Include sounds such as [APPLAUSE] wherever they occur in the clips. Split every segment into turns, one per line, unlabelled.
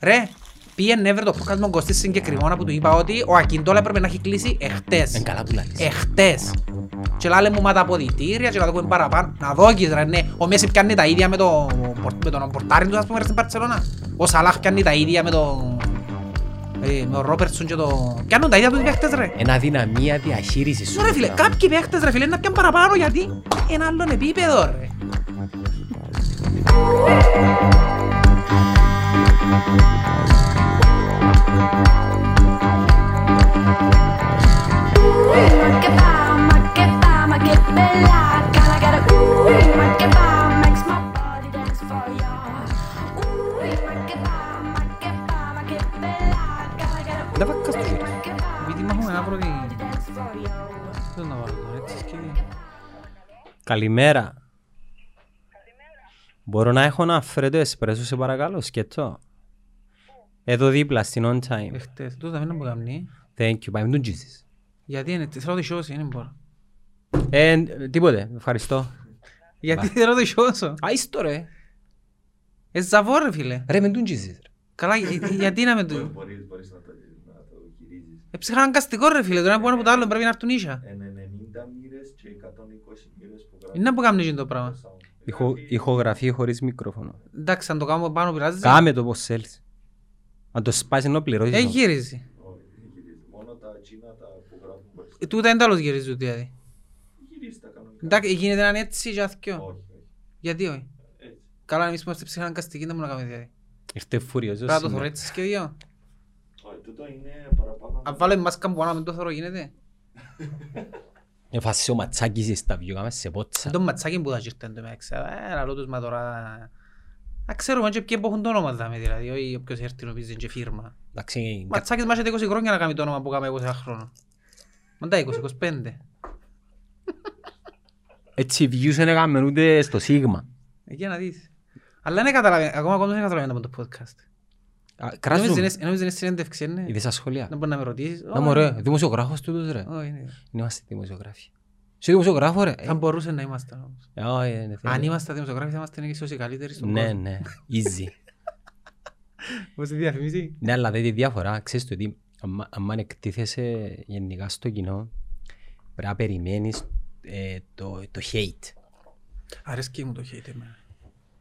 Ρε, πήγαινε έβρε το podcast με κοστή συγκεκριμένα που του είπα ότι ο Ακιντόλα έπρεπε να έχει κλείσει
Εν
εχθές.
καλά που λαλείς.
Εχθές. Και λάλε μου μα τα αποδητήρια και να δούμε παραπάνω. Να δώκεις ρε, ναι. Ο Μέση πιάνει τα ίδια με, το, με τον πορτάρι του, ας πούμε, ρε, στην Παρτσελώνα. Ο Σαλάχ πιάνει τα ίδια με τον... Ε, με τον Ρόπερτσον και το... Πιάνουν τα ίδια τους οι παίχτες ρε.
Εν αδυναμία διαχείρισης σου.
Ρε φίλε, κάποιοι παίχτες ρε φίλε να πιάνουν παραπάνω γιατί ένα άλλον επίπεδο ρε.
Ooh, que fama, que fama, que bella cara, cara. Ooh, que fama, makes my body dance for ya. Ooh, que fama, que fama, que bella cara, cara.
Τα βάκα στο χέρι.
Ooh, que fama,
Επειδή μάχουμε ένα πρώτο...
dance for ya.
Δεν να βάλω τώρα, έτσι σκύβει.
Καλημέρα. Μπορώ να έχω ένα φρέτο εσπρέσο σε παρακαλώ, σκέτο. Εδώ δίπλα, στην on time.
Εχθές, τούτα μην να μου καμνεί.
Thank you, πάμε τον τζίζεις.
Γιατί είναι, θέλω να τη σιώσει, δεν μπορώ.
Ε, τίποτε, ευχαριστώ.
Γιατί θέλω να τη σιώσω.
Α, είσαι το ρε.
Ε, ζαβό ρε φίλε.
Ρε, με τον τζίζεις. ρε.
Καλά, για- για- γιατί να με το... Ε, ψυχαναγκαστικό ρε φίλε, τώρα που είναι από το άλλο πρέπει να έρθουν ίσια. Είναι να που κάνουν το πράγμα.
Ηχο, ηχογραφή χωρίς μικρόφωνο.
Εντάξει, αν το κάνω πάνω πειράζει.
Κάμε το πώς θέλεις. Αν το σπάσεις ενώ
Ε,
πληρώσεις. όμως.
γύριζε. Ε, Τούτα είναι το άλλος γυρίζει του δηλαδή. Εντάξει, γίνεται έναν έτσι και αθκιό. Γιατί όχι. Καλά, εμείς που είμαστε ψυχαναγκαστικοί δεν μπορούμε να κάνουμε δηλαδή.
Ήρθε ναι. φουριος.
Πρέπει να το θωρώ έτσι και δυο. Αν βάλω η μάσκα μου πάνω να μην το θωρώ γίνεται.
Εφασίσαι Ε, ο ματσάκης εις τα βιού, κάμε σε
Σαν
πότσα.
το ματσάκι που θα γύρτεν το μεταξύ, ε, λαλό τους μα τώρα... Να ξέρουμε και ποιοι που έχουν το όνομα δάμε, δηλαδή, όχι όποιος έρθει νομίζει είναι και φίρμα.
Εντάξει,
Ο Ματσάκης μας έρχεται 20 χρόνια να κάνει το όνομα που κάνουμε 20 χρόνια. Μαντά 20-25.
έτσι views δεν έκαμε ούτε στο σίγμα.
Εκεί να δεις. Αλλά δεν καταλαβαίνω, ακόμα ακόμα δεν καταλαβαίνω από το podcast.
Α,
Νομίζω
Κράζουμε.
είναι- νομίζω είναι συνέντευξη, είναι.
Είδες τα σχόλια.
Να μπορείς να με ρωτήσεις.
Να μου ρε, δημοσιογράφος τούτος ρε.
Όχι, είναι.
Είμαστε δημοσιογράφοι. Είσαι δημοσιογράφο ρε.
Θα μπορούσε να ήμασταν όμως.
Ε, όχι, δεν θέλω.
Αν είμαστε δημοσιογράφοι θα ήμασταν ίσως οι καλύτεροι στον
Ναι,
κόσμο.
ναι. Easy.
Όπως η διαφημίση.
Ναι, αλλά δεν τη διαφορά. Ξέρεις το ότι άμα- άμα εκτίθεσαι γενικά στο κοινό, πρέπει να περιμένεις ε, το, το hate.
Αρέσκει μου το hate εμένα.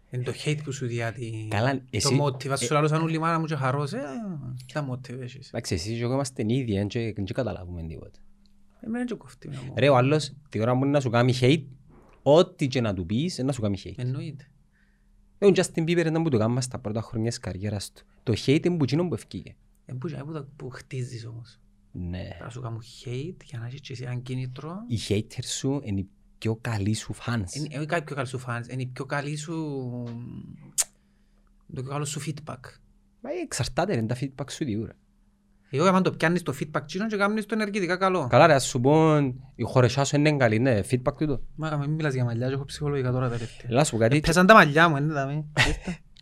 Είναι το hate που σου διάτει.
Καλά, εσύ- Ε-
Το motive, σου λάλλω σαν όλη η μάνα μου και χαρός. Ε, τα motive έχεις.
Εντάξει, εσύ και εγώ είμαστε ίδιοι, δεν και- δεν και καταλάβουμε τίποτα.
Εμένα είναι και κοφτή. μάνα μου.
Ρε, ο άλλος, τη ώρα που είναι να σου κάνει hate, ό,τι και να του πεις, είναι να σου κάνει hate.
Εννοείται.
Ε, Ο Justin Bieber ήταν που το κάνουμε στα πρώτα χρόνια της καριέρας του. Το hate είναι που εκείνον που ευκήγε.
Εν Ε, που- που τα- που χτίζεις όμως.
Ναι.
Θα σου κάνω hate για να έχεις και εσύ έναν κίνητρο.
Οι haters σου είναι οι πιο καλοί σου fans.
Είναι όχι κάποιο καλό σου fans, είναι η πιο καλή σου... το πιο καλό σου feedback.
Μα ε, εξαρτάται, είναι τα feedback σου διούρα.
Εγώ άμα το πιάνεις το feedback τσίνο και κάνεις το ενεργητικά καλό.
Καλά ρε, ας σου πω, η χωρεσιά σου είναι καλή, ναι, feedback τούτο.
Μα μην μιλάς για μαλλιά, και έχω ψυχολογικά τώρα τα λεπτά.
Έλα να σου πω κάτι,
Πέσαν τα μαλλιά μου, είναι
[LAUGHS]
δαμή.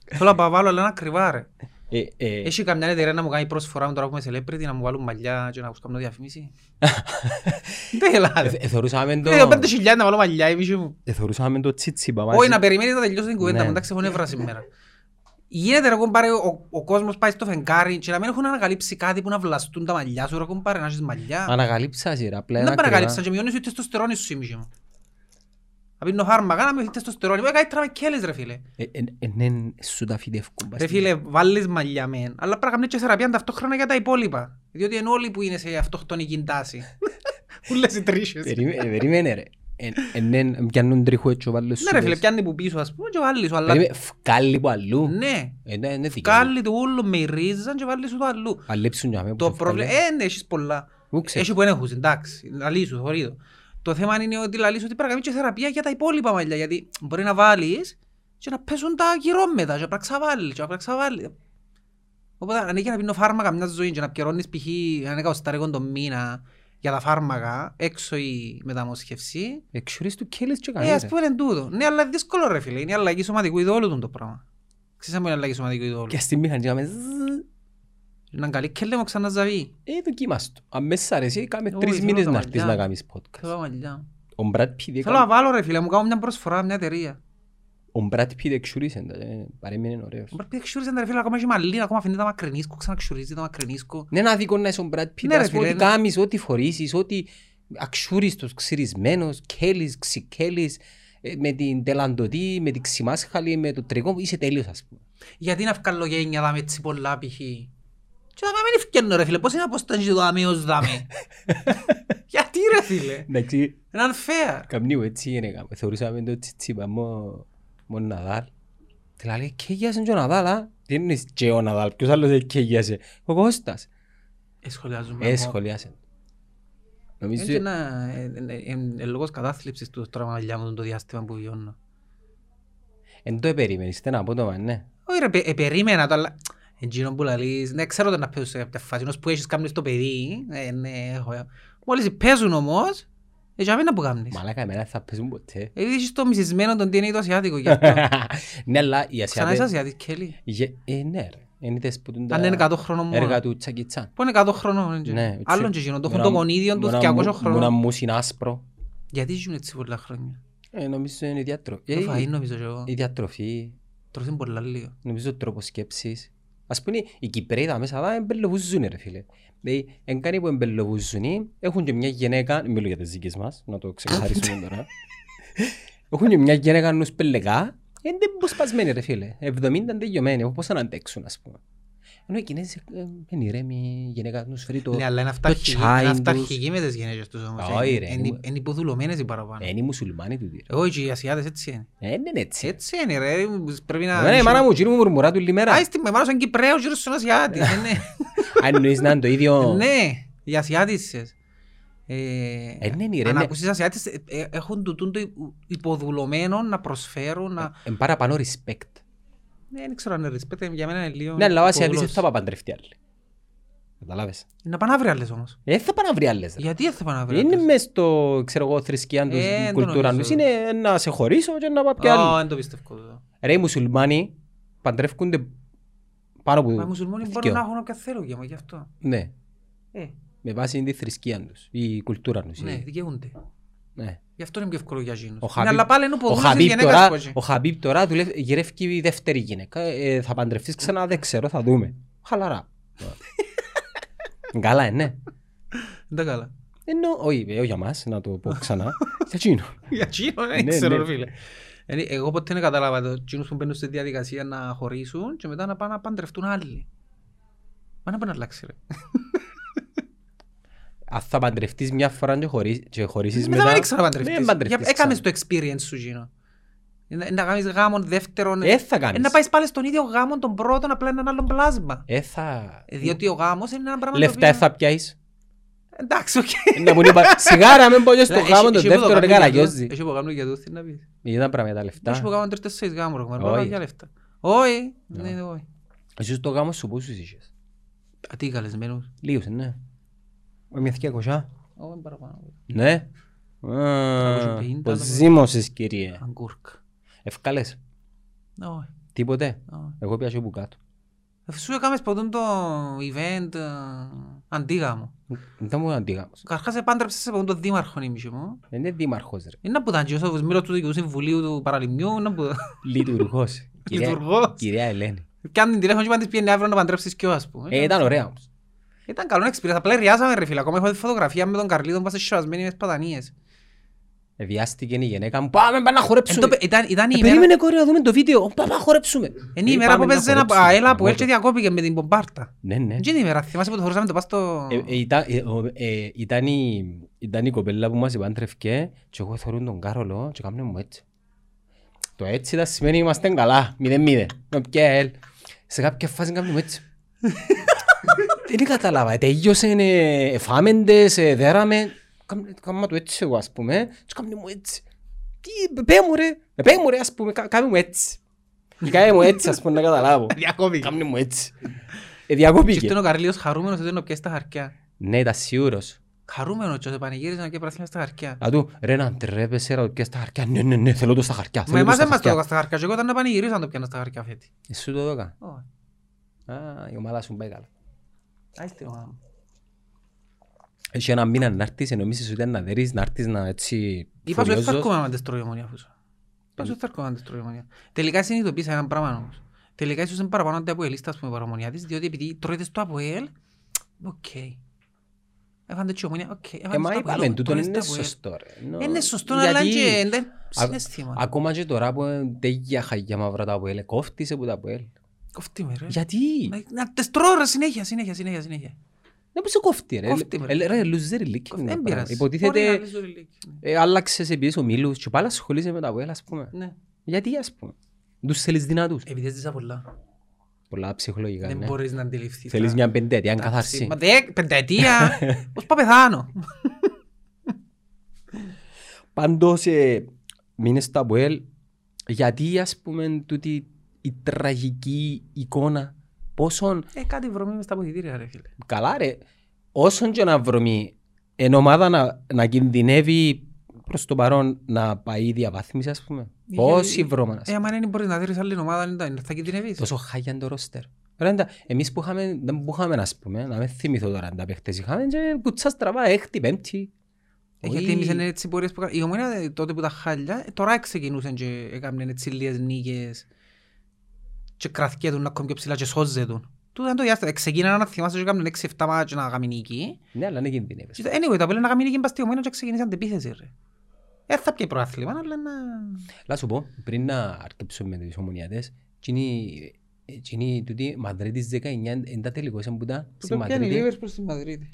Θέλω να πάω βάλω, αλλά είναι ακριβά ρε.
ε,
[LAUGHS]
ε,
Έχει καμιά εταιρεία να μου κάνει πρόσφορα με τώρα που είμαι celebrity, να μου βάλουν μαλλιά και να τους κάνω διαφημίση. Δεν
ε,
ελάτε.
ε, θεωρούσαμε το,
Λέω πέντε χιλιάδες να βάλω μαλλιά η μισή μου.
ε, θεωρούσαμε το τσίτσιπα
Όχι,
μαζί.
να περιμένεις να τελειώσει την κουβέντα
Ναι.
μου, εντάξει, έχω νεύρα σήμερα. Γίνεται ρε κομπάρε, ο, ο κόσμος πάει στο φεγγάρι και να μην έχουν ανακαλύψει κάτι που να βλαστούν τα μαλλιά σου ρε κομπάρε, να έχεις μαλλιά.
Ανακαλύψα σειρά, απλά
Δεν
είναι
τα
ακριβά.
παρακαλύψαν και μειώνεις ούτε στο στερόνι σου η μισή μου. Να πίνω χάρμακα, να Ε, μειωθείτε στο στερόνι. Μου έκανε τραβακέλες ρε φίλε.
Ε, ε, ε, ναι, σου τα φυτεύκουν. πας
Ρε
στην-
φίλε, βάλεις μαλλιά μεν, αλλά πρέπει να κάνεις και θεραπεία ταυτόχρονα για τα υπόλοιπα. Διότι είναι όλοι που είναι σε αυτοκτονική
[LAUGHS]
τάση. Ούλες οι τρίσες.
Περίμενε, ε, Περίμενε ρε. Ε, ε, ναι, πιάνουν τριχούες και βάλουν
Ναι ρε φίλε,
σούπες.
πιάνει που πίσω ας πούμε και βάλεις σου, αλλά...
Περίμενε, φκάλλει που αλλού.
Ναι,
Ε, ναι, ναι, δικιά μου.
κάλλει το ούλο με ρίζαν και βάλεις σου το αλλού.
Αλέψουν για μένα.
Το πρόβλημα, ε, ναι, έχεις πολλά.
Πού ξέρεις.
Έχει που δεν έχεις, εντάξει, λαλείς σου, θωρεί το. Το θέμα είναι ότι λαλείς ότι πρέπει να κάνεις και θεραπεία για τα υπόλοιπα μαλλιά, γιατί μπορεί να βάλεις και να πέσουν τα γυρόμετρα, και να πραξαβάλεις, και να πραξαβάλεις. Οπότε αν έχει να πίνω φάρμακα μιας ζωής και να πιερώνεις π.χ. ένα εκατοστάρικο το μήνα για τα φάρμακα, έξω η μεταμοσχευσή,
Εξουρείς του κέλες και
ε,
κανένα.
ας πούμε είναι τούτο. Ναι, αλλά δύσκολο ρε φίλε, είναι η αλλαγή σωματικού ειδόλου το πράγμα. Ξέρεις αν μπορεί να αλλαγή σωματικού ειδόλου.
Και στη μηχανή κάμε ζζζ.
Να καλή και λέμε ξανά ζαβή.
Ε, δοκίμαστο. Αν μέσα σ' αρέσει, κάμε
Ω,
τρεις
θέλω
μήνες
τα
να έρθεις
μαλλιά.
να κάνεις podcast.
Θέλω μαλλιά.
Ο Μπρατ Πιtt
Θέλω να
έκανε...
βάλω ρε φίλε μου, κάνω μια προσφορά, μια εταιρεία.
Ο Μπράτ Πιτ εξούρισε τα και παρέμεινε ωραίος.
Πρέπει να ξουρίζεται ρε φίλε, ακόμα έχει μαλλί, ακόμα φαίνεται τα μακρινίσκο, ξαναξουρίζει τα μακρινίσκο.
Ναι, Είναι ένα δικό να είσαι ο Μπράτ Πιτ,
Ναι, ρε
ας πούμε,
φίλε,
ό,τι
ναι.
κάνεις, ό,τι φορήσεις, ό,τι αξούριστος, ξυρισμένος, κέλης, ξικέλης, ε, με την τελαντοτή, με την ξημάσχαλη, με το τριγό, είσαι τέλειος ας πούμε.
Γιατί να βγάλω γένια δάμε έτσι πολλά π.χ. Και δάμε μην ευκαινώ ρε φίλε, πώς είναι αποστάσεις το δάμε ως [LAUGHS] δάμε. Γιατί ρε φίλε,
Εντάξει,
είναι unfair.
καμνίου έτσι γενικά. Θεωρούσαμε το τσιτσίπα μόνο Ναδάλ. Τι λέει, και γιάσε και ο Ναδάλ, α. Τι είναι και ο Ναδάλ, ποιος άλλος λέει και γιάσε. Ο Κώστας.
Ε, σχολιάζουμε.
Ε,
ακόμα.
σχολιάσε.
Είναι
Νομίζω
και ένα- ε, ε, ε, ε, λόγος κατάθλιψης του τώρα μαλλιά μου το διάστημα που βιώνω.
εν το επερίμενες, ήταν απότομα, ναι.
Όχι ρε, πε- ε, περίμενα το, αλλά εκείνο που λαλείς, ναι, ξέρω το να παίζουν σε κάποια φάση, ενός που έχεις κάνει στο παιδί, ε, ναι, έχω. Μόλις παίζουν όμως, ε, για μένα που κάνεις.
Μαλάκα, εμένα θα παίζουν ποτέ.
[LAUGHS] Επειδή έχεις το μισισμένο τον DNA του Ασιάτικο γι'
[LAUGHS]
αυτό.
Ναι, αλλά οι
Ξανά είσαι
Ασιάτες...
Ασιάτης, Κέλλη.
Γε- ε, Ναι, ρε. Εν είδες που τούν
Αν είναι ε.
τα
100 χρόνων μόνο.
έργα του Τσακιτσάν.
Που είναι 100 χρόνων. έτσι.
Ναι, έτσι.
Άλλον και εκείνο, το έχουν
Μπορεί
το
να-
γονίδιο του
μπορεί να
200
μου- Μπορεί να
χρόνων.
μου είναι άσπρο.
Γιατί ζουν έτσι πολλά χρόνια.
Ε, Νομίζω είναι η διατροφή.
Το
Ε,
φαΐν νομίζω και εγώ.
Η διατροφή,
Τρώθουν πολλά λίγο.
νομίζω ο τρόπος σκέψης. Ας πούμε, οι Κυπρέοι τα μέσα δά εμπελοβουζούν ρε φίλε. Δηλαδή, εν κάνει που εμπελοβουζούν, έχουν και μια γυναίκα, μιλώ για τις δικές μας, να το ξεκαθαρίσουμε
[LAUGHS]
τώρα. έχουν και μια γυναίκα νους πελεγά, είναι μποσπασμένοι ρε φίλε, 70 τελειωμένοι, πώς θα να αντέξουν ας πούμε. Ενώ οι Κινέζοι ε, είναι ηρέμοι, η γυναίκα νους φέρει το...
Ναι, αλλά είναι
το τσάιν τους.
αυταρχική με τις γυναίκες τους όμως.
Όχι,
Είναι-
ρε,
είναι-
είναι-
Είναι υποδουλωμένες οι παραπάνω.
Ε, Είναι οι μουσουλμάνοι του ρε.
Εγώ και οι Ασιάτες έτσι είναι.
Ε, Είναι έτσι.
Έτσι είναι ρε, πρέπει να...
Εμένα Ε, ναι, η μάνα μου, ο κύριος μου μουρμουρά του όλη μέρα.
Άι στην μάνα σου είναι Κυπρέος γύρω στον Ασιάτη. Ε,
[LAUGHS]
ναι.
Αν εννοείς να είναι το ίδιο...
Ναι, οι Ασιάτισσες. Ε,
Ε, ναι, ναι, ρε,
αν
ναι.
ακούσεις Ασιάτες, ε, ε, έχουν το τούντο υπο- υποδουλωμένο να προσφέρουν, να...
Ε, παραπάνω respect.
Ναι, δεν ξέρω αν είναι respect, για μένα είναι λίγο...
Ναι, αλλά ο Ασιατής δεν
υπογλώσσα.
θα πάει παντρευτεί άλλη. Καταλάβες.
Να πάνε αύριο άλλες όμως.
Δεν Ε, θα πάνε να βρει άλλες. ρε.
Γιατί δεν θα πάνε αύριο
Δεν είναι
άλλες.
μες στο, ξέρω εγώ, θρησκεία τους,
Ε, δεν το
κουλτούρα τους.
νομίζω.
Είναι να σε χωρίσω και να πάω και
Ω,
άλλη.
δεν το πιστεύω εδώ.
Ρε, οι μουσουλμάνοι παντρεύκονται πάνω από...
Μα οι μουσουλμόνοι
δικαιώ.
μπορούν να έχουν όποια θέλουν για μας, γι' αυτό.
Ναι,
Ε,
με βάση τη θρησκεία τους, η κουλτούρα τους. η-
ναι, δικαιούνται.
ναι.
Γι' αυτό είναι πιο εύκολο για
Ο
γίνους. Ναι,
Χαμπίπ-
αλλά πάλι είναι
Ο
υποδούλες της
Χαμπίπ
γενέκας
τώρα,
που έχει.
ο Χαμπίπ τώρα δουλεύει- γυρεύει η δεύτερη γυναίκα. Ε, θα παντρευτείς ξανά, δεν ξέρω, θα δούμε.
[LAUGHS]
Χαλαρά. Καλά, ε, ναι.
Δεν τα καλά.
Ενώ, όχι, ε, όχι για μας, να το πω
[LAUGHS]
ξανά. Για εκείνο.
Για τσίνο,
Ναι,
δεν ξέρω,
ναι.
ρε φίλε. Ε, Εγώ ποτέ δεν κατάλαβα το τσίνους που μπαίνουν στη διαδικασία να χωρίσουν και μετά να πάνε να παντρευτούν άλλοι. Μα να μπορεί να αλλάξει, ρε.
Αν θα παντρευτείς μια φορά και, χωρί, και χωρίσεις
Μετά
μετά...
Ε, δεν ήξερα να
Δεν
παντρευτείς.
παντρευτείς
Για- Έκαμες το experience σου, Τζίνο. Ε, Να να κάνεις γάμον δεύτερον.
Ε, θα
Ε,
κάνεις.
Να πάεις πάλι στον ίδιο γάμο τον πρώτον, απλά είναι ένα άλλο πλάσμα.
Ε, θα...
Ε, Διότι ο γάμος είναι ένα πράγμα. το
Λεφτά ε,
οποίο-
θα πιάσεις. Ε,
Εντάξει, οκ. Ε,
να μου είπα, σιγάρα μην πω και στο
Έχει-
γάμο το
έχει που
δεύτερο
κάνουν
ρε
για το-
καραγιώζει.
Έχει που κάνουν για το, θέλει να πεις.
Ήταν Ε, πράγματα τα
Έχει που
λεφτά.
κάνουν τρεις-τέσσερις γάμους, ρε,
Όχι.
μα, πάμε για λεφτά. Όχι, ναι, όχι.
Εσύ στο γάμο σου πόσους είχες.
Α, τι καλεσμένους.
Λίγους, ναι. Ε, Μια θεία κοσιά.
Όχι, παραπάνω.
Ναι.
350
Πως
το-
ζήμωσες κύριε.
Αγκούρκ.
Ευκάλες.
Όχι,
Τίποτε.
όχι.
Εγώ πιάσω που κάτω.
Σου έκαμε σποτούν το event ε, αντίγαμο.
Δεν μου ήταν γάμος.
Καρχάς επάντρεψες σε ποντούν το δήμαρχο νήμιση μου.
Δεν είναι δήμαρχος ρε.
Είναι που ήταν και ο Σόφος Μύρος του Δικαιού Συμβουλίου του Παραλιμιού. Είναι που... [LAUGHS]
Λειτουργός. Κυρία-
Λειτουργός.
Κυρία Ελένη.
Πιάνει την τηλέφωνο και πάνε της πιένει αύριο να παντρέψεις κι εγώ ας πούμε.
Ε, Ήταν ωραία όμως.
Ήταν καλό experience. Απλά ριάζαμε ρε φίλε. Ακόμα έχω τη φωτογραφία με τον Καρλίδο που είμαστε σιωασμένοι με σπατανίες.
Ε, Βιάστηκε η γυναίκα μου. Πάμε πάμε να
Εν το
χορέψουμε.
πε- Ήταν ήταν η
Ε,
ημέρα,
Περίμενε κόρη να δούμε το βίντεο. Πάμε να χορέψουμε.
είναι η
Ε,
ημέρα
πάμε
που
να
παίζει ένα
χορέψουμε.
αέλα που
Εγώ
έλτσε
το-
διακόπηκε με την πομπάρτα.
Ναι, ναι.
Τι είναι η ημέρα, θυμάσαι που το χωρούσαμε το πας στο...
Ε, ε, ήταν- ε, ο- ε, Ήταν η- ήταν η κοπέλα που μας επάντρευκε και εγώ θεωρούν τον Κάρολο και κάμνε μου έτσι. Το έτσι ήταν σημαίνει είμαστε καλά. Μηδέν μηδέν. Να πιέ ελ. Σε κάποια φάση κάμνε μου έτσι. Δεν κατάλαβα. Τελειώσαν ε, εφάμεντες, ε, δέραμε. Κάμνε- Κάμμα του έτσι εγώ ας πούμε. Και κάμνε μου έτσι. Τι, πέ μου ρε. Ε, Πέ μου ρε ας πούμε. Κα- Κάμε μου έτσι. Κάμε μου έτσι ας πούμε να καταλάβω.
Διακόπηκε.
Κάμνε μου έτσι. Ε,
Και ήρθε
Διακόπηκε.
ο Καρλίδος χαρούμενος ότι δεν πιέσει τα χαρκιά.
Ναι, ήταν σίγουρος.
Χαρούμενος και πανηγύριζαν και πράσινα στα χαρτιά.
Να του, ρε να ντρέπεσαι, να το πιάσεις στα χαρτιά. Ναι, ναι, ναι, θέλω το στα χαρτιά.
Μα
θέλω το
εμάς
στα
δεν μας το
χαρτιά.
έδωκα στα χαρτιά και εγώ όταν να πανηγυρίζαν το πιάνω στα χαρτιά φέτη.
Εσύ το έδωκα.
Ω,
Α, η ομάδα σου πάει καλά.
άις την ομάδα μου.
Έχει ένα μήνα να έρθεις, νομίζεις ότι ήταν να δέρεις, να έρθεις να έτσι
Είπα σου
φουριόζος.
έφαρκουμε άμα δεν τρώει ομονία φούσο. Πόσο θα έρχονταν τις τρογερμονιές. Τελικά συνειδητοποίησα έναν πράγμα όμως. Τελικά ίσως είναι παραπάνω από από ελίστα πούμε παραμονιά της, διότι επειδή τρώτε στο ΑΠΟΕΛ, οκ. Έφανε έτσι ομονία, οκ.
Ε, μα
Έφανε στο
είπαμε,
ΑΠΟΕΛ,
τούτο
τρώτε
είναι
στο ΑΠΟΕΛ.
σωστό ρε. Νο-
Είναι σωστό, ε, αλλά
γιατί-
και είναι
Α-
συναισθήμα.
Ακόμα και τώρα που είναι τέγια χαγιά μαύρα τα ΑΠΟΕΛ, κόφτησε που τα
Ε,
ΑΠΟΕΛ.
Κοφτεί με ρε.
Γιατί,
Να- Να τες τρώω ρε συνέχεια, συνέχεια, συνέχεια, συνέχεια.
να πούσε κόφτη ρε.
Κόφτη, ρε.
Ε, Ρε, loser leak
Κοφτεί,
είναι το
Δεν
πράγμα.
πειράζει. Μπορεί να
Υποτίθεται,
λες το ρελίκι.
ε, άλλαξες επίσης ομίλους και πάλι ασχολείσαι με τα ΑΠΟΕΛ ας πούμε.
Ναι.
Γιατί ας πούμε. Τους θέλεις δυνατούς.
Επειδή έζησα πολλά.
Πολλά ψυχολογικά,
Δεν
ναι.
μπορείς να αντιληφθείς.
Θέλεις
τα-
μια πεντέτεια, αν
τα
καθαρσή.
ψήματα. Ε,
[LAUGHS]
Πενταετία. Πώς πάω πεθάνω.
Πάντως, ε, μείνες στο ΑΠΟΕΛ, γιατί ας πούμε τούτη η τραγική εικόνα, πόσον,
Ε, κάτι βρωμή μες στα αποδητήρια ρε φίλε.
καλά ρε, όσον και να βρωμεί, εν ομάδα να, να κινδυνεύει προς το παρόν να πάει η διαβάθμιση ας πούμε.
Ε,
Πόση
ε,
βρώμα να
Ε, άμα δεν μπορείς να δέρεις άλλη ομάδα, δεν τα- θα κινδυνεύεις.
Τόσο χάγια είναι το ρόστερ. Ρε, εντά- εμείς που είχαμε, δεν που είχαμε ας πούμε, να με θυμηθώ τώρα αν τα παίχτες είχαμε και κουτσά στραβά, έκτη, πέμπτη.
Ε, Γιατί εμείς είναι έτσι πορείες που κάνουμε. Η Ομόνια ε, τότε που τα χάλια, ε, τώρα ξεκινούσαν και έκαναν έτσι λίγες νίκες και κρατιέτουν ακόμη πιο ψηλά και σώζετουν. Τούτο ήταν το διάστημα. Ε, Ξεκίνανε να θυμάστε και έκαναν 6-7 μάτια να κάνουν νίκη.
Ναι, αλλά δεν κινδυνεύεις.
Και τα- Anyway, τα πέλε να κάνουν νίκη μπας στη Ομόνια και ξεκινήσαν την επίθεση, ρε. Ε, θα πιει προάθλημα, αλλά να...
Να σου πω, πριν να αρκεψούμε με τους ομονιατές, εκείνη τούτη Μαδρίτης 19 εν τα τελικός εν που τα στη Μαδρίτη.
προς τη Μαδρίτη.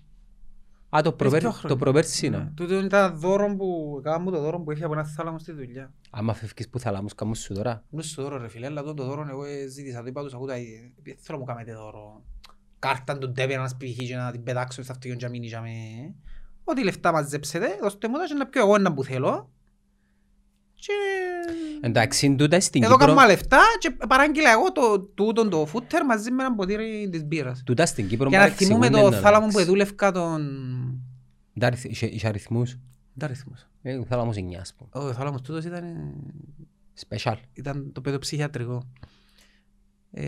Α, το, προπέρ,
πιο χρόνια. Ναι.
το προπέρσινο.
Τούτο ήταν δώρο που, κάμα μου το δώρο που έφυγε από ένα θάλαμος στη δουλειά.
Άμα φεύγεις που θαλάμους κάμους σου τώρα.
Μου στο δώρο ρε φίλε, αλλά τον το δώρο εγώ ε, ζήτησα, το είπα τους ακούτα, ε, ε, θέλω να μου κάνετε δώρο. Κάρταν τον τέπερα να σπιχεί και να την πετάξω στο αυτοκίνητο και να μείνει για μέ. Ό,τι λεφτά μαζέψετε, δώστε μου τα και να πιω εγώ έναν που θέλω. Και...
Εντάξει, τούτα στην
Εδώ
Κύπρο,
κάνουμε λεφτά και παράγγειλα εγώ το τούτον το φούτερ μαζί με έναν ποτήρι της μπύρας.
τούτα στην Κύπρο
Για να θυμούμε το
παρεξηγούνται,
θάλαμο που
εντάξει.
εδούλευκα τον...
Ντά, αριθ- είχε- Είχε αριθμούς.
Δεν αριθμός.
Ε, Ο θάλαμος 9, ας πούμε.
Ο θάλαμος τούτος ήταν...
Special.
ήταν το παιδό ψυχιατρικό. Ε,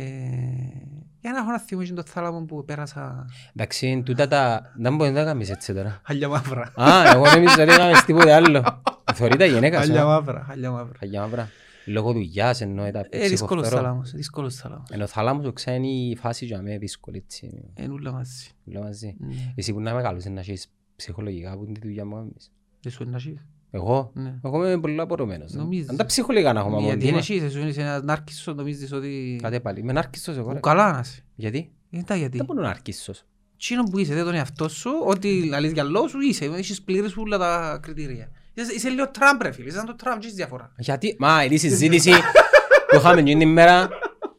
για να έχω να θυμώ και το θάλαμο που πέρασα
Εντάξει, τούτα τα... Δεν μπορεί να κάνεις έτσι τώρα.
χαλιά μαύρα.
Α, εγώ νόμιζα ότι έκαμες τίποτε άλλο. Θωρεί τα γυναίκα σου.
Χαλιά
α.
μαύρα, χαλιά μαύρα.
Χαγιά μαύρα. Λόγω δουλειάς εννοεί τα
Ε, δύσκολος
ψυχοφθορό.
θάλαμος, δύσκολος θάλαμος.
Ενώ ο θάλαμος ο ξένα είναι η φάση για μένα δύσκολη, έτσι,
Εν ούλα μαζί.
όλα μαζί.
Ναι.
Εσύ που να μεγάλωσες να έχεις ψυχολογικά που είναι τη δουλειά μου κάνεις.
Δεν σου είναι να έχεις.
Εγώ,
Ναι.
εγώ είμαι πολύ απορρομένος.
Νομίζεις.
Αν τα ψυχολογικά να έχω μόνο
Γιατί είναι
τίμα.
εσύ, εσύ είσαι ένας νάρκισσος, νομίζεις ότι...
Κάτε πάλι, είμαι ναρκισσός εγώ.
Που
ρε.
καλά να είσαι.
Γιατί,
Δεν τα γιατί.
δεν μπορώ να ναρκισσός.
Τσίνο που είσαι, δεν τον εαυτό σου, ό,τι λαλείς για λόγο σου είσαι. Έχεις πλήρες όλα τα κριτήρια. Είσαι, είσαι λίγο τραμπ ρε φίλε, είσαι σαν το τραμπ, έχεις διαφορά.
Γιατί, μα η συζήτηση που είχαμε εκείνη την ημέρα,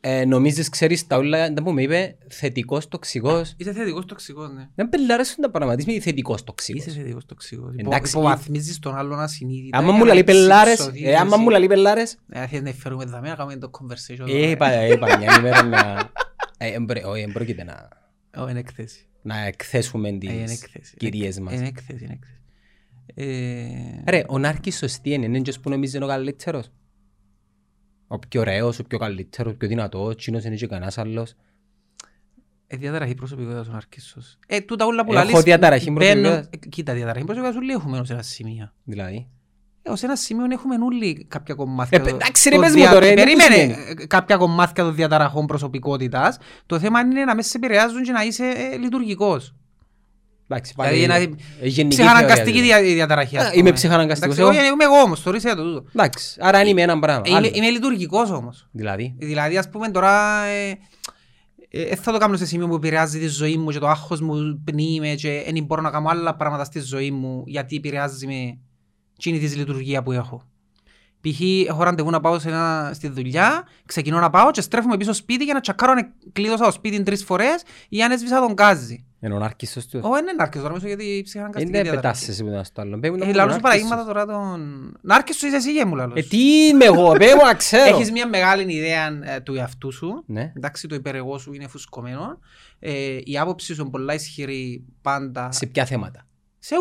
ε, νομίζεις ξέρεις τα όλα, δεν μου είπε θετικός τοξικός.
Είσαι θετικός τοξικός, ναι.
Δεν πελάρεσουν τα πράγματα, είσαι θετικός τοξικός.
Είσαι θετικός τοξικός.
Εντάξει,
Εντάξει, Υποβαθμίζεις τον άλλον ασυνείδητα.
Άμα
για
μου
να
λαλεί πελάρες,
εξισοδίζεσαι.
ε, άμα μου λαλεί πελάρες,
Ε, θέλεις να φέρουμε δαμέ να κάνουμε το conversation.
Ε, Είπα, είπα μια ημέρα να... Ε, εν πρέ- Όχι, δεν πρόκειται να,
Ω, είναι έκθεση.
να εκθέσουμε
Ε, Είναι
τις
έκθεση.
κυρίες μας.
Είναι έκθεση, είναι έκθεση. Ε,
Ρε, ο Νάρκης σωστή είναι, είναι και που νομίζει είναι ο καλύτερος. Ο πιο ωραίος, ο πιο καλύτερος, ο πιο δυνατός, τσίνος είναι και κανένας άλλος.
ε, διαταραχή προσωπικότητας ο Ναρκίσσος. Ε, τούτα όλα που
Έχω
λαλείς,
διαταραχή
μπαίνουν-
προσωπικότητας.
Ε, Κοίτα, διαταραχή προσωπικότητας όλοι έχουμε ως ένα σημείο.
Δηλαδή,
Ε, Ως ένα σημείο έχουμε όλοι κάποια κομμάτια.
Ε,
το-
εντάξει, ρε,
το
πες μου
δια-
τώρα, ε,
Περίμενε
τι σημαίνει.
ε, κάποια κομμάτια των διαταραχών προσωπικότητας. Το θέμα είναι να μες σε επηρεάζουν και να είσαι ε, λειτουργικός.
εντάξει,
Δηλαδή,
πάλι
ένα-
ε, γενική
Ψυχαναγκαστική
θεωρία.
δια, διαταραχή. ας
Α,
πούμε.
Ε, είμαι ψυχαναγκαστικός,
Εντάξει,
εγώ.
Εγώ είμαι εγώ όμως, θεωρήσε το τούτο.
Εντάξει, άρα είναι με έναν πράγμα.
Είμαι,
άλλο.
είμαι λειτουργικός όμως.
Δηλαδή,
Δηλαδή, ας πούμε τώρα, ε, ε, ε, θα το κάνω σε σημείο που επηρεάζει τη ζωή μου και το άγχος μου πνίγει με και δεν μπορώ να κάνω άλλα πράγματα στη ζωή μου γιατί επηρεάζει με εκείνη τη λειτουργία που έχω. Π.χ. έχω ραντεβού να πάω σε ένα, στη δουλειά, ξεκινώ να πάω και στρέφουμε πίσω σπίτι για να τσακάρω αν κλείδωσα το σπίτι τρεις φορές ή αν έσβησα τον γκάζι. ε,
είναι ο Νάρκης σωστός. ε,
Όχι, είναι αρκετό τώρα, γιατί ψυχαναγκαστική
Είναι
διαταραχή.
πετάσσεσαι που ήταν στο άλλο. Πέμπουν να
Ε,
μου
λαλούς
τον
παραδείγματα
Νάρκη
τώρα τον... Να έρχεσαι σου είσαι εσύ γέμου
σωστός. Ε,
λαλούς.
τι είμαι εγώ, πέμπω να ξέρω.
Έχεις μια μεγάλη ιδέα ε, του εαυτού σου.
Ναι,
Εντάξει, το υπερεγώ σου είναι φουσκωμένο. Ε, η άποψη σου είναι πολλά ισχυρή πάντα.
σε Ναι.
Σε,
ποια θέματα.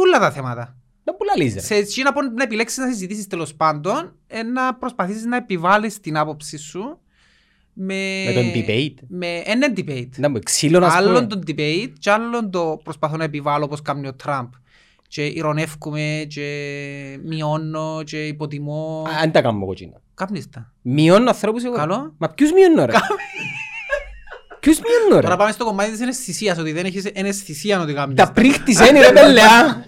όλα τα θέματα.
Να πουλαλείς ρε.
Σε εσύ να, να επιλέξεις να συζητήσεις τέλος πάντων, ε, να προσπαθήσεις να επιβάλλεις την άποψη σου με...
Με τον debate.
Με έναν debate.
Να μου ξύλο να
Άλλον
σπούμε.
τον debate και άλλον το προσπαθώ να επιβάλλω όπως κάνει ο Τραμπ. και ηρωνεύκομαι και μειώνω και υποτιμώ.
Α, Αν τα κάνω εγώ τσίνα.
Κάπνεις τα.
Μειώνω ανθρώπους εγώ.
Καλό.
Μα ποιους μειώνω ρε. Ποιους μειώνω
Τώρα
ρε.
πάμε στο κομμάτι της εναισθησίας, ότι δεν έχεις εναισθησία ότι κάνεις.
Τα πρίχτης είναι
[LAUGHS]
ρε πελέα.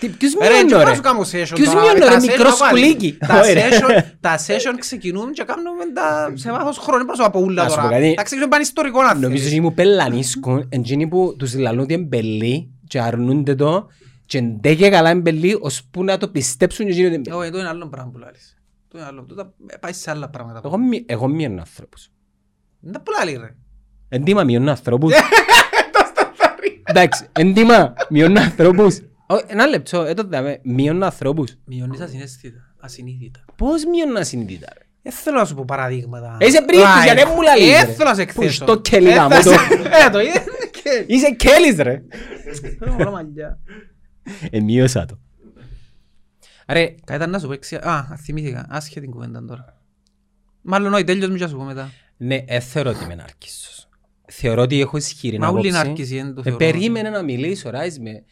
Τι- Ποιους
Ρε,
μειώνω ρε.
να σου κάνω session
Ποιους
τώρα,
μειώνω,
τα
ρε,
session
μικρό
θα βάλεις.
σκουλίκι.
Τα
Ωραία.
session- Τα session ξεκινούν και κάνουμε τα σε βάθος χρόνου, προς από ούλα
Να σου πω
τώρα.
κάτι.
Θα ξεκινήσουμε πανιστορικό να
Νομίζω
θέλεις.
ότι μου πελανίσκουν, εντζίνοι που τους λαλούν ότι εμπελεί και αρνούνται το και ντε και καλά εμπελεί ώσπου να το πιστέψουν και γίνονται εμπελεί.
Εγώ, ε, το είναι άλλο πράγμα που λάλλεις. Το είναι άλλο. Τούτα, ε, πάει σε άλλα πράγματα.
Εγώ μει- Εγώ μειώνω ανθρώπους.
Δεν τα πουλάλει, ρε.
Εντύμα
[LAUGHS]
μειώνω ανθρώπους. Εντάξει, εντύμα μειώνω ανθρώπους. Ω, Ένα λεπτό, έτω δάμε, μειώνω ανθρώπους.
Μειώνεις ασυναίσθητα, ασυνείδητα.
Πώς μειώνω ασυνείδητα ρε.
Δεν Ε, θέλω να σου πω παραδείγματα.
Ε, Είσαι πρίχτης,
Live.
για δεν μου λαλείς,
Ε,
ρε.
θέλω να σε
Που
εκθέσω.
στο κελί,
Ε,
γαμώ
θα
το.
σε- Ε, το είδες, και-
Είσαι κέλης ρε.
Θέλω πολλά μαλλιά.
Εμείωσα το. Ρε,
Κάτι ήταν Ε, να σου πω εξι- Α, θυμήθηκα. Άσχετη κουβέντα τώρα. Μάλλον όχι, τέλειος μου και να σου πω μετά.
ναι, ε, θεωρώ ότι είμαι ναρκισσός. Θεωρώ ότι έχω ισχυρή
Μα όλοι
άποψη.
είναι άρκηση, δεν το
Ε,
θεωρώ. ναι.
περίμενε να μιλήσω, ράις με.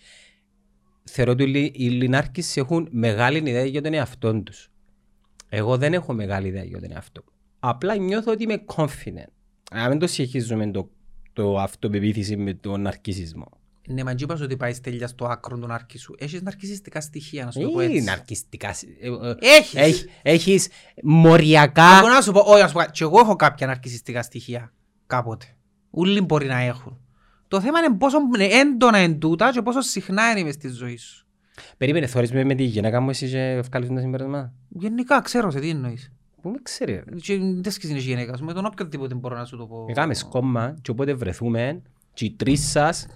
Θεωρώ ότι οι- οι Λινάρκες έχουν μεγάλη ιδέα για τον εαυτό τους. Εγώ δεν έχω μεγάλη ιδέα για τον εαυτό μου. Απλά νιώθω ότι είμαι confident. Να μην το συγχύζουμε το, το αυτοπεποίθηση με τον ναρκισισμό.
Ναι, μα είπα ότι πάει τέλεια στο άκρο του ναρκή σου. Έχεις ναρκισιστικά στοιχεία, να σου το πω
Είναι
έτσι.
ναρκιστικά. σι- ε, ε,
Έχεις.
έχ- έχεις μοριακά.
Μπορώ να σου πω, όχι, να σου πω, κάτι. και εγώ έχω κάποια ναρκισιστικά στοιχεία κάποτε. Όλοι μπορεί να έχουν. Το θέμα είναι πόσο ναι, έντονα είναι τούτα και πόσο συχνά είναι μες στη ζωή σου.
Περίμενε, θωρείς με με τη γυναίκα μου εσύ και βγάλεις τα συμπέρασμα.
Γενικά ξέρω σε τι εννοείς.
Πού με ξέρει. ρε.
Και Δεν σκέφτεσαι η γυναίκα σου, με τον οποιοδήποτε μπορώ να σου το πω.
Έκαμε σκόμμα και όποτε βρεθούμε και οι τρεις σας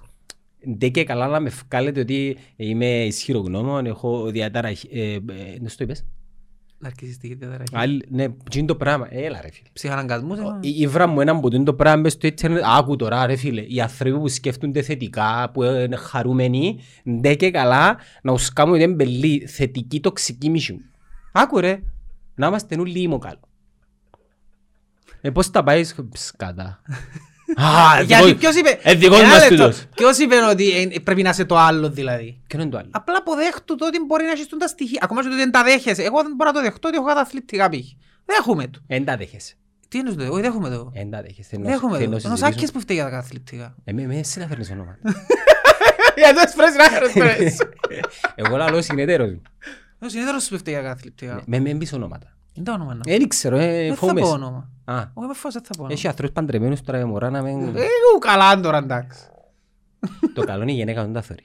ντε και καλά να με βγάλετε ότι είμαι ισχυρογνώμων, έχω διαταραχή... Ε, ε, ναι, στο είπες.
Ναρκισιστική διαταραχή.
Άλλη, ναι, τι είναι το πράγμα. Έλα ρε φίλε.
Ψυχαναγκασμούς. ε,
Η- Η βρά μου έναν που είναι το πράγμα μες στο ίντερνετ. Άκου τώρα ρε φίλε. Οι άνθρωποι που σκέφτονται θετικά, που είναι χαρούμενοι, ντε και καλά να τους κάνουν την μπελή θετική τοξική μισή μου. Άκου ρε. Να είμαστε νου μου καλό. Ε, πώς τα πάει σκατά.
[LAUGHS]
Α,
Γιατί
δικό-
ποιος είπε...
Ε, δικός
Ένα
μας
λεπτό.
τούτος.
Ποιος είπε ότι ε, πρέπει να είσαι το άλλο δηλαδή.
Ποιο είναι το άλλο.
Απλά αποδέχτου το ότι μπορεί να έχεις τα στοιχεία. Ακόμα και το ότι δεν τα δέχεσαι. Εγώ δεν μπορώ να το δεχτώ ότι έχω καταθλιπτικά πύχη. Δέχομαι το.
Εν τα δέχεσαι.
Τι είναι το, όχι δέχομαι το.
Εν τα δέχεσαι. Θέλω να-
Δέχομαι
θέλω να
το. Ενώ
συζητήσουμε.
σάκες που φταίει για τα
[LAUGHS]
καταθλιπτικά.
Ε, με- με εσύ να φέρνεις
[LAUGHS]
όνομα.
Για το εσπρέσι να χρειάζεσαι. [LAUGHS]
Εγώ λαλώ συνεταίρος μου.
Ο συνήθως που φταίει για τα καταθλιπτικά.
Με με πεις ονόματα.
Δεν τα όνομα να πω.
Ναι. Ε, Δεν ξέρω, ε,
Δεν θα πω
φοβούμαι.
όνομα.
Α,
Όχι με φως δεν θα πω όνομα.
Έχει ανθρώπους παντρεμένους τώρα με μωρά
[LAUGHS]
να μην...
Ε, εγώ καλά τώρα εντάξει.
το καλό είναι η γυναίκα δεν τα θεωρεί.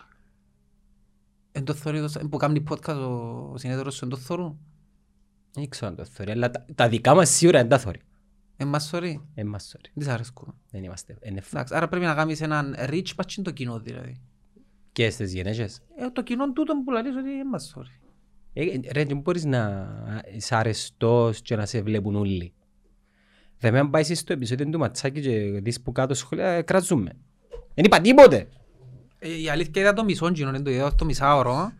Εν το θωρεί το σα- που κάνει podcast ο- ο συνέδρος σου, εν το θωρούν.
Δεν ξέρω αν το θεωρεί, αλλά τα, τα δικά μας σίγουρα δεν τα θεωρεί.
Εν μας θωρεί.
Δεν μας θεωρεί.
Δεν σ' αρέσκουν.
Δεν είμαστε. Είναι φ...
Εντάξει, άρα πρέπει να κάνεις έναν reach πατσίν το κοινό δηλαδή.
Και στις γυναίκες.
Ε, το κοινό τούτο που λαλείς ότι εν μας θωρεί.
Ε, ρε, δεν μπορείς να είσαι αρεστός και να σε βλέπουν όλοι. Δε με αν πάει στο επεισόδιο του Ματσάκη και δεις που κάτω σχολεία, ε, κρατζούμε. Δεν είπα τίποτε.
Ε, Η αλήθεια ήταν το μισό γινόν, δεν το είδα το μισάωρο.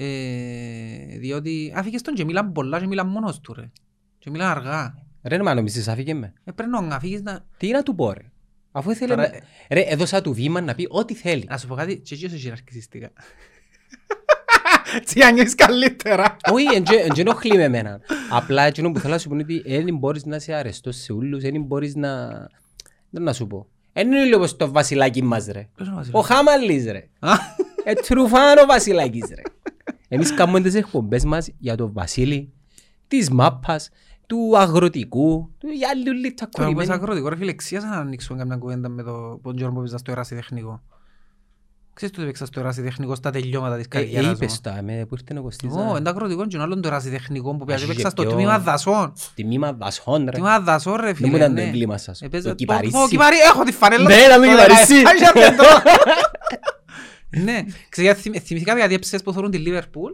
Ε, διότι άφηκες τον και μίλαν πολλά και μίλαν μόνος του ρε. Και μίλαν αργά.
Ρε, μα νομίζεις άφηκε με.
Ε, πρέπει να φύγεις να...
Τι να του πω ρε. Αφού ήθελε...
Τώρα,
να- Ρε, έδωσα του βήμα να πει ό,τι θέλει.
Να σου πω κάτι, και εκείνος έχει ναρκισιστικά. [LAUGHS] Τι αν νιώσεις καλύτερα.
Όχι, δεν ενοχλεί με εμένα. Απλά εκείνο που θέλω να σου πω είναι ότι δεν μπορείς να είσαι αρεστός σε όλους, δεν μπορείς να... Δεν να σου πω. Δεν είναι λίγο στο βασιλάκι μας ρε.
Ποιος είναι ο
Ο
Βασίλης.
Χάμαλης ρε.
Α,
Ε, τρουφάνο βασιλάκης ρε. Εμείς κάνουμε τις εκπομπές μας για τον βασίλη, της μάπας, του αγροτικού, του για άλλη όλη τα
Τώρα που είσαι
κορυμμένα.
αγρότικο, ρε φίλε, ξίασα να ανοίξουμε καμιά κουβέντα με το τον Γιώργο που έπαιζα στο ερασιτεχνικό. Ξέρεις το έπαιξα στο ερασιτεχνικό στα τελειώματα της
Ε, ε,
καριέρας μου.
είπες τα, με που ήρθε ο Κωστής.
Εγώ,
να-
εν τα αγροτικό και άλλον το ερασιτεχνικό που
Ας
έπαιξα στο
γε-
τμήμα δασών.
Τιμήμα δασχόν ρε.
Τμήμα δασών ρε
Δεν μου
φίλε.
ήταν το
ναι.
έγκλημα σας.
Έπαιζα
Το
το-
κυπαρίσι.
Το κυπαρί, έχω τη φανέλα.
Ναι, ήταν το κυπαρίσι.
δεκαεφτά, είχε αρκετό. Ναι, ξέρετε, θυμη- θυμηθήκα κάτι ψες που θέλουν τη Λίβερπουλ.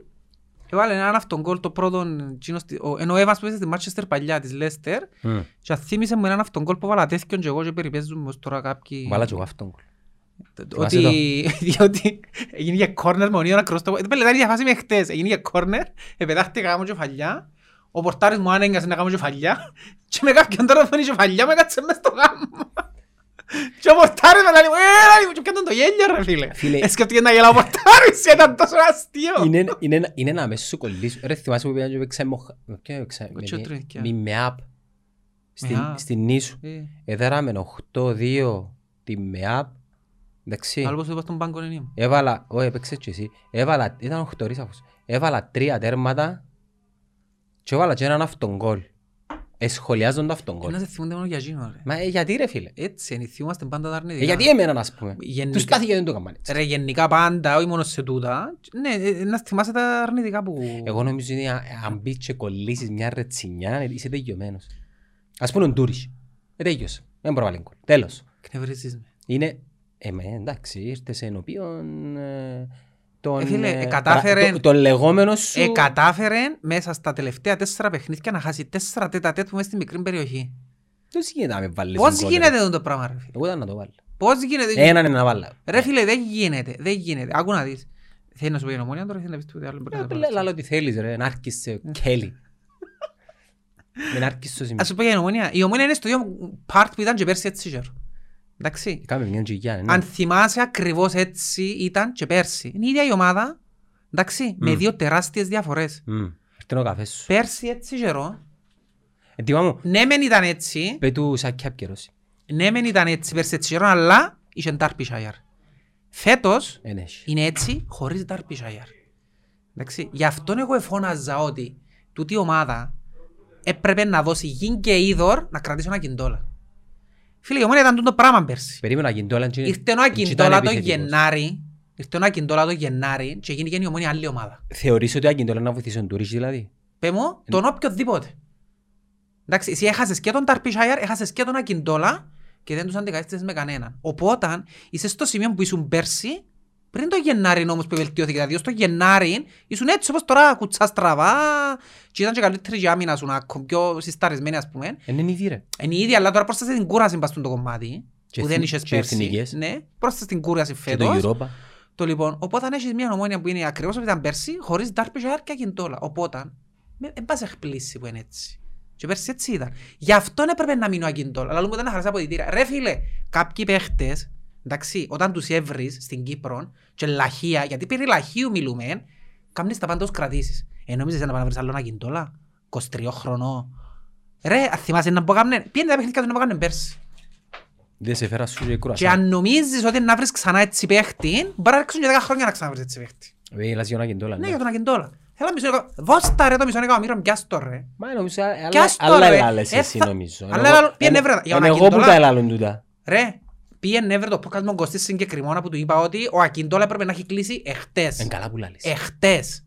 Έβαλε έναν αυτόν γκολ το πρώτο, εκείνος στη- ο- ενώ έβασε μέσα στη Μάτσεστερ παλιά της Λέστερ
Μμ.
και θύμισε μου έναν αυτόν γκολ που βάλα τέθηκον και εγώ και περιπέζουν μου ως τώρα κάποιοι...
Βάλα και εγώ αυτόν. κουλ.
Ότι, [LAUGHS] διότι έγινε για κόρνερ με ο Νίωνα Κρόστο. Δεν πέλε, ήταν η διαφάση με χτες. Έγινε για κόρνερ, επετάχτηκα κάμω κεφαλιά. Ο πορτάρις μου άνεγκασε να κάνω [LAUGHS] κεφαλιά. [LAUGHS] Και με κάποιον τώρα φωνή κεφαλιά μου έκατσε μες στο γάμο. Και ο πορτάρις με λέει, ρε, και πιάνταν το γέλιο ρε φίλε.
Φίλε.
Ε, Σκέφτηκε να γελάω πορτάρις, ήταν τόσο [LAUGHS] αστείο.
Είναι, είναι, ένα- είναι ένα αμέσως σου κολλήσου. Ρε θυμάσαι που πήγαμε και παίξαμε μοχα- ποιο παίξαμε, με
Ποιο
μη-
τρίκια.
μη ΜΕΑΠ. Στην,
ΜΕΑΠ.
στην Νήσου.
Ε,
Εδέραμε 8-2 τη ΜΕΑΠ. Εντάξει.
Άλλος πως το είπα στον πάγκο είναι μου.
Έβαλα, όχι έπαιξες και εσύ, έβαλα, ήταν οχτωρίς αφούς, έβαλα τρία τέρματα και έβαλα και έναν αυτόν γκολ. Εσχολιάζονται αυτόν γκολ.
Ένας δεν θυμούνται μόνο για Gino, ρε.
Μα ε, γιατί ρε φίλε,
Έτσι, είναι, θυμούμαστε πάντα τα
ε,
αρνητικά.
γιατί εμένα ας πούμε.
Γενικά.
Τους στάθηκε δεν το έκαναν έτσι.
Ρε, γενικά πάντα, όχι μόνο σε τούτα. Ναι, ε, να θυμάσαι τα αρνητικά που...
Εγώ νομίζω ότι αν- αν μπεις και κολλήσεις μια ρετσινιά ε, είσαι τελειωμένος. Ας πούμε ο Ντούρις, ε, τέλειωσε, δεν προβάλλει γκολ, τέλος.
Κνευρίζεις με.
Είναι, ε, με, εντάξει, ήρθες σε ενώπιον ε, τον,
Ε, φίλε, ε,
ε,
κατάφερε-
παρα- το- τον λεγόμενο σου.
Ε, κατάφερε μέσα στα τελευταία τέσσερα παιχνίδια να χάσει τέσσερα τέτα τέτ που μέσα στη μικρή περιοχή.
Πώς γίνεται να με βάλεις
Πώς
γκολ, ρε.
γίνεται Ε, τούτο το πράγμα, ρε φίλε.
Εγώ ήταν να το βάλω. Ε,
Πώς γίνεται.
Έναν είναι να βάλω.
Ρε φίλε, δεν γίνεται. Δεν γίνεται. Άκου να δεις. Θέλεις να σου πω για νομόνια τώρα, θέλεις να πεις τίποτε άλλο. μπορεί να
Ε,
το
Λέ,
πάρεις.
λάλα ό,τι θέλεις ρε, να άρκεις σε κέλι. Με να άρκεις στο σημείο.
Ας σου πω για την ομόνια. Η ομόνια είναι στο ίδιο part που ήταν και πέρσι έτσι. ξέρω. Εντάξει.
Κάμε μια τζιγιά, ναι.
Αν θυμάσαι ακριβώς έτσι ήταν και πέρσι. Είναι η ίδια η ομάδα. Εντάξει. Με δύο τεράστιες διαφορές.
Μμμ. Έρθεν ο καφές σου.
Πέρσι έτσι καιρό.
Ε, τιμά μου,
Ναι μεν ήταν έτσι.
πέ του σακιά πιερώσει.
Ναι μεν ήταν έτσι πέρσι έτσι καιρό. Αλλά είχε Derbyshire. Φέτος
Εν Ε, ναι, έχει.
είναι έτσι χωρίς Derbyshire. Εντάξει. Γι' αυτόν εγώ εφώναζα ότι τούτη η ομάδα έπρεπε να δώσει γιν και είδωρ να κρατήσει ένα κιντόλα. Φίλε, η ομόνια ήταν τούτο πράγμα πέρσι.
Περίμενα κιντόλα. και-
Ήρθε ο
Ε, και
Ακιντόλα
ήταν
το
επιθετικός.
Γενάρη. Ήρθε ο Ακιντόλα το Γενάρη και γίνει και η ομόνη άλλη ομάδα.
Θεωρείς ότι ο Ακιντόλα να βοηθήσει τον Τουρίσι δηλαδή.
Πε μου, τον οποιοδήποτε. Εντάξει, εσύ έχασες και τον Ταρπίσχαιαρ, έχασες και τον Ακιντόλα και δεν τους αντικαθίστησες με κανέναν. Οπότε είσαι στο σημείο που ήσουν πέρσι, πριν το Γενάρη όμως που βελτιώθηκε. Δηλαδή, ως το Γενάρη ήσουν έτσι όπως τώρα κουτσά στραβά και ήταν και καλύτερη και άμυνα σου, να κο- πιο συσταρισμένη ας πούμε.
Εν είναι ήδη ρε.
Είναι η ίδια, αλλά τώρα πρόσθεσες την κούραση πας στον το κομμάτι
Και
που
εθν-
δεν είχες
και
πέρσι.
εθνικές.
Ναι, πρόσθεσες την κούραση
Και το
φέτος.
Europa.
Το λοιπόν, οπότε αν έχεις μια ομόνια που είναι ακριβώς όπως ήταν πέρσι, χωρίς Derbyshire και Ακιντόλα. Οπότε, με- εν πας εκπλήσει που είναι έτσι. Και πέρσι έτσι ήταν. Γι' αυτόν έπρεπε να μείνω Ακιντόλα. Αλλά μου ήταν να χαρασά από τη τύρα. Ρε φίλε, κάποιοι παίχτες, εντάξει, όταν τους έβρεις στην Κύπρο και λαχεία, γιατί περί λαχείου μιλούμε, κάνεις τα πάντα ως κρατήσεις. Ε, νόμιζες να πάνε να βρεις άλλον Ακιντόλα, 23 χρονό. Ρε, αν θυμάσαι να μπω κάμνε, πιένε τα παιχνίδια του να μπω κάμνε πέρσι.
Δεν σε φέρας σου και
Και
κουρασά.
αν νομίζεις ότι να βρεις ξανά έτσι παίχτη, μπορεί να ρίξουν και 10 χρόνια να ξαναβρεις έτσι παίχτη.
Ε, Μιλάς για τον Ακιντόλα.
Ναι,
ναι.
για τον Ακιντόλα. Θέλω μισό εκα- Δώστα ρε το μισό εκατομμύριο, πιάσ' το ρε.
Μα ε, νομίζω α- άλλα-
Κι ας το,
άλλα
ρε.
ελάλες
Ε,
εσύ
θα-
νομίζω.
άλλα
Εν
ελάλ-
εγώ-
πιένε
εν-
βρε, για
εν
τον
εγώ που
Ακιντόλα.
τα ελάλουν τούτα.
Ρε, πήγαινε έβρε το podcast με τον Κωστή συγκεκριμένα που του είπα ότι ο Ακιντόλα έπρεπε να έχει κλείσει εχτες.
Εν καλά που λάλεις.
Ε. Εχτες.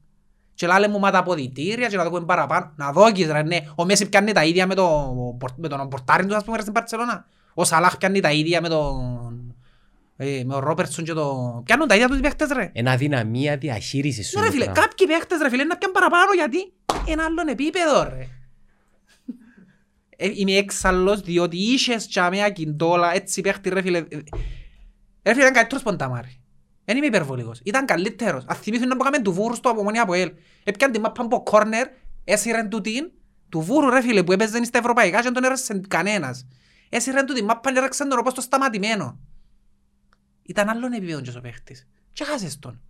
Και λάλε μου μα τα αποδητήρια και να δούμε παραπάνω. Να δώκεις ρε, ναι. Ο Μέση πιάνει τα ίδια με, το, με τον Πορτάριν του, ας πούμε, ρε, στην Παρτσελώνα. Ο Σαλάχ πιάνει τα ίδια με τον... Ε, με τον Ρόπερτσον και τον... Πιάνουν τα ίδια τους οι παίχτες ρε.
Ένα δυναμία διαχείρισης σου.
Ναι, ρε
είναι
φίλε,
το πράγμα.
κάποιοι παίχτες ρε φίλε να πιάνουν παραπάνω γιατί ένα άλλον επίπεδο ρε. Ε, Είμαι έξαλλος διότι είχες τσαμέα κιντόλα, έτσι παίχτη ρε φίλε. Ε, Ρε φίλε ήταν καλύτερος πονταμάρι. Δεν είμαι υπερβολικός. Ήταν καλύτερος. Ας θυμίσουν να μπήκαμε του βούρου στο απομονία από ελ. Έπιαν την μάπα από κόρνερ, έσυρεν του την. Του βούρου ρε φίλε που έπαιζε στα ευρωπαϊκά και δεν τον έρεσε κανένας. Έσυρεν του την μάπα και έρεξαν τον ροπό στο σταματημένο. Ήταν άλλον επίπεδο και ο παίχτης. Και χάσες τον.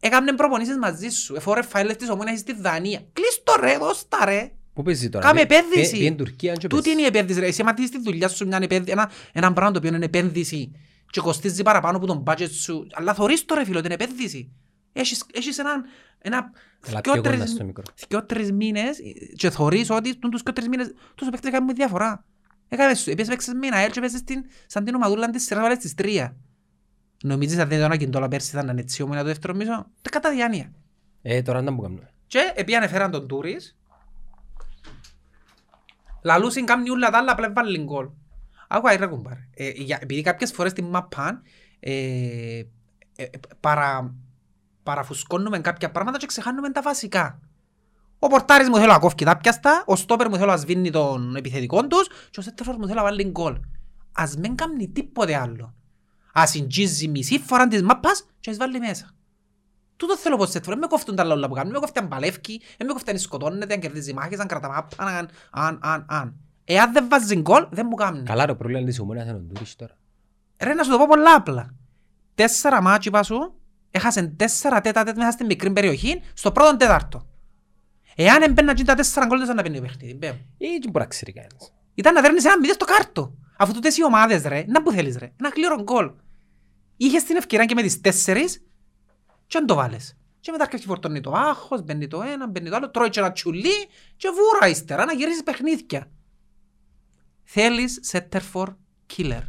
Έκαμνε προπονήσεις μαζί σου. Εφόρε φάιλες της ομόνιας στη Δανία. Κλείς το ρε, δώσ' τα ρε.
Πού παίζει τώρα.
Κάμε
παι-
επένδυση.
παι- Πήγαινε Τουρκία και
Τούτη
παίζει.
είναι η επένδυση. ρε. Εσύ ματίζεις τη δουλειά σου μια επένδυση, ένα, έναν πράγμα το οποίο είναι επένδυση και κοστίζει παραπάνω από τον budget σου. Αλλά θωρείς το ρε φίλο, την επένδυση. Έχεις, έχεις έναν, ένα
Έλα
δυο,
πιο κοντά
τρεις-
στο μικρό.
δυο τρεις μήνες και θωρείς ότι τον τους δυο τρεις μήνες τους παίκτες έκαμε μια διαφορά. Έκαμε σου, επίσης παίξες με ένα ΑΕΛ και παίζεις την, σαν την ομαδούλα της σειράς βάλες τις τρία. Νομίζεις αν δεν ήταν κιντόλα πέρσι ήταν έτσι όμοια το δεύτερο μισό. Τα κατά διάνοια.
Ε, τώρα να μου κάνουμε.
Και επειδή ανεφέραν τον Τούρις, λαλούσιν κάμνει ούλα τα άλλα, απλά έβαλε γκολ. Άκουα, ρε κουμπάρε. Ε, για- επειδή κάποιες φορές στην μαπάν ε, ε, ε, παρα, παραφουσκώνουμε κάποια πράγματα και ξεχάνουμε τα βασικά. Ο πορτάρις μου θέλω να κόφει τα πιάστα, ο στόπερ μου θέλω να σβήνει τον επιθετικό τους και ο σέντρεφος μου θέλω να βάλει γκολ. Ας μην κάνει τίποτε άλλο. Ας συντζίζει μισή φορά της μάπας και ας βάλει μέσα. Τούτο θέλω πως έτσι, με κόφτουν τα λαούλα που κάνουν, με κόφτει αν παλεύει, ε, με κόφτει αν σκοτώνεται, αν κερδίζει μάχες, αν κρατά μάπα, αν, αν, αν, αν. Εάν δεν βάζει γκολ, δεν μου κάνει.
Καλά ρε, ο πρόβλημα της ομόνιας είναι ο Ντούρις τώρα.
Ρε να σου το πω πολλά απλά. Τέσσερα μάτσι πάσου, έχασαν τέσσερα τέτα τέτα μέσα στην μικρή περιοχή, στο πρώτο τέταρτο. Εάν έμπαιναν τζιν τα τέσσερα γκολ, δεν ήταν να παίρνει το παιχνίδι. μπέμ.
Ή δεν Ε, μπορεί να ξέρει κανένας.
Ήταν να δέρνεις ένα μηδέν στο κάρτο. Αφού τούτες οι ομάδες ρε, να που θέλεις ρε, ένα κλήρο γκολ. Είχες την ευκαιρία και με τις τέσσερις και αν το βάλες. Και μετά αρχίζει φορτώνει το άγχος, μπαίνει το ένα, μπαίνει το άλλο, τρώει και ένα τσουλί και βούρα ύστερα να γυρίσεις παιχνίδια. Θέλεις setter for killer.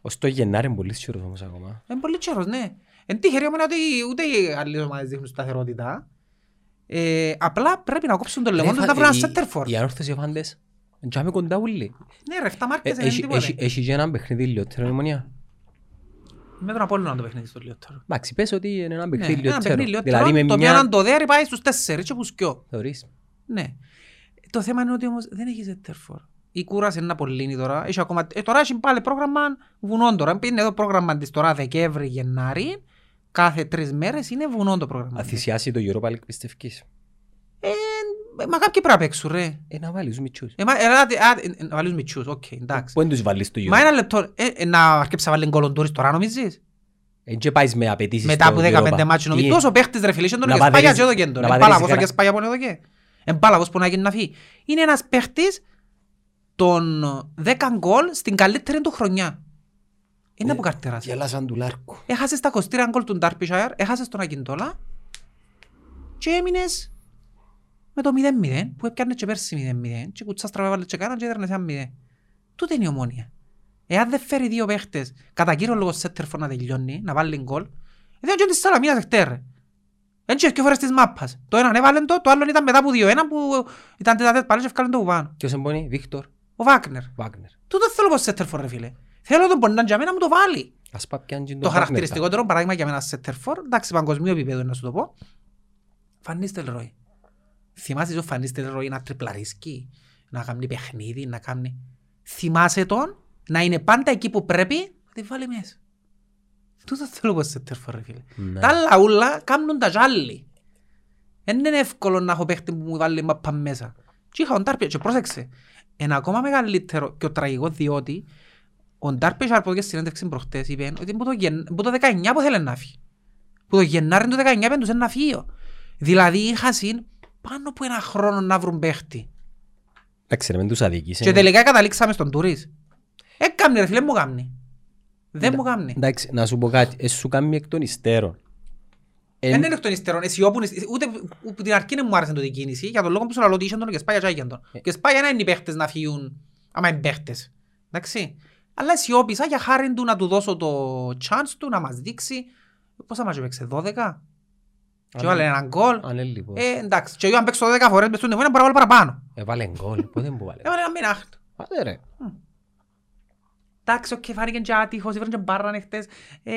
Ως το Γενάρη είναι πολύ σίγουρος όμως ακόμα.
Είναι πολύ τσέρος, ναι. Εν τύχερη όμως είναι ότι ούτε οι άλλες ομάδες δείχνουν σταθερότητα. Ε, απλά πρέπει να
Ε,
κόψουν τον λαιμό τους να βρουν ένα setter for.
Οι ανόρθωσοι φάντες. Τζάμε κοντά ούλοι.
Ναι ρε, τα
Ε,
μάρκες δεν είναι
έχει-
τίποτα.
έχει- Έχει και έναν παιχνίδι λιότερο η Ομόνια.
Με τον Απόλλωνα το παιχνίδι στο λιότερο.
Εντάξει, πες ότι είναι ένα
Ναι,
παιχνίδι
ένα παιχνίδι
λιότερο.
λιότερο,
Δηλαδή με
το οποίο αν
μια...
το δέρει πάει στους τέσσερις και πους κοιό.
Θεωρείς.
Ναι. Το θέμα είναι ότι όμως δεν έχεις Zetterfor. Η κούραση είναι να απολύνει τώρα. Έχει ακόμα... ε, τώρα έχει πάλι πρόγραμμα βουνών τώρα. Είναι εδώ πρόγραμμα της τώρα Δεκέμβρη, Γενάρη. Κάθε τρεις μέρες είναι βουνών το πρόγραμμα.
Αν θυσιάσει το Europa League πιστεύεις.
Ε, μα κάποιοι πρέπει να παίξουν ρε.
Ε, να βάλεις μητσούς.
Ε, μα, ε, άντε, άντε, ε, να βάλεις μητσούς, οκ, εντάξει.
Πού δεν τους βάλεις το
Μα
Europa.
ένα λεπτό, ε, ε, να αρκέψεις να βάλει γκολοντούρις τώρα νομίζεις.
Ε, και πάεις με απαιτήσεις
Μετά
στο
από
Europa.
15 μάτσες
Τι-
νομίζω. Τόσο παίχτης ρε φίλε, και τον
Να
και σπάγια
πατήσεις-
και εδώ και τον.
να
Εν
πατήσεις
πάλαβος
κανένα.
και σπάγια που είναι εδώ και. Εν πάλαβος που να γίνει να φύγει. Είναι ένας παίχτης των 10 γκολ στην καλύτερη του χρονιά. Είναι από καρτεράς.
Γελάσαν του Λάρκου.
Έχασες τα 23 γκολ του Ντάρπισάιρ, έχασες τον Ακιντόλα και έμεινες με το 0-0 που έπιανε και πέρσι 0-0 και κουτσάς στραβά βάλε και κάναν και έδερνες ένα 0. Τούτε είναι η ομόνια. Εάν δεν φέρει δύο παίχτες, κατά κύριο λόγο σέτερφο να τελειώνει, να βάλει γκολ, ε, δεν και της Σαλαμίνας εχθέρ. Εν και φορές της μάπας. Το έναν έβαλε το, το άλλο ήταν μετά από δύο. Ένα που ήταν τετατέτ πάλι και ευκάλεν το κουβάν.
Ποιος εμπονεί, Βίκτορ
Ο Βάκνερ.
Βάγνερ.
Τούτο θέλω πως σέτερφο ρε φίλε. Θέλω τον ποντάν για μένα μου το βάλει.
Ας πάει πιάνει
Το
τον Βάγνερ τα.
χαρακτηριστικότερο παράδειγμα για μένα σε τερφόρ, εντάξει παγκοσμίου επίπεδο να σου το πω, Φανίς Τελρόι. Θυμάσαι ο Φανίς Τελρόι να τριπλαρίσκει, να κάνει παιχνίδι, να κάνει... Θυμάσαι τον να είναι πάντα εκεί που πρέπει, να τη βάλει μέσα. Τούτο θέλω πως σε τερφόρ ρε φίλε.
Ναι.
Τα άλλα ούλα κάνουν τα ζάλλη. Δεν είναι εύκολο να έχω παίχτη που μου βάλει μαπα μέσα. Και είχα ο Ντάρπια και πρόσεξε. Ένα ακόμα μεγαλύτερο και ο τραγικό διότι ο Ντάρπια είχε αρποδικές συνέντευξη προχτές είπε ότι που το, γεν... που το 19 που θέλει να φύγει. Που το Γενάρη του 19 πέντους ένα φύγιο. Δηλαδή είχα συν πάνω από ένα χρόνο να βρουν παίχτη.
Εντάξει, ρε, μην τους ναι. αδικήσει.
Και τελικά καταλήξαμε στον Τουρίς. Έκαμνη ρε φίλε μου κάμνη. Δεν
Εντά-
μου κάμνη.
Εντάξει, να σου πω κάτι. Ε, σου κάνει εκ των υστέρων. Ε,
Δεν είναι εκ των υστερών, αισιόπουν, ούτε που την αρκή δεν μου άρεσε τότε η κίνηση, για τον λόγο που σου λέω ότι είχαν τον και σπάγια και άγιαν τον.
Ε.
Και σπάγια να είναι οι παίχτες να φύγουν, άμα είναι παίχτες. Εντάξει. Αλλά αισιόπισα για χάρη του να του δώσω το chance του να μας δείξει πόσα μας έπαιξε, 12. Και
Αν-
βάλε έναν γκολ.
αν είναι λοιπόν.
Ε, εντάξει, και εγώ αν παίξω 12 φορές μες στον εμένα μπορώ να βάλω παραπάνω. Ε,
Έβαλε γκολ. Πότε μου βάλε.
Έβαλε ένα μηνάχτο.
Άντε ρε.
Εντάξει, οκ, φάνηκε και άτυχος, έφερε και μπάρρανε χτες. Ε,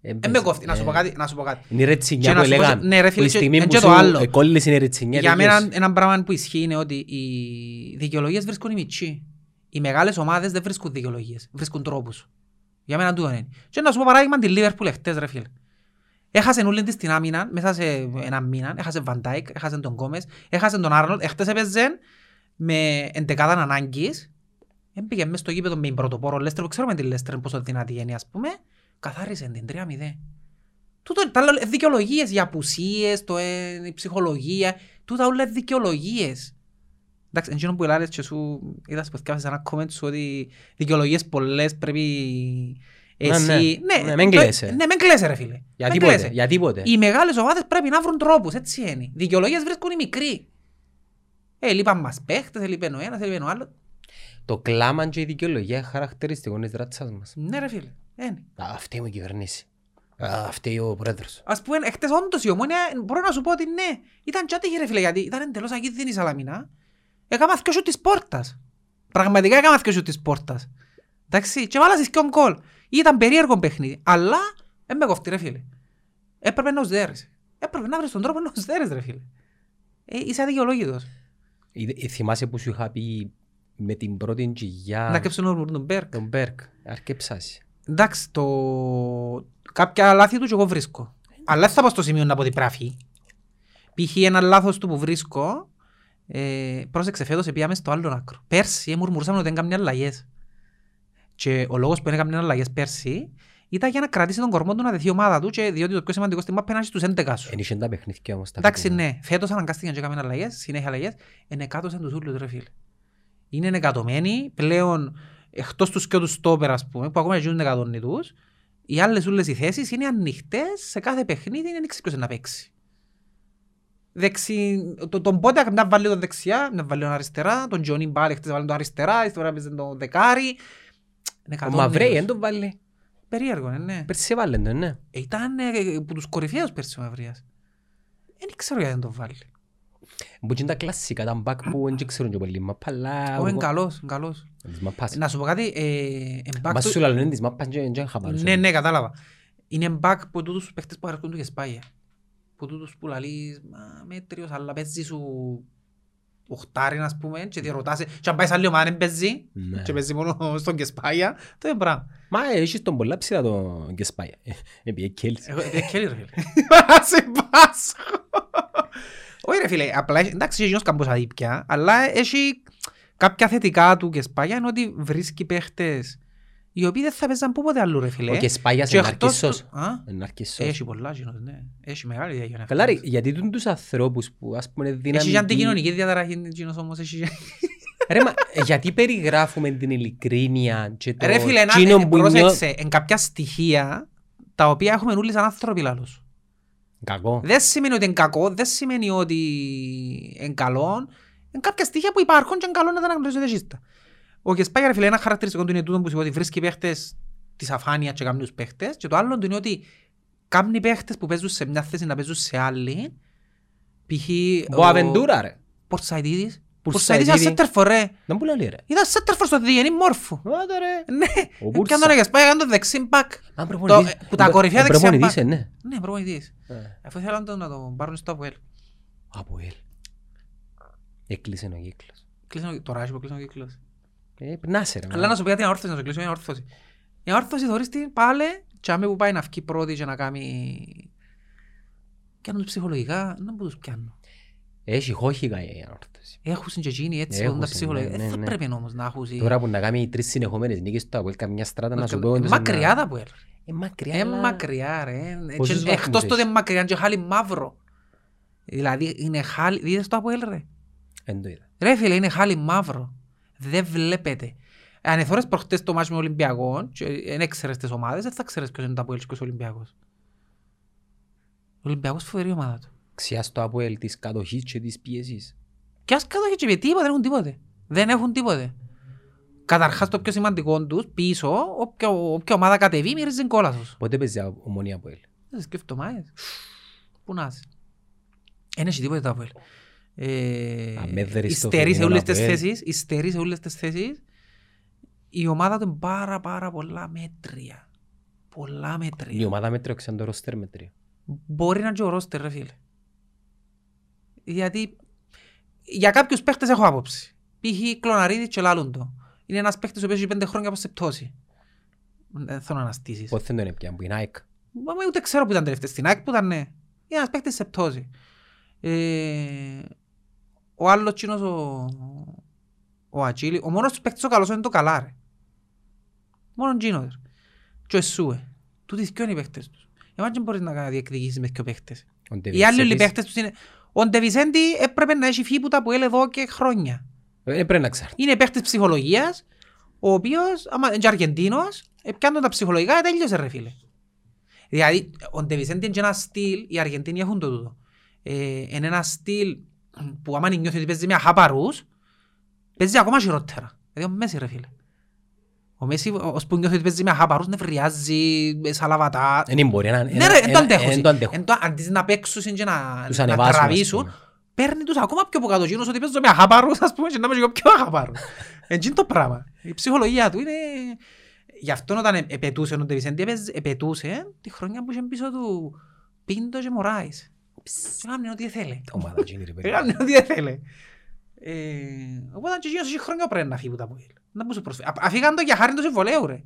ε, με
παίζει.
κόφτει, να σου πω κάτι, να σου πω κάτι.
Είναι η
Και
ρετσινιά
να
που
σου πω σε-
έλεγαν.
ναι, ρε,
Που
φίλε,
η
και-
στιγμή
εν
που
και το
σου
άλλο.
εκόλλησε είναι η ρετσινιά.
Για
δεν
μένα
λες.
ένα πράγμα που ισχύει είναι ότι οι δικαιολογίες βρίσκουν οι μητσοί. Οι μεγάλες ομάδες δεν βρίσκουν δικαιολογίες, βρίσκουν τρόπους. Για μένα τούτο είναι. Και να σου πω παράδειγμα την Λίβερπουλ εχθές ρε φίλε. Έχασε όλη της την άμυνα μέσα σε ένα μήνα, έχασε Van Dijk, έχασε τον Κόμες, έχασε τον Άρνολτ, εχθές έπαιζε με εντεκάδαν ανάγκης, Έμπαιγε μέσα στο γήπεδο με την πρωτοπόρο Λέστερ, που ξέρουμε τη Λέστερ πόσο δυνατή είναι ας πούμε, καθάρισε την 3-0. Τούτο, τα λέω δικαιολογίες για απουσίες, το, ε, η ψυχολογία, τούτα όλα είναι δικαιολογίες. Εντάξει, εντύνο που ελάρες και σου είδα που θυκάβεσαι ένα comment σου ότι δικαιολογίες πολλές πρέπει
Ναι,
εσύ...
ναι. Ναι, μεν κλαίσαι.
Ναι, μην κλαίσαι ρε φίλε.
Για
Μεν
τίποτε.
κλαίσαι.
Για τίποτε.
Οι μεγάλες ομάδες πρέπει να βρουν τρόπους, έτσι είναι. Δικαιολογίες βρίσκουν οι μικροί. Ε, λείπαν μας παίχτες, λείπαν ο ένας, λείπαν ο άλλος.
Το κλάμα και η δικαιολογία είναι χαρακτηριστικό της ράτσας μας.
Ναι ρε φίλε, είναι.
Α, Αυτή μου η κυβέρνηση. Α, Αυτή ο πρόεδρος.
Ας πούμε, εχθές όντως η ομόνια, μπορώ να σου πω ότι ναι, ήταν και άτυχη ρε φίλε, γιατί ήταν εντελώς ακίνδυνη η Σαλαμινά. Έκαμα δυο σουτ της πόρτας. Πραγματικά έκαμα δυο σουτ της πόρτας. Εντάξει, και βάλασες δυο γκολ. Ήταν περίεργο παιχνίδι, αλλά δεν με κοφτεί ρε φίλε. Έπρεπε να ουσδέρεις. Έπρεπε να βρεις τον τρόπο να ουσδέρεις ρε φίλε. Ε, είσαι αδικαιολόγητος.
Ε, ε, Θυμάσαι που σου είχα πει με την πρώτη τζιγιά.
Να κέψουν τον Ρουντεμπέργκ.
Τον Μπέρκ, αρκεψάσει.
Εντάξει, το... κάποια λάθη του και εγώ βρίσκω. Αλλά δεν θα πάω στο σημείο να πω ότι πράφει. Π.χ. ένα λάθος του που βρίσκω, ε, πρόσεξε φέτος πήγαμε στο άλλο άκρο. Πέρσι ε, μουρμουρούσαμε ότι δεν κάνουν αλλαγές. Και ο λόγος που έκαμε αλλαγές πέρσι ήταν για να κρατήσει τον κορμό του να δεθεί η ομάδα του και διότι το πιο σημαντικό στιγμά πέναν στους 11 σου.
Εν είχε τα παιχνίδια όμως. τα
Εντάξει,
φετινά.
ναι. Φέτος αναγκαστήκαν και έκαναν αλλαγές, συνέχεια αλλαγές. Ενεκάτωσαν τους ούλους, ρε φίλε. Είναι ενεκατωμένοι, πλέον εκτός τους και τους στόπερ, ας πούμε, που ακόμα γίνουν εκατόνι τους, οι άλλες ούλες οι θέσεις είναι ανοιχτές σε κάθε παιχνίδι, είναι ξέρει ποιος είναι να παίξει. Δεξι... Το, τον Πόντακ να βάλει τον δεξιά, να βάλει τον αριστερά, τον Τζονί πάλι χτες βάλει τον αριστερά, ύστερα έπαιζε τον δεκάρι. Είναι
Ο
εκατόνι
Μαυρέι
τους.
δεν τον βάλει.
Περίεργο, ναι, ναι.
Πέρσι σε βάλει, ναι, ναι.
Ε, Ήταν ε, από τους κορυφαίους πέρσι ο Μαυρίας. Δεν ξέρω γιατί δεν τον βάλει.
Που είναι τα κλασικά, τα μπακ που δεν ξέρουν και πολύ. Μα παλά...
Ο, είναι καλός, είναι καλός.
Τις μαπάς.
Να σου πω κάτι, ε, εν back
Μα
του-
σου λαλούν είναι τις μαπάς και δεν χαμπάρουν.
Ναι, ναι, κατάλαβα. Είναι back που τούτους τους παίχτες που αρκούν του και σπάγια. Που τούτους που λαλείς, μα μέτριος, αλλά παίζει σου οχτάρι, ας πούμε, και τη ρωτάσαι. Και αν πάει σε άλλη ομάδα, δεν παίζει,
Ναι.
και παίζει μόνο στον και σπάγια, το είναι πράγμα.
Μα ε, έχεις τον πολλά ψηλά τον Γκεσπάια. Επειδή κέλεις.
Εγώ- Δεν χαίρει, ρε φίλε. [LAUGHS] Σε πάσχω. Όχι ρε φίλε, απλά έχει- εντάξει έχει καμπός αδίπια, αλλά έχει κάποια θετικά του και σπάγια, είναι ότι βρίσκει παίχτες οι οποίοι δεν θα παίζαν πού ποτέ αλλού ρε φίλε.
Ο Γκεσπάιας
Και
είναι
εκτός του-
αρκισός.
Α,
Είναι αρκισός.
Έχει πολλά γίνονται, ναι. Έχει μεγάλη διαγένεια.
Καλά ρε, γιατί τούν τους ανθρώπους που ας πούμε δυναμικοί...
Έχει και αντικοινωνική διαταραχή γίνος όμως. έχει και-
Ρε, μα, ε, γιατί περιγράφουμε την ειλικρίνεια και το
Ρε φίλε, ένα-
τσίνο
ε,
που νιώ-
πρόσεξε, εν κάποια στοιχεία τα οποία έχουμε νουλείς σαν άνθρωποι λαλούς.
Κακό.
Δεν σημαίνει ότι είναι κακό, δεν σημαίνει ότι είναι καλό. Είναι κάποια στοιχεία που υπάρχουν και είναι καλό να τα αναγνωρίζετε εσείς τα. Ο Κεσπάγια ρε φίλε, ένα χαρακτηριστικό του είναι τούτο που σημαίνει ότι βρίσκει παίχτες της αφάνειας και κάποιους παίχτες και το άλλο του είναι ότι κάνει παίχτες που παίζουν σε μια θέση να παίζουν σε άλλη. Π.χ.
Ο Αβεντούρα ρε.
Πορσαϊτίδης.
Πορσαϊτίδη.
Πορσαϊτίδης ήταν σέντερφορ ρε.
Δεν μου λέει ρε.
Ήταν σέντερφορ στο διενή μόρφου.
Άντε ρε.
Ναι,
Ο
και αν τον Κεσπάγια έκανε το δεξί μπακ.
Αν
Το- ε, που τα κορυφαία δεξιά μπακ.
είναι, ναι.
Ναι, προπονητής. Αφού ήθελαν τον να τον πάρουν στο Αποέλ.
Από ελ. Έκλεισε ο κύκλος.
Κλείσαν- Τώρα έχει που κλείσαν ο κύκλος.
Ε, πνάσε ρε.
Αλλά να σου πω κάτι ανόρθωση, να σου κλείσω μια ανόρθωση. Η ανόρθωση θεωρείς την πάλι τσάμε που πάει να βγει πρώτη και να κάνει... Κάνουν τους ψυχολογικά, να που τους πιάνω.
Έχει χώχηγα η ανόρθωση.
Έχουν και εκείνοι έτσι που
Έχουσιν,
τα ψυχολογικά.
ναι,
Δεν
ναι,
θα
ναι.
πρέπει όμως να έχουν...
Τώρα που να κάνει τρεις συνεχομένες νίκες στο Αποέλ καμιά στράτα να σου πω... όντως
Μακριά
να-
τα που έλα.
Ε, μακριά.
Ε,
αλλά-
μακριά ρε. Ε,
Πόσους
και-
βαθμούς
Εκτός τότε
έχει?
μακριά και χάλι μαύρο. Δηλαδή είναι χάλι... Είδες το από ρε.
Εν το είδα.
Ρε φίλε, είναι χάλι μαύρο. Δεν βλέπετε. Αν εθώρες προχτές το μάτς με Ολυμπιακό, και δεν έξερες τις ομάδες, δεν θα ξέρεις ποιος είναι τα Αποέλ και ποιος ο Ολυμπιακός. Ο Ολυμπιακός φοβερή ομάδα του.
Ξιάς στο Αποέλ της κατοχής και της πίεσης.
Και ας κάτω έχει και πει τίποτα, δεν έχουν τίποτε. Δεν έχουν τίποτε. Καταρχάς το πιο σημαντικό τους, πίσω, όποια, όποια ομάδα κατεβεί, μυρίζει κόλασος.
Πότε παίζει ομονία Αποέλ.
Δεν σκέφτομαι, ε. Πού να είσαι. Εν έχει τίποτε το Αποέλ. Ε,
Αμέδερη στο
υστερεί σε
φαινόμενο
όλες τις
Αποέλ.
θέσεις, υστερεί σε όλες τις θέσεις. Η ομάδα του είναι πάρα πάρα πολλά μέτρια. Πολλά μέτρια.
Η ομάδα μέτρια ξαν το ρόστερ μέτρια.
Μπορεί να είναι και ο ρόστερ, ρε φίλε. Γιατί για κάποιους παίχτες έχω άποψη. Π.χ. Κλωναρίδη και Λάλουντο. Είναι ένας παίχτης ο οποίος έχει πέντε χρόνια από σε πτώση. Δεν θέλω να αναστήσεις.
Πότε δεν τον έπιαν που είναι ΑΕΚ.
Μα μα ούτε ξέρω που ήταν τελευταία. Στην ΑΕΚ που ήταν, ναι. Είναι ένας παίκτης σε πτώση. Ε, ο άλλος τσίνος ο, ο Ατσίλη, ο μόνος παίκτης ο καλός είναι το καλά, ρε. Μόνο τσίνος. ρε. Και ο Εσούε. Τούτοι οι δυο είναι οι παίκτες τους. Εμάς δεν μπορείς να διεκδικήσεις με δυο παίκτες.
Ο
Οι άλλοι όλοι οι
Ντεβιτσέτης.
παίκτες τους είναι... Ο Ντεβισέντη έπρεπε να έχει φύγει που τα που έλεγε εδώ και χρόνια.
Ε, πρέπει να ξέρει.
Είναι παίχτης ψυχολογίας, ο οποίος, άμα είναι και Αργεντίνος, ε, πιάνουν τα ψυχολογικά, ε, τέλειωσε ρε φίλε. Δηλαδή, ο Ντεβισέντη είναι και ένα στυλ, οι Αργεντίνοι έχουν το τούτο. Ε, είναι ένα στυλ που άμα νιώθει ότι παίζει με χαπαρούς, παίζει ακόμα χειρότερα. Δηλαδή, ο Μέση ρε φίλε. Ο Μέση, ο- ως που νιώθει ότι παίζει με χαπαρούς, νευριάζει, ε, σαλαβατά.
Δεν μπορεί να...
Ναι ρε,
ένα-
εν το
ένα- Ε, εν το
αντέχουν.
αντέχουν.
Εν το- Αντί να παίξουν και να,
Τους
να
ανεβάζουν, ας
τραβήσουν,
πούμε.
παίρνει τους ακόμα πιο από κάτω γίνος ότι παίζω με αχαπάρους ας πούμε και να είμαι και εγώ πιο αχαπάρους. Έτσι είναι το πράγμα. Η ψυχολογία του είναι... Γι' αυτό όταν ε- επετούσε ο Ντεβισέντη, έπαιζε- επετούσε τη χρονιά που είχε πίσω του Πίντο και Μωράης. Έκαμε ό,τι θέλει.
Ομάδα γίνει, ρε παιδί.
Έκαμε ό,τι θέλει. Ε, Οπότε και γίνος είχε χρονιά πρέπει να φύγει που τα πόδια. Να μου σου προσφέρει. Α- Αφήγαν το για χάρη του συμβολέου ρε.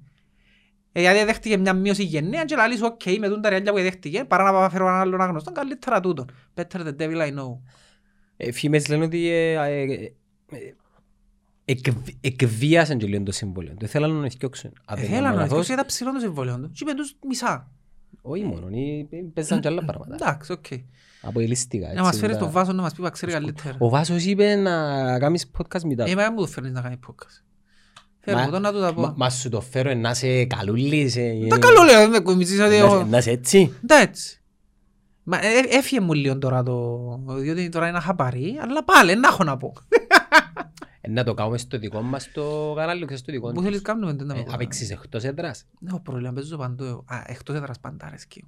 Ε, Γιατί δέχτηκε μια μείωση γενναία και λαλείς «ΟΚ, με τούν τα ρεάλια που δέχτηκε παρά να φέρω έναν άλλον άγνωστον, καλύτερα τούτον». Better the devil I know.
Ε, Φήμες λένε ότι ε, ε, ε, ε, εκβ- εκβίασαν και λίγο το συμβόλαιο. Δεν θέλαν να τον εθιώξουν. Αν δεν
Θέλα
κάνω
Ε, να
λάθος,
δώσει τα ψηλό το συμβόλαιο του. Και είπαν τους μισά.
Όχι μόνο, ή- ή- παίζαν και άλλα πράγματα.
Εντάξει, οκ.
Από ελιστικά.
Να μας φέρεις το βάσο να μας πει που ξέρει καλύτερα.
Ο Βάσος είπε να κάνεις podcast μετά.
Ε, μα μου το φέρνεις να κάνει podcast. Φέρνω το να του τα
μα-
πω.
μα σου το φέρω ε, να είσαι καλούλης. ε,
Τα
ε,
καλό λέω, δεν κομιζήσατε.
να είσαι- Να είσαι έτσι.
Εντάξει. Μα ε, ε, έφυγε μου λίγο τώρα το... Διότι τώρα είναι χαπαρί, αλλά πάλι, να έχω να πω.
Λοιπόν, Ε, Να το κάνουμε στο δικό μας το κανάλι, και στο δικό
Πού
μας.
θέλεις κάνουμε, δεν τα
Ε,
πω.
Θα παίξεις εκτός έδρας.
Δεν έχω πρόβλημα, παίζω παντού. εγώ. Α, εκτός έδρας πάντα αρέσκει.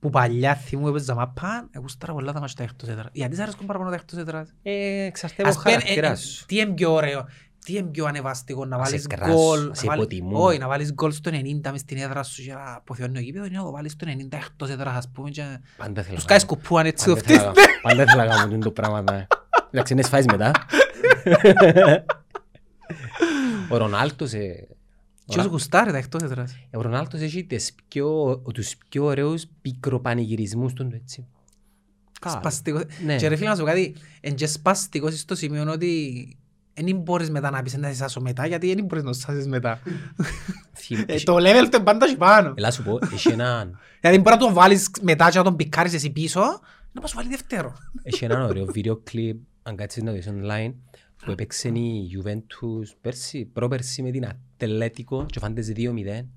Που παλιά θυμού έπαιζα μαπά, εγώ στρα πολλά τα μάτια τα εκτός έδρας. Γιατί σ' αρέσκουν παραπάνω τα εκτός έδρας.
Ε, εξαρτάται από
Ας πέν- ε,
χαρακτήρας
ε,
σου.
Τι είναι πιο ωραίο, τι είναι πιο ανεβαστικό να
Να σε
βάλεις
κράσουν,
γκολ.
να σε
να βάλεις-
υποτιμούν.
Όχι, να βάλεις γκολ στο 90 μες στην έδρα σου για να αποθεώνει ο γήπεδο, είναι να το βάλεις στο 90 εκτός έδρας, ας πούμε, και να-
Πάντα θέλω
ε, τους
να
κάνεις
κάνω-
κουπούαν έτσι το
πάντα θέλω να
[LAUGHS] φτύς.
κάνω- [LAUGHS] Πάντα θέλω να κάνω το πράγμα. ναι. Εντάξει, είναι σφάεις
[LAUGHS]
μετά. Ο Ρονάλτος, ε,
Και όσο γουστάρει τα εκτός έδρας.
Ο Ρονάλτος έχει τις πιο, τους πιο ωραίους πικροπανηγυρισμούς του έτσι. Καλά.
Σπαστικός.
Ναι.
Και ρε φίλε να σου πω κάτι, εν και σπαστικός στο σημείο ότι δεν μπορείς μετά να πεις να σάσω μετά, γιατί δεν μπορείς να σάσεις μετά.
Θυ-
Ε, Το Eh, level του είναι πάντα και πάνω.
Ελά σου πω, έχει έναν,
Δηλαδή μπορεί να τον βάλεις μετά και να τον πικάρεις εσύ πίσω, να πας βάλει δεύτερο.
έχει έναν ωραίο βίντεο κλιπ, αν κάτσεις να το δεις online, που έπαιξε η Juventus πέρσι, πρόπερσι με την Ατλέτικο και φάντες 2-0.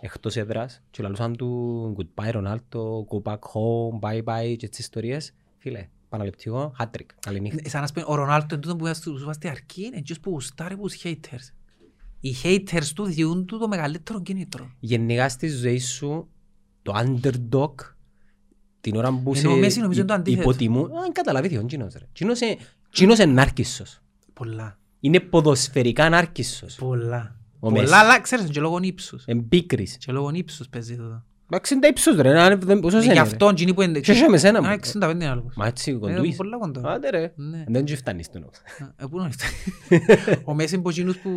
εκτός έδρας και λαλούσαν του goodbye Ronaldo, go back home, bye bye και τις ιστορίες. Φίλε, επαναληπτικό, hat-trick, καλή νύχτα.
Ε, Σαν να σου πεις, ο Ρονάλτο είναι τούτο που σου σου βάζει στην αρχή, είναι εκείνος που γουστάρει που τους haters. Οι haters του διούν του το μεγαλύτερο κίνητρο.
γενικά στη ζωή σου το underdog την ώρα που
Ενώ ο Messi νομίζω είναι το αντίθετο.
υποτιμούν, ε, αν καταλαβείτε τον Κίνος ρε. Κίνος ε- Κίνος είναι νάρκισσος.
Πολλά,
Είναι ποδοσφαιρικά νάρκισσος.
πολλά.
Ο
Πολλά,
Messi.
αλλά ξέρεις, και λόγω ύψους.
Εμπίκρις.
Και λόγω ύψους παίζει τούτο.
Εντάξει είναι τα ύψος ρε, να- δεν- πόσος
Ε, Γι'
είναι ρε.
αυτό, εκείνοι που είναι...
Και εσύ με σένα μου.
Α, 65 είναι άλλος.
Μα έτσι
Ε,
κοντούεις.
Πολλά κοντά.
Άντε ρε.
Ναι.
Δεν και φτάνεις τον όμως.
Ε, πού να είναι. [LAUGHS] Ο Μέσης είναι από εκείνους που...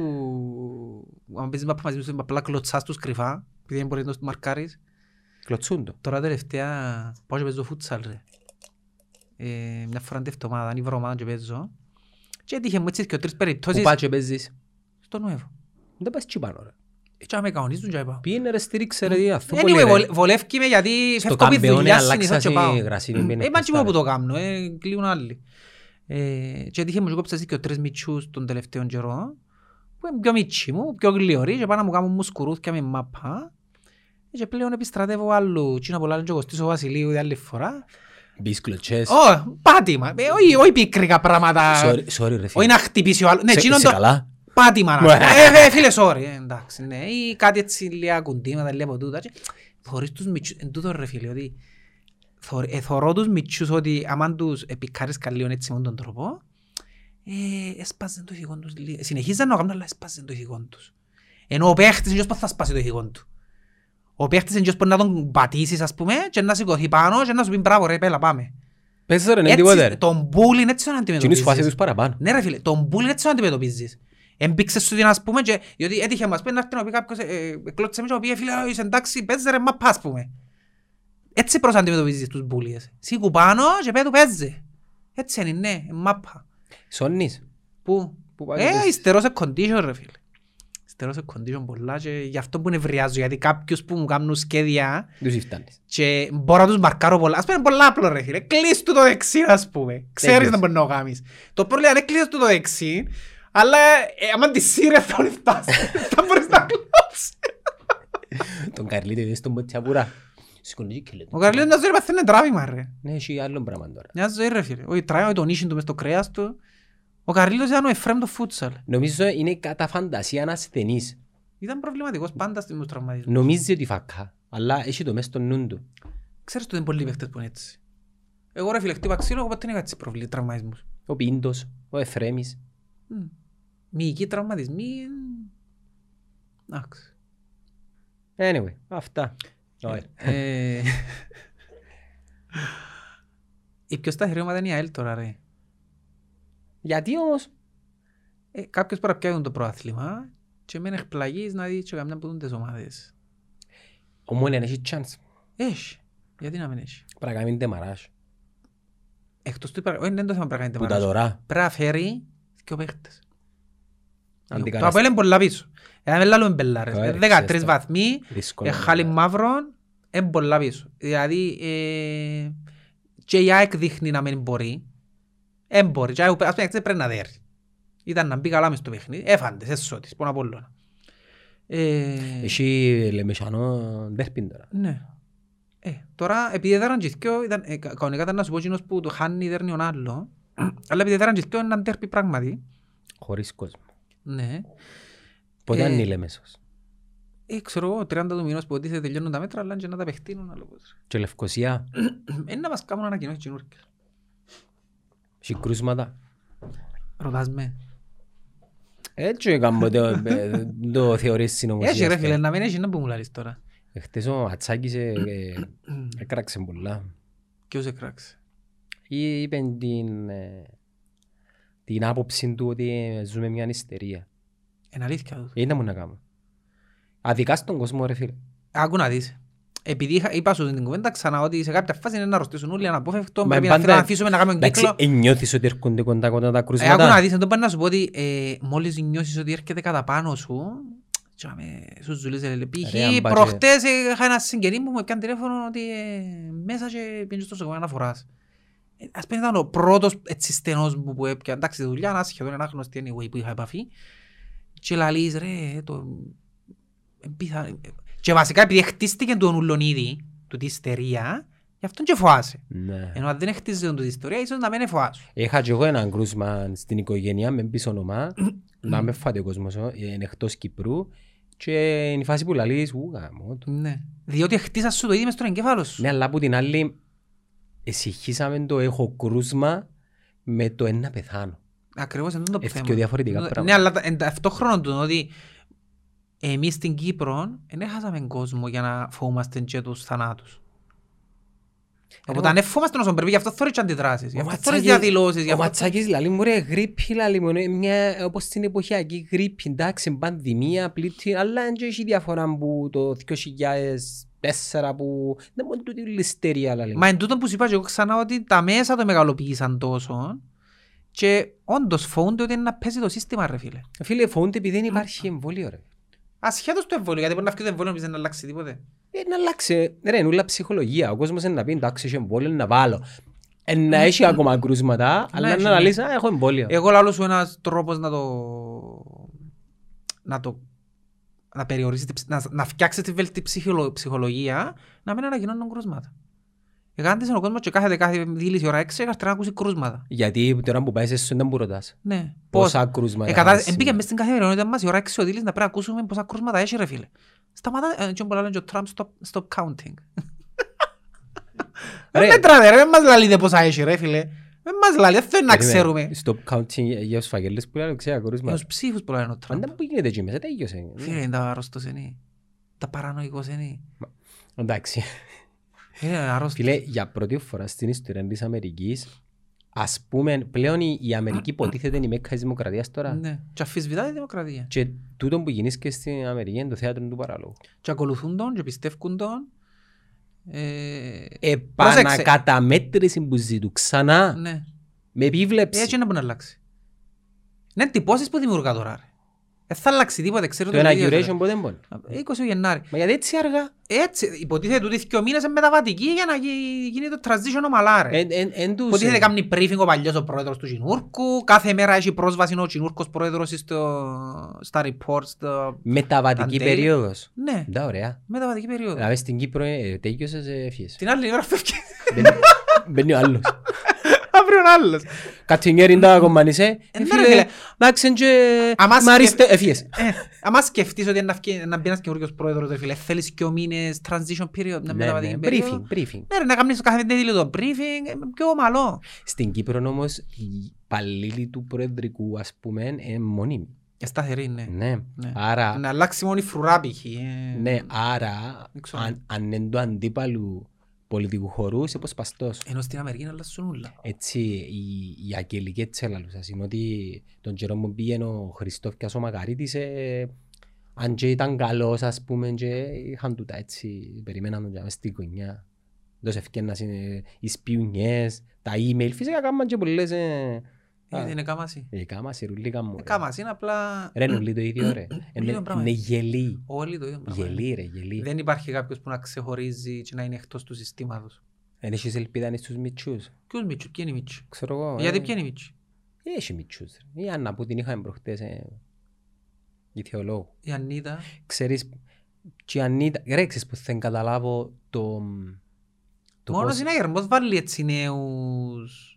Αν παίζεις μπαπά μαζί τους, απλά κλωτσάς τους κρυφά, επειδή δεν μπορείς να τους μαρκάρεις.
Κλωτσούν το.
Τώρα τελευταία πάω και παίζω φούτσαλ ρε. Ε, μια φορά την εβδομάδα, αν η βρωμάδα και παίζω. Και έτυχε μου έτσι και τρεις
Που
περιπτώσεις
πάει και παίζεις.
στο Νοεύο.
Δεν πας και πάνω ρε.
Ε, και αν με κανονίζουν και είπα.
Πήγαινε ρε στήριξε ρε τι άνθρωπο, λέει,
Anyway,
ρε.
βολε- βολεύκει με γιατί
Στο
φεύγω από τη
Καμπεώνε
δουλειά συνήθως
αλλάξασε
και πάω.
η γρασίδη.
Ε,
μπαίνε
μα και
χτες,
εγώ που
ρε.
το κάνω, ε, κλείουν άλλοι. Ε, και έτυχε μου και κόψα έτσι και ο τρεις μητσούς τον τελευταίο καιρό, που είναι πιο μητσί μου, πιο γλυωροί, και πάνε να μου κάνουν μου σκουρούθκια με μάπα. Ε, Και πλέον επιστρατεύω άλλου, τσίνα πολλά λένε και ο Κωστής ο Βασιλείου την άλλη φορά.
Μπεις κλωτσές.
Ω, πάτημα, Ε, όχι- όχι πικρικά πράγματα,
Sorry- sorry, ρε, φίλε.
όχι να χτυπήσει ο άλλος. Ναι,
Σε-
τσίνον
είσαι
το
καλά.
πάτημα να
Μπα.
Ε, ε, φίλε, sorry, ε, εντάξει, ναι, ή κάτι έτσι λίγα κουντήματα, λίγα από τούτα. και Θωρείς τους μητσούς, εν τούτο ρε φίλε, ότι θωρ- ε, θωρώ τους μητσούς ότι άμα τους επικάρεις καλύον έτσι με τον τρόπο, ε, έσπαζαν το ηθικό τους, λίγο. συνεχίζαν να το κάνουν, αλλά έσπαζαν το ηθικό τους. Ενώ ο παίχτης είναι ποιος που θα σπάσει το ηθικό του. Ο παίχτης είναι ποιος που να τον πατήσεις, ας πούμε, και να σηκωθεί πάνω και να σου πει μπράβο ρε, πέλα, πάμε.
Πες ρε, ναι,
Έτσι,
τίποτε, ρε.
τον bullying έτσι τον
Τι είναι η φάση
αντιμετωπίζεις.
τους παραπάνω.
Ναι ρε φίλε, τον bullying έτσι να αντιμετωπίζεις. Εμπήξες σου την ας πούμε και, διότι έτυχε μας πει να έρθει να πει κάποιος ε, ε, κλώτσε με και να πει «Ε, φίλε «Α, είσαι εντάξει παίζε ρε μαπά ας πούμε. Έτσι προς αντιμετωπίζεις τους bullies. Σήκου πάνω και πέτου παίζε. Έτσι είναι ναι, ε, μαπά.
Σώνεις.
Πού.
Πού πάει
Ε,
το τεστ?
υστερό σε condition ρε φίλε. Υστερό σε condition πολλά και γι' αυτό που νευριάζω γιατί κάποιους που μου κάνουν σχέδια
Τους ή φτάνεις.
και μπορώ να τους μαρκάρω πολλά. Ας πούμε είναι πολλά απλό ρε φίλε. Κλείς του το δεξί ας πούμε. Ξέρεις
Τέλειωσε.
να μπορείς να το κάνεις. Το πρόβλημα είναι κλείς του το δεξί. Αλλά ε, άμα τη σύρε θα όλη φτάσεις. [LAUGHS] Θα μπορείς να κλώσεις.
Τον Καρλίτο είδες τον Μποτσιαπούρα. Σηκώνει και λέει.
Ο Καρλίος μια ζωή παθαίνει τράβημα ρε.
Ναι, έχει άλλο πράγμα τώρα.
Μια ζωή ρε φίλε. Όχι τράβημα τον ίσιν του μες στο κρέας του. Ο Καρλίος ήταν ο Εφραίμ το φούτσαλ.
Νομίζω είναι κατά φαντασία ένας ασθενής.
Ήταν προβληματικός πάντα στους τραυματισμούς.
Νομίζει ότι φακά, αλλά έχει το μέσα στο νου του.
Ξέρεις ότι δεν πολλοί παίχτες που είναι έτσι. Εγώ ρε φίλε χτύπα ξύλο, εγώ ποτέ δεν είχα έτσι προβλή- τραυματισμούς.
Ο Πίντος, ο Εφρέμις.
Μυϊκοί τραυματισμοί... Εντάξει.
Anyway, αυτά. Ωραία.
Ε, Η πιο σταθερή ομάδα είναι η ΑΕΛ τώρα ρε.
Γιατί όμως,
Ε, κάποιος πρέπει να πιάνει το προάθλημα και μην εκπλαγείς να δεις και καμιά από τούντες ομάδες.
ο Μόλιαν έχει chance.
Έχει. Γιατί να μην έχει.
Πρέπει να κάνει τεμαράζ.
Εκτός του υπερα- όχι, δεν το θέμα πρέπει να
Που τα
είναι
τώρα.
Πρέπει να φέρει δυο παίχτες. Το
Αντικαταστά-
Αποέλ είναι πολλά πίσω. Ένα με λάλλον μπελάρες.
Το
Με
έριξες
13
το.
βαθμοί,
Δύσκολο.
ε, χάλι μαύρον, είναι πολλά πίσω. Δηλαδή, ε, και η ΑΕΚ δείχνει να μην μπορεί. Δεν μπορεί. Και η ΑΕΚ, Ας πούμε, δεν πρέπει να δέρει. Ήταν να μπει καλά μες στο παιχνίδι. Έφαντες, σε σώτης, πάνω απ' όλα. Ε,
Έχει λεμεσανό ντέρπιν τώρα.
ναι. Ε, τώρα, επειδή έδεραν και δυο, ήταν, ε, κα- κανονικά ήταν να σου πω εκείνος που το χάνει δέρνει τον άλλος, [CLEARS THROAT] αλλά επειδή έδεραν και δυο, είναι ένα τέρπι πράγματι.
Χωρίς κόσμο.
Ναι.
Πότε
Ε,
αν είναι η λεμεσός.
Ε, ξέρω εγώ, 30 του μηνός που ότι τελειώνουν τα μέτρα, αλλά και να τα παιχτείνουν άλλο πώς. [CLEARS THROAT]
Και Λευκοσία.
Ε, να μας κάνουν ανακοινώσεις καινούργιες.
Έχει κρούσματα.
Ρωτάς με.
Έτσι έκαμε το, ε, το θεωρείς συνωμοσία.
Έχει ρε φίλε, να μην έχει να που μου λαλείς τώρα.
Χτες ο Ατσάκης ε, ε, έκραξε πολλά.
Ποιος εκράξε.
Ή- Είπε την, ε, την άποψη του ότι ε, ζούμε μια ιστερία.
Είναι αλήθεια. τούτο.
Ε, να μου να κάνω. Αδικά στον κόσμο ρε φίλε.
Άκου να δεις. Επειδή είχα- είπα σου την κουβέντα ξανά ότι σε κάποια φάση είναι να αρρωστήσουν όλοι, αναπόφευκτο,
Μα
πρέπει να
πάντα-
θέλω να αφήσουμε να κάνουμε
Εντάξει,
κύκλο.
ε, νιώθεις ότι έρχονται κοντά κοντά τα
Ε, Άκου να
κρούσματα.
δεις, δεν το πάνε να σου πω ότι ε, μόλις νιώσεις ότι έρχεται κατά πάνω σου, τσάμε, σου ζουλίζε λέει,
Ρε, αν
π.χ.
πάει
προχτές ε, είχα ένα συγγενή μου που με πιάνε τηλέφωνο ότι ε, μέσα και πήγαινε στο σοκομείο να φοράς. Ε, Ας πούμε ήταν ο πρώτος έτσι στενός μου που έπιανε, εντάξει δουλειά, ένα σχεδόν ένα γνωστή anyway που είχα επαφή. Και λαλείς ρε, το... εν πιθα- Και βασικά επειδή χτίστηκε τον ουλονίδι, του τη ιστερία, γι' αυτόν και φοάσαι.
Ναι.
Ενώ αν δεν χτίζεται τον τη ιστορία, ίσως να μην φοάσαι.
Είχα και εγώ έναν κρούσμα στην οικογένεια, με πεις ονομά, να με φάτε ο κόσμος, ε, είναι εκτός Κυπρού και είναι η φάση που λαλείς, ου, γαμώ το».
Ναι. Διότι χτίσα σου το ίδιο μες στον εγκέφαλο σου.
Ναι, αλλά από την άλλη, εσυχήσαμε το έχω κρούσμα με το ένα πεθάνω.
Ακριβώς είναι το
Ε,
θέμα.
δυο διαφορετικά
Ναι, Ναι,
πράγματα.
αλλά τα- εν ταυτόχρονα του ότι εμείς στην Κύπρο δεν έχασαμε κόσμο για να φοβούμαστε και τους θανάτους. Οπότε
ο-
αν δεν φοβούμαστε όσο πρέπει, γι' αυτό θέλεις και αντιδράσεις. Γι'
Ο
αυτό
Ματσάκης-
θέλεις διαδηλώσεις. γι'
Ο
αυτό-
Ματσάκης λαλεί μου ρε γρήπη λαλεί μου, είναι μια, όπως στην εποχιακή γρήπη, εντάξει, πανδημία, πλήτη, αλλά δεν έχει διαφορά που το 2004 που δεν μόνο τούτη ληστερία λαλεί. μου.
Μα εν τούτο που σου είπα και εγώ ξανά ότι τα μέσα το μεγαλοποίησαν τόσο και όντως φοβούνται ότι είναι να παίζει το σύστημα ρε φίλε.
Φίλε, φοβούνται επειδή δεν υπάρχει εμβόλιο ρε.
Ασχέτως του εμβόλιο, γιατί μπορεί να βγει το εμβόλιο και να αλλάξει τίποτε.
Ε, να αλλάξει. Ρε, είναι όλα ψυχολογία. Ο κόσμος είναι να πει εντάξει, έχει εμβόλιο να βάλω. Ε, να έχει ακόμα κρούσματα, αλλά
Ναι. έχει,
να
ναι.
αναλύσει, α, έχω εμβόλιο.
Εγώ λαλώ σου ένας τρόπος να το... να το... να περιορίσεις, τη ψ- να, να φτιάξεις τη βέλτιστη ψυχολο- ψυχολογία να μην ανακοινώνουν κρούσματα. Εγκάντε ο κόσμος και κάθεται κάθε δίληση ώρα έξι έρχεται να ακούσει κρούσματα.
Γιατί τώρα που πάει σε εσένα μου ρωτάς.
Ναι.
Πόσα κρούσματα.
Ε, κατά...
έχεις.
ε, μπήκε μες στην καθημερινότητα μας η ώρα έξι ο δίλης να πρέπει να ακούσουμε πόσα κρούσματα έχει ρε φίλε. Σταματά, ε, και πολλά λένε και ο Τραμπ stop, stop counting.
Ρε.
Δεν μετράτε ρε, δεν μας λαλείτε πόσα έχει ρε φίλε. Δεν μας λαλείτε, δεν θέλει να
Περίμενε.
ξέρουμε.
Stop counting για τους φαγγέλες που λέω, ξέρω
Με
κρούσματα.
τους ψήφους που λένε ο
Αν
Τραμπ.
δεν που γίνεται ε, εκεί μέσα, τέλειωσε.
Φίλε, είναι τα αρρώστος είναι. Τα παρανοϊκός είναι.
Εντάξει.
Είναι αρρώστος.
Φίλε, για πρώτη φορά στην ιστορία της Αμερικής, ας πούμε, πλέον η, η Αμερική υποτίθεται είναι η μέκα της δημοκρατίας τώρα.
Ναι. Και αφισβητά η δημοκρατία.
Και τούτο που γίνεις και στην Αμερική είναι το θέατρο του παραλόγου.
Και ακολουθούν τον και πιστεύουν τον. Ε,
επανακαταμέτρηση που ζητούν ξανά
ναι.
με
Ε,
επίβλεψη.
Έτσι είναι που να αλλάξει. Είναι εντυπώσεις που δημιουργά τώρα. ρε. Δεν θα αλλάξει τίποτε, ξέρω
το ένα
ίδιο
curation πότε μπορεί.
τώρα. 20 Ε, Γενάρη.
Μα γιατί έτσι αργά.
Έτσι, υποτίθεται τούτοι δύο μήνες είναι μεταβατική για να γι- γίνει το transition ομαλά. ρε.
Εν- εν- εν τους-
Ε, Υποτίθεται κάνει briefing ο παλιός ο πρόεδρος του Κινούρκου. Κάθε μέρα έχει πρόσβαση ο Κινούρκος πρόεδρος στο- στα reports. στο-
Μεταβατική
Αντέλ.
περίοδος.
Ναι.
Ντά ωραία.
Μεταβατική περίοδος.
Δηλαδή στην Κύπρο ε, τέλειωσες ε, έφυγες.
Την άλλη ώρα
[LAUGHS]
φεύγει.
Μπαίνει- Μπαίνει ο άλλος.
Αύριο ο άλλος.
Κατσινιέρι τα κομμανίσαι.
Ε, ναι, ρε, φίλε.
Εντάξει και
Αμάς
μ' αρέστε
και-
έφυγες.
Ε, Άμα σκεφτείς ότι να βγει- να μπει ένας καινούργιος πρόεδρος, ρε φίλε, θέλεις και ο μήνες transition period, μια
Ναι, ναι,
μεταβατική περίοδο.
Briefing, briefing.
Ναι, ρε, να κάνεις κάθε μήνυμα το briefing, ε, πιο ομαλό.
Στην Κύπρο όμως οι παλίλοι του προεδρικού ας πούμε είναι μόνιμοι.
Ε, σταθερή, ναι.
Ναι.
Ναι.
Άρα
Να αλλάξει μόνο η φρουρά π.χ. ε.
Ναι, άρα
Δεν ξέρω.
αν, αν είναι του αντίπαλου πολιτικούς χορούς, είσαι πασπαστός.
Ενώ στην Αμερική να αλλάσουν όλα.
Έτσι, η, η αγγελική τσέλα του σας είναι ότι τον καιρό μου πήγαινε ο Χριστόφκιας ο Μακαρίτης, ε, αν και ήταν καλός ας πούμε και είχαν τούτα έτσι, περιμέναν τον καιρό στην κονιά. Δώσε ευκαιρία να είναι οι σπιουνιές, τα email, φυσικά κάμαν και πολλές ε,
Ε,
Α.
Δεν είναι κάμαση.
Ε, κάμαση, ρουλί, κάμω.
Ε, Κάμαση είναι απλά
Ρε, είναι ρουλί το
[CLEARS THROAT]
ίδιο, ρε.
ίδιο
Είναι-
πράγμα
Είναι
είναι.
γελί.
όλοι το ίδιο πράγμα.
Γελί, ρε, γελί.
Δεν υπάρχει κάποιος που να ξεχωρίζει και να είναι εκτός του συστήματος.
Εν έχεις ελπίδα είναι στους μητσούς.
Ποιος Μίτσου, ποιοι είναι οι Μίτσου.
Ξέρω εγώ.
Γιατί
ε.
ποιοι είναι οι Μίτσου.
Ε, Έχει μητσούς. ρε. Η Άννα που την είχαμε προχτές. ε, Η θεολόγου.
Η Ανίτα.
Ξέρεις, και η Ανίτα, ρε, ξέρεις που δεν καταλάβω το... το
Μόνος
πώς-
είναι αγερμός βάλει έτσι νέους.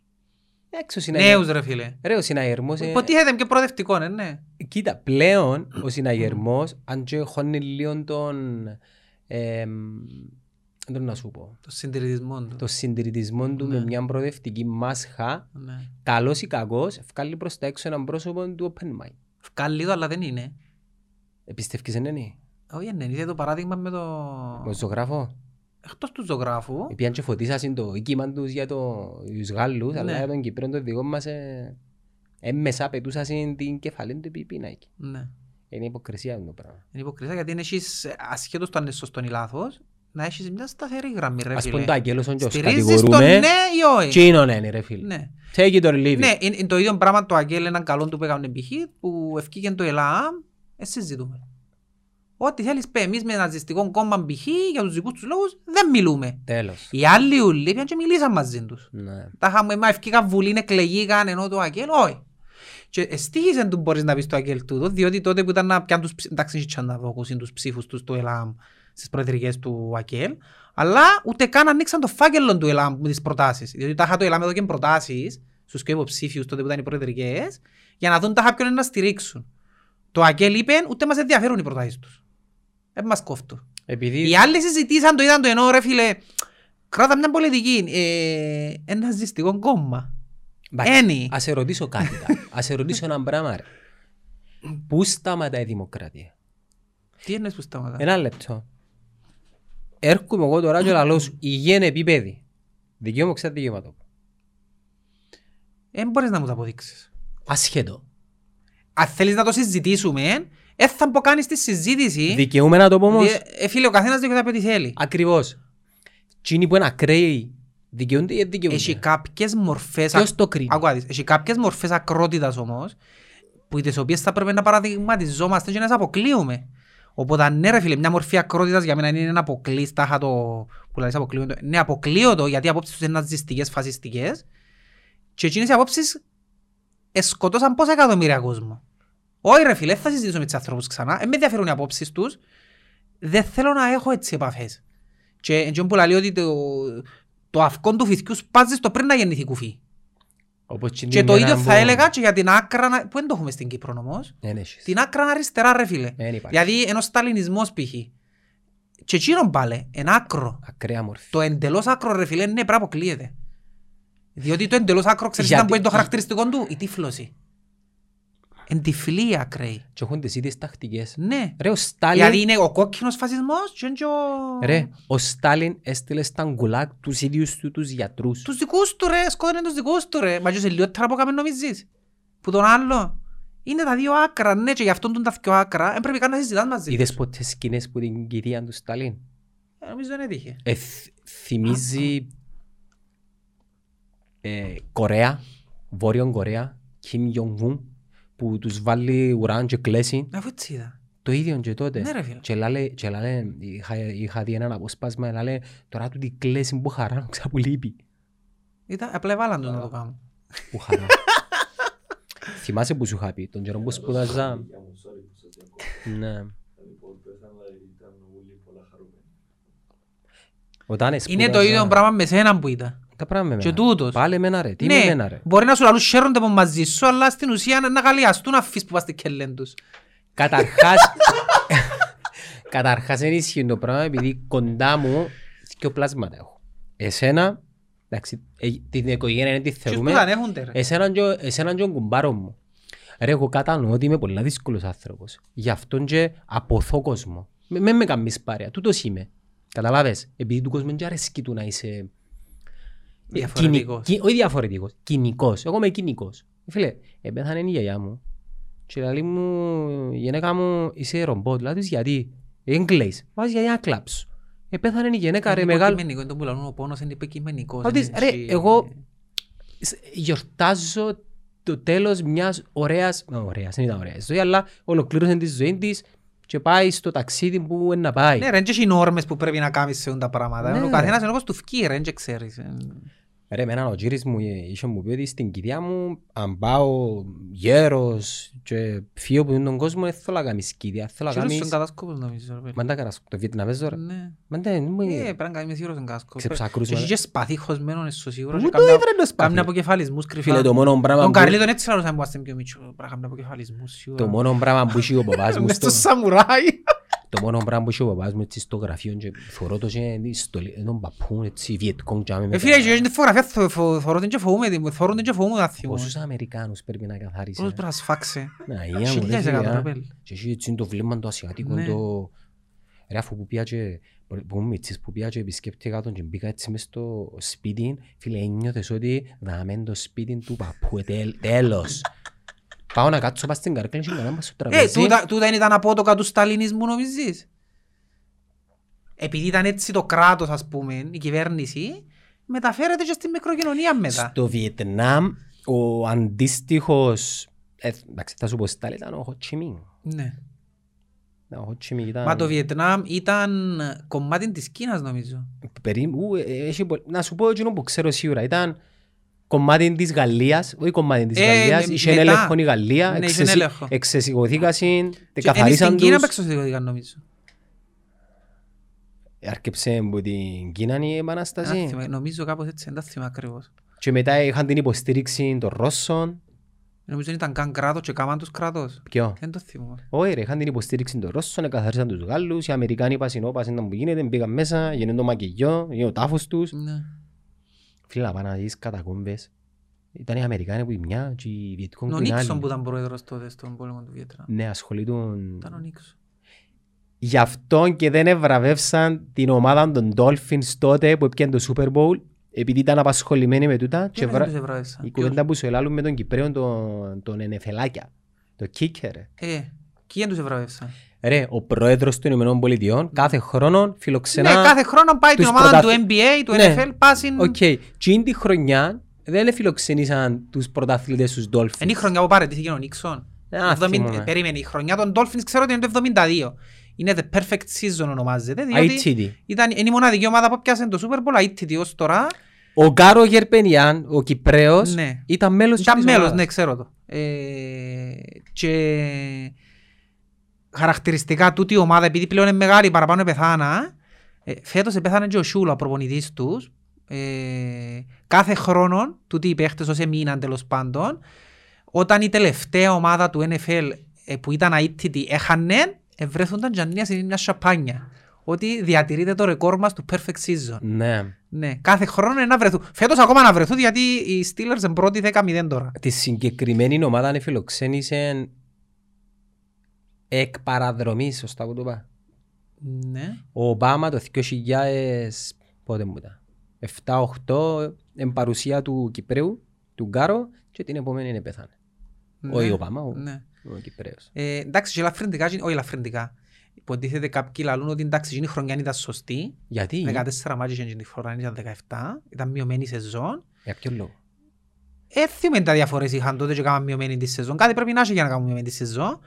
Εντάξει, Ε, ο συναγερμός-
Νέους ρε φίλε.
Ρε, ο συναγερμός... ε,
Υποτίθεται πιο προοδευτικό, ναι, ναι.
Κοίτα, πλέον ο συναγερμός, αν και χώνει λίγο τον... εμ, τον να σου πω.
Το συντηρητισμό του.
Το συντηρητισμό του με
Ναι.
μια προοδευτική μάσχα,
Ναι.
καλός ή κακός, βγάλει προς τα έξω έναν πρόσωπο του open mind.
Φκάλλει το, αλλά δεν είναι.
Επιστεύκεις εν είναι.
Όχι, ναι, είδε το παράδειγμα με το...
Ο ζωγράφο.
Εκτός του ζωγράφου.
Επιάν και φωτίσασαν το οίκημα τους για το, τους Γάλλους, αλλά
Ναι.
για τον Κυπρέον το δικό μας ε, έμμεσα πετούσασαν την κεφαλή του επί πίνακι.
Ναι.
Είναι υποκρισία αυτό το πράγμα.
Είναι υποκρισία γιατί είναι έχεις, ε, ασχέτως το αν είναι σωστό ή λάθος, να έχεις μια σταθερή γραμμή, ρε
Ας
φίλε.
πούμε το αγγέλωσον και ως
Στηρίζεις τον
κατηγορούμε,
ναι ή όχι.
τσίνον είναι ρε φίλε.
Ναι.
Take it or leave it.
Ναι, είναι, είναι το ίδιο πράγμα το Αγγέλ, έναν καλό του που έκανε π.χ. που ευκήγεν το ΕΛΑΜ, εσύ ζητούμε. Ό,τι θέλεις πέ, εμείς με ναζιστικό κόμμα π.χ. για τους δικούς τους λόγους δεν μιλούμε.
Τέλος.
Οι άλλοι ουλοί πήγαν και μιλήσαν μαζί τους.
Ναι.
Τα είχαμε, μα ευκήγαν βουλήν, εκλεγήκαν ενώ το Αγγέλ, όχι. Και εστίχησε του μπορείς να πεις το Αγγέλ τούτο, διότι τότε που ήταν να πιάνουν τους, ψ- εντάξει, είχαν να δοκούσουν τους ψήφους τους του ΕΛΑΜ στις προεδρικές του Αγγέλ, αλλά ούτε καν ανοίξαν το φάκελο του ΕΛΑΜ με τις προτάσεις. Διότι τα είχα το ΕΛΑΜ εδώ και προτάσεις στους και υποψήφιους τότε που ήταν οι προεδρικές, για να δουν τα είχα ποιον είναι να στηρίξουν. Το Αγγέλ είπε, ούτε μας ενδιαφέρουν οι προτάσεις τους. Δεν μας κόφτουν.
Επειδή
Οι άλλοι συζητήσαν το είδαν το ενώ ρε φίλε Κράτα μια πολιτική ε, Ένα ζηστικό κόμμα
Μπα,
Ένι.
Ας σε ρωτήσω κάτι.
[LAUGHS]
τώρα. Ας σε ρωτήσω ένα πράγμα. ρε. Πού σταματάει η δημοκρατία.
Τι είναι που σταματά
Ένα λεπτό. Έρχομαι εγώ τώρα και λαλώ σου υγιέν επίπεδη. Δικαίωμα ξένα δικαιώματο.
Δεν Ε, μπορείς να μου το αποδείξεις
Ασχέτο.
Αν θέλεις να το συζητήσουμε Δεν θα μπω κάνεις τη συζήτηση
Δικαιούμαι να το πω όμως.
διε- ε, Φίλε ο καθένας δικαιούται από ό,τι θέλει
Ακριβώς. Τι είναι που είναι ακραίοι. Δικαιούνται ή δεν
Έχει
δικαιούνται.
κάποιες μορφές
Ποιος το κρίνει.
Ακούω, έχει κάποιες μορφές ακρότητας όμως που τις οποίες θα πρέπει να παραδειγματιζόμαστε και να τις αποκλείουμε. Οπότε ναι ρε φίλε, μια μορφή ακρότητας για μένα είναι ένα αποκλείς, τάχα το που λαλείς αποκλείω το. Ναι, αποκλείω το γιατί οι απόψεις τους είναι ναζιστικές, φασιστικές και εκείνες οι απόψεις εσκοτώσαν πόσα εκατομμύρια κόσμο. Όχι ρε φίλε, δεν θα συζητήσω με τους ανθρώπους ξανά, ε, με ενδιαφέρουν οι απόψεις τους, δεν θέλω να έχω έτσι επαφές. Και εκείνο που λέει ότι το, το αυκόν του φυθκιού σπάζει στο πριν να γεννηθεί κουφί.
Όπως την
Και το
ημέρα
ίδιο θα
που-
έλεγα και για την άκρα, να- που δεν το έχουμε στην Κύπρο όμως,
Δεν έχεις.
την άκρα αριστερά ρε φίλε.
Ναι, Δεν υπάρχει.
Δηλαδή ένας σταλινισμός π.χ. Και εκείνον πάλι, ένα άκρο.
Ακραία μορφή.
Το εντελώς άκρο ρε φίλε, ναι πρέπει να αποκλείεται. Διότι το εντελώς άκρο ξέρεις
Γιατί-
ήταν που είναι το χαρακτηριστικό του, η τύφλωση. Εν τυφλή η ακραίη.
Και έχουν τις ίδιες τακτικές.
Ναι.
Ρε ο Στάλιν.
Δηλαδή είναι ο κόκκινος φασισμός και είναι και ο...
Ρε, ο Στάλιν έστειλε στα γκουλάκ τους ίδιους του τους γιατρούς.
Τους δικούς του ρε, σκότωνε τους δικούς του ρε. Μα και σε λιότερα από κάμε νομίζεις. Που τον άλλο. Είναι τα δύο άκρα, ναι, και γι' αυτόν τον τα δυο άκρα. Εν πρέπει καν να συζητάς μαζί.
Είδες ποτέ σκηνές που την κυρία του Στάλιν.
Ε, Νομίζω δεν έτυχε.
Ε, θ- θυμίζει ε, Κορέα, Βόρειον Κορέα, Κιμ Ιονγκούν, που τους βάλει ουράν και κλέσει.
Αφού έτσι είδα.
Το ίδιο και τότε.
Ναι, ρε φίλε.
Και λάλε, και λάλε, είχα, είχα δει έναν απόσπασμα, λάλε, τώρα του την κλέσει που [LAUGHS] χαρά, ξα που λείπει.
Ήταν, απλά έβαλαν τον να το κάνω.
Που
[LAUGHS]
χαρά. Θυμάσαι που σου είχα πει, τον καιρό που σπουδαζά. ναι. Όταν
Είναι
σπούδαζα-
το ίδιο πράγμα με σένα που ήταν.
Τα πράγματα με
Και
εμένα.
τούτος.
Πάλι εμένα ρε, Ναι. τι είναι
Ναι,
εμένα ρε.
μπορεί να σου λαλούς χαίρονται από μαζί σου, αλλά στην ουσία να- να γαλιαστούν αφήσεις που πας στην κελέν τους.
Καταρχάς, [LAUGHS] καταρχάς δεν ισχύει το πράγμα επειδή κοντά μου δύο πλάσματα έχω. Εσένα, εντάξει, ε, την οικογένεια είναι τη
Και που
θεωρούμε. Ε,
δεν έχονται ρε.
Εσέναν και, ο- εσέναν και ο κουμπάρο μου. Ρε, εγώ κατανοώ ότι είμαι πολύ δύσκολος άνθρωπος. Γι' αυτόν και αποθώ κόσμο. Με, με, με καμίς παρέα, τούτος είμαι. Καταλάβες, επειδή του κόσμου δεν αρέσκει του να είσαι
Διαφορετικός.
Κοινι- κι- όχι διαφορετικός, κοινικός. Εγώ είμαι κοινικός. Φίλε, επέθανε η γιαγιά μου και λέει μου, η γυναίκα μου είσαι ρομπότ. Λέω της γιατί, δεν κλαίς. Βάζεις γιατί να κλάψω. Επέθανε η γυναίκα ρε
Είναι
μεγάλο.
υποκειμενικό, είναι το που λαλούν ο πόνος, είναι υποκειμενικός,
Λέω της,
είναι
ρε,
έτσι-
εγώ σ- γιορτάζω το- στο τέλος μιας ωραίας, μα, ωραίας, δεν ήταν ωραίας η ζωή, αλλά ολοκλήρωσε τη ζωή της και πάει στο ταξίδι που είναι να πάει.
Ναι, ρε, είναι και οι νόρμες που πρέπει να κάνεις σε όντα πράγματα.
Ναι.
Ο καθένας είναι όπως του φκεί, ρε, δεν ξέρεις. Ε,
Ρε, εμένα ο κύρις μου ε, είχε μου πει ότι στην κηδεία μου, αν πάω γέρος και φύο που είναι τον κόσμο, δεν θέλω να κάνεις κηδεία, θέλω να
χειρός
κάνεις...
στον κατάσκοπος, νομίζω, ρε, παιδί.
Μα τα κάνας το Βιετναμέζο ρε.
Ναι.
Μα δεν μου
Ε,
είναι...
πρέπει να κάνεις χειρός στον κατάσκοπο.
Ξεψακρούσμα.
Έχει και σπαθί χωσμένο, είσαι σίγουρος.
Μου
και
το
κάμια-
έβρε το σπαθί.
Κάμια αποκεφαλισμούς, κρυφά.
Φίλε, το μόνο πράγμα
Τον
που...
Καρλίτον έτσι θα ρωτάμε που είμαστε πιο μίτσο. Πράγμα από κεφαλισμούς, σίγουρα.
Το μόνο πράγμα που είχε ο παπάς μου
[LAUGHS] Μες
στο...
στο σαμουράι.
Το μόνο πράγμα που είχε ο παπάς μου έτσι στο γραφείο και θωρώ το και είναι η στολή- έναν παππούν έτσι Βιετκόν και άμε
Ε,
μετά.
φίλε, και την φωτογραφία θω- θω- θωρώ την και φοβούμαι την, θωρώ την και φοβούμαι να θυμώ.
Πόσους Αμερικάνους πρέπει να καθάρισε.
Πώς πρέπει να σφάξε.
Να η μου ρε
Χιλιάδες εκατό, ρε
φίλε.
πέλη.
Και είχε έτσι το βλέμμα το ασιατικό
Ναι.
το... Ρε αφού που πήγα και... Που ήμουν μητσής που πήγα και επισκέπτηκα τον και μπήκα έτσι μες στο σπίτι Φίλε ένιωθες ότι δαμέν το σπίτι του παππού Ε, τέλ- τέλος. Πάω να κάτσω πας στην καρκλή και κανένα στο
Ε,
τραπέζι.
τούτα- τούτα είναι ήταν απότοκα του σταλινισμού νομίζεις. Επειδή ήταν έτσι το κράτος ας πούμε, η κυβέρνηση, μεταφέρεται και στη μικροκοινωνία μετά.
Στο Βιετνάμ ο αντίστοιχος... Ε, εντάξει, θα σου πω στα ήταν ο Χοτσιμίν.
Ναι.
Ο Χοτσιμίν ήταν...
Μα το Βιετνάμ ήταν κομμάτι της Κίνας νομίζω. Ε, ναι,
Περίπου, ε, ε, έχει πο- να σου πω εκείνο που ξέρω σίγουρα. Ήταν κομμάτι της Γαλλίας, όχι κομμάτι της
Ε,
Γαλλίας,
με-
είχε
μετά.
έλεγχο η Γαλλία,
Ναι, είχε
εξεσυ-
έλεγχο.
εξεσηκωθήκασαν,
Και Είναι
τε
στην
καθαρίσαν
Κίνα
τους.
παίξωσιδικοτικά νομίζω.
Άρκεψε Ε, από την Κίνα η
Δεν τα
επανάσταση
θυμάμαι, Νομίζω κάπως έτσι, δεν τα θυμάμαι ακριβώς.
και μετά είχαν την υποστήριξη των Ρώσων.
Νομίζω δεν ήταν καν κράτος και κάμαν τους κράτος.
Ποιο?
Δεν το θυμάμαι.
Όχι ρε, είχαν την υποστήριξη των Ρώσων, καθαρίσαν τους Γάλλους, οι Αμερικάνοι είπαν συνόπας, ήταν που γίνεται, μπήκαν μέσα, γίνεται το μακελιό, είναι ο τάφος τους.
Ναι.
Φίλε, να πάνε να δεις κατακόμβες. Ήταν οι Αμερικάνοι που η μια και οι Βιετκόν
Ο
που η
Νίξον
άλλη.
που ήταν πρόεδρος τότε στον πόλεμο του Βιετνάμ.
Ναι, ασχολείτουν.
Ήταν ο Νίξον.
Γι' αυτό και δεν ευραβεύσαν την ομάδα των Dolphins τότε που έπιαν το Super Bowl, επειδή ήταν απασχολημένοι με τούτα. Και
Και
βρα-
τους
Η
ευράδεσαν.
κουβέντα που σου ελάλουν με τον Κυπρέον τον, τον Ενεφελάκια. Το Κίκερ.
Ε, ποιοι τους ευράδευσαν.
Ρε, ο πρόεδρος των Ηνωμένων Πολιτειών κάθε χρόνο
Ναι,
φιλοξενά.
κάθε χρόνο πάει την
τους
ομάδα του
πρωταθλη-
NBA, του
Ναι.
NFL, πάει στην...
Οκ. Και είναι τη χρονιά δεν φιλοξενήσαν τους πρωταθλητές τους Dolphins.
Είναι η χρονιά που παρετήθηκε ο Νίξον.
Α,
Εβδομήν-
θυμούμαι.
ε, Περίμενε, η χρονιά των Dolphins ξέρω ότι είναι το 72. Είναι the perfect season ονομάζεται, διότι
ITD.
ήταν, είναι η μοναδική ομάδα που πιάσε το Super Bowl, ITD ως τώρα.
Ο Γκάρο Γερπενιάν, ο Κυπρέος,
Ναι.
ήταν μέλος
Ήταν
της
μέλος,
ομάδας.
ναι, ξέρω το. Ε, και χαρακτηριστικά τούτη η ομάδα, επειδή πλέον είναι μεγάλη, παραπάνω πεθάνα, ε, φέτος επέθανε και ο Σούλα, ο προπονητής τους. Ε, κάθε χρόνο, τούτοι οι παίχτες όσοι μείναν τέλος πάντων, όταν η τελευταία ομάδα του NFL ε, που ήταν αίτητη έχανε, ε, ευρέθονταν τζανία σε μια σαπάνια. Ότι διατηρείται το ρεκόρ μας του perfect season.
Ναι.
Ναι, κάθε χρόνο είναι να βρεθούν. Φέτος ακόμα να βρεθούν γιατί οι Steelers είναι πρώτοι 10-0 τώρα.
Τη συγκεκριμένη ομάδα αν φιλοξένησε εκ παραδρομής, σωστά που το είπα.
Ναι.
Ο Ομπάμα το 2000, πότε μου ήταν, 7-8, εν παρουσία του Κυπρέου, του Γκάρο και την επόμενη είναι πεθάνε. Όχι ο Ομπάμα, ο,
Ναι.
ο Κυπρέος.
Ε, εντάξει, και ελαφρυντικά, και- όχι ελαφρυντικά. Υποτίθεται κάποιοι λαλούν ότι εντάξει, η χρονιά ήταν σωστή.
Γιατί,
14 μάτια και την φορά ήταν 17. Ήταν μειωμένη σεζόν.
για ποιο λόγο.
Έθιμε τα διαφορές είχαν τότε και κάναμε μειωμένη τη σεζόν. Κάτι πρέπει να έχει για να κάνουμε μειωμένη τη σεζόν.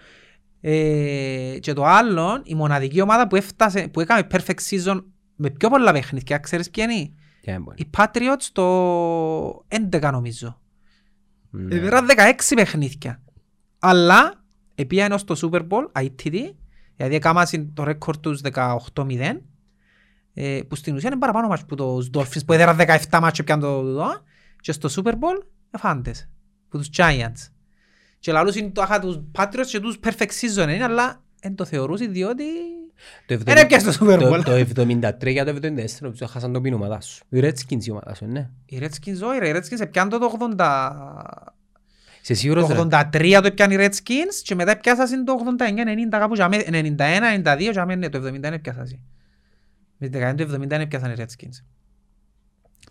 Ε, και το άλλο, η μοναδική ομάδα που, έφτασε, που έκανε perfect season με πιο πολλά παιχνίδια, ξέρεις ποια είναι.
Για έμπονη.
Οι Patriots το 11 νομίζω. Ε,
Ναι.
Επήραν 16 παιχνίδια. Αλλά επίαν ως το Super Bowl, ITD, δηλαδή έκαναν το ρέκορ τους 18-0, ε, που στην ουσία είναι παραπάνω μάτς που τους Dolphins, που έδεραν 17 μάτς και πιάνε το δω, και στο Super Bowl εφάντες, που τους Giants. Και λαλούς είναι το άχα τους Patriots και τους Perfect Season είναι, αλλά δεν το θεωρούσε διότι...
Το
Δεν έπιασε το Super
το-
Bowl.
Το 73 για το 74 που χάσαν το πίνο ομάδα σου. Η Redskins η ομάδα σου, ναι.
Οι Redskins όχι ρε, οι Redskins έπιαν το 80...
Σε σίγουρος ρε.
Το 83 το έπιαν οι Redskins και μετά πιάσασαν το 89-90 κάπου, για μέ- 91-92 και αμέ- ναι, το 71 πιάσασαν. Με τη δεκαετία του 70 πιάσαν οι Redskins.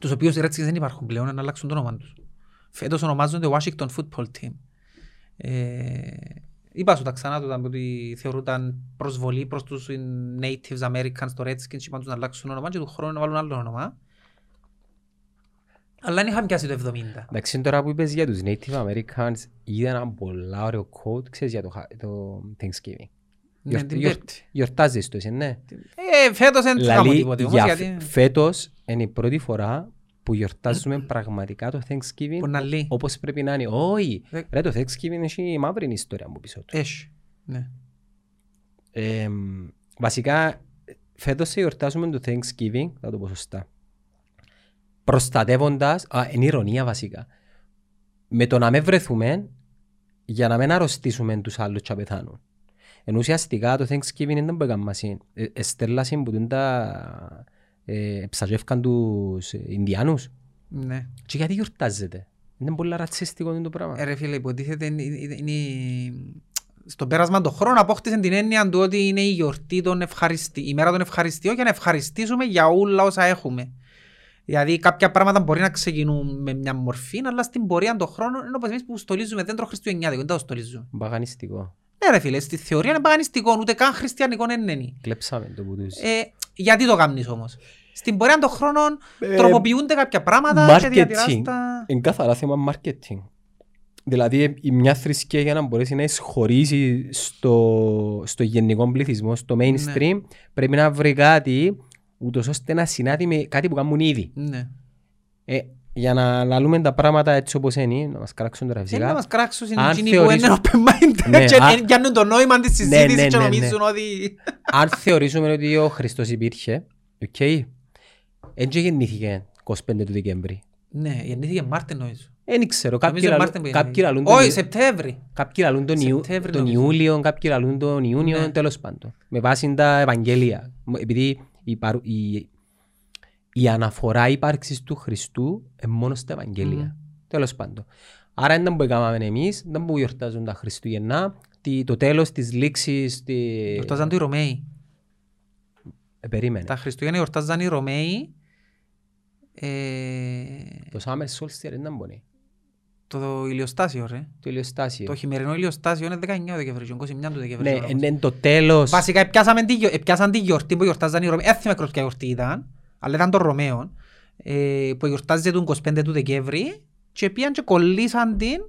Τους οποίους οι Redskins δεν υπάρχουν πλέον, να αλλάξουν το όνομα τους. Φέτος ονομάζονται Washington Football Team. Ε, είπα σου τα ξανά του ήταν ότι θεωρούνταν προσβολή προς τους Natives Americans, το Redskins, και είπαν τους να αλλάξουν όνομα και του χρόνου να βάλουν άλλο όνομα. Αλλά δεν είχαμε πιάσει το 70.
Εντάξει, τώρα που είπες για τους Native Americans, είδα ένα πολλά ωραίο code, ξέρεις, για το, χα- το Thanksgiving.
Ναι,
Γιορ-
την
γιορ-
Πέμπτη.
Γιορτάζεις το, εσύ, ναι.
Ε, φέτος δεν είχαμε
Δηλαδή,
τίποτε όμως,
για φ-
γιατί...
φέτος είναι η πρώτη φορά που γιορτάζουμε πραγματικά το
Που
Thanksgiving
να λέει.
όπως πρέπει να είναι. Όχι,
Δεν-
ρε, το Thanksgiving έχει μαύρη ιστορία μου πίσω του.
Έχει. Ναι.
Εμ, βασικά, φέτος γιορτάζουμε το Thanksgiving, θα το πω σωστά, προστατεύοντας, α, είναι ηρωνία βασικά, με το να με βρεθούμε για να μην αρρωστήσουμε τους άλλους και να πεθάνουν. Εν ουσιαστικά το Thanksgiving ήταν που έκαμε μαζί. Ε, εστέλασαν που τούν τα ε, ψαζεύκαν τους Ινδιάνους.
Ναι.
Και γιατί γιορτάζεται. Είναι πολύ ρατσιστικό το πράγμα.
Ε, ρε φίλε, υποτίθεται είναι- είναι- είναι- στο πέρασμα των χρόνων απόκτησε την έννοια του ότι είναι η γιορτή των ευχαριστη... η μέρα των ευχαριστειών για να ευχαριστήσουμε για όλα όσα έχουμε. Δηλαδή κάποια πράγματα μπορεί να ξεκινούν με μια μορφή, αλλά στην πορεία των χρόνων είναι όπως εμείς που στολίζουμε δέντρο χριστουγεννιάτικο, δεν το στολίζουμε.
Μπαγανιστικό.
Ναι ρε φίλε, στη θεωρία είναι παγανιστικό, ούτε καν χριστιανικό δεν είναι.
Κλέψαμε το που τους...
Ε, γιατί το κάνεις όμως. Στην πορεία των χρόνων τροποποιούνται κάποια πράγματα και
Ε, marketing.
διατηράς τα...
Είναι καθαρά θέμα marketing. Δηλαδή ε, η μια θρησκεία για να μπορέσει να εισχωρήσει στο, στο γενικό πληθυσμό, στο
Ναι.
mainstream, πρέπει να βρει κάτι ούτως ώστε να συνάδει με κάτι που κάνουν ήδη.
Ναι.
Ε, για να λαλούμε τα πράγματα έτσι όπως είναι, να μας καράξουν τώρα
Θέλει Ε, να
φυσικά.
μας κράξουν είναι
αν
εκείνοι που
θεωρείς-
είναι open-minded
Ναι,
και
α-
δεν πιάνουν το νόημα της
Ναι, ναι,
συζήτησης και
ναι, ναι.
νομίζουν ότι...
Αν θεωρήσουμε ότι ο Χριστός υπήρχε, οκ, έτσι γεννήθηκε 25 του Δεκέμβρη.
Ναι, γεννήθηκε Μάρτιν νομίζω.
Δεν ξέρω, κάποιοι
Νομίζω Μάρτιν που γεννήθηκε.
λαλούν- κάποιοι λαλούν... τον
Όχι,
Ιου-
Σεπτέμβρη.
Κάποιοι λαλούν τον, Ιου,
Σεπτέμβρη
τον
νομίζω.
Ιούλιο, κάποιοι λαλούν τον Ιούνιο,
Ναι.
τέλος πάντων. Με βάση τα Ευαγγέλια. Μ- Επειδή η, παρου- η, η αναφορά ύπαρξης του Χριστού είναι μόνος στα Ευαγγέλια. Τέλος πάντων. Άρα ήταν που έκαναμε εμείς, ήταν που γιορτάζουν τα Χριστούγεννα, τι- το τέλος της λήξης... Τη...
Γιορτάζαν το οι Ρωμαίοι.
Ε, περίμενε.
Τα Χριστούγεννα γιορτάζαν οι Ρωμαίοι. ε,
Το Summer Solstice δεν ήταν πολύ.
Το ηλιοστάσιο ρε.
Το ηλιοστάσιο.
Το χειμερινό ηλιοστάσιο είναι 19 Δεκεμβρίου και 29 του
Ε. Ναι,
Δεκεμβρίου.
εν- εν το τέλος...
Βασικά επιάσαμε τη, γιο- επιάσαν τη γιορτή που γιορτάζαν οι Ρωμαίοι. Έθιμε ακριβώς ποια γιορτή ήταν, αλλά ήταν των Ρωμαίων, ε, που γιορτάζεται τον 25 του Δεκέμβρη και πήγαν και κολλήσαν την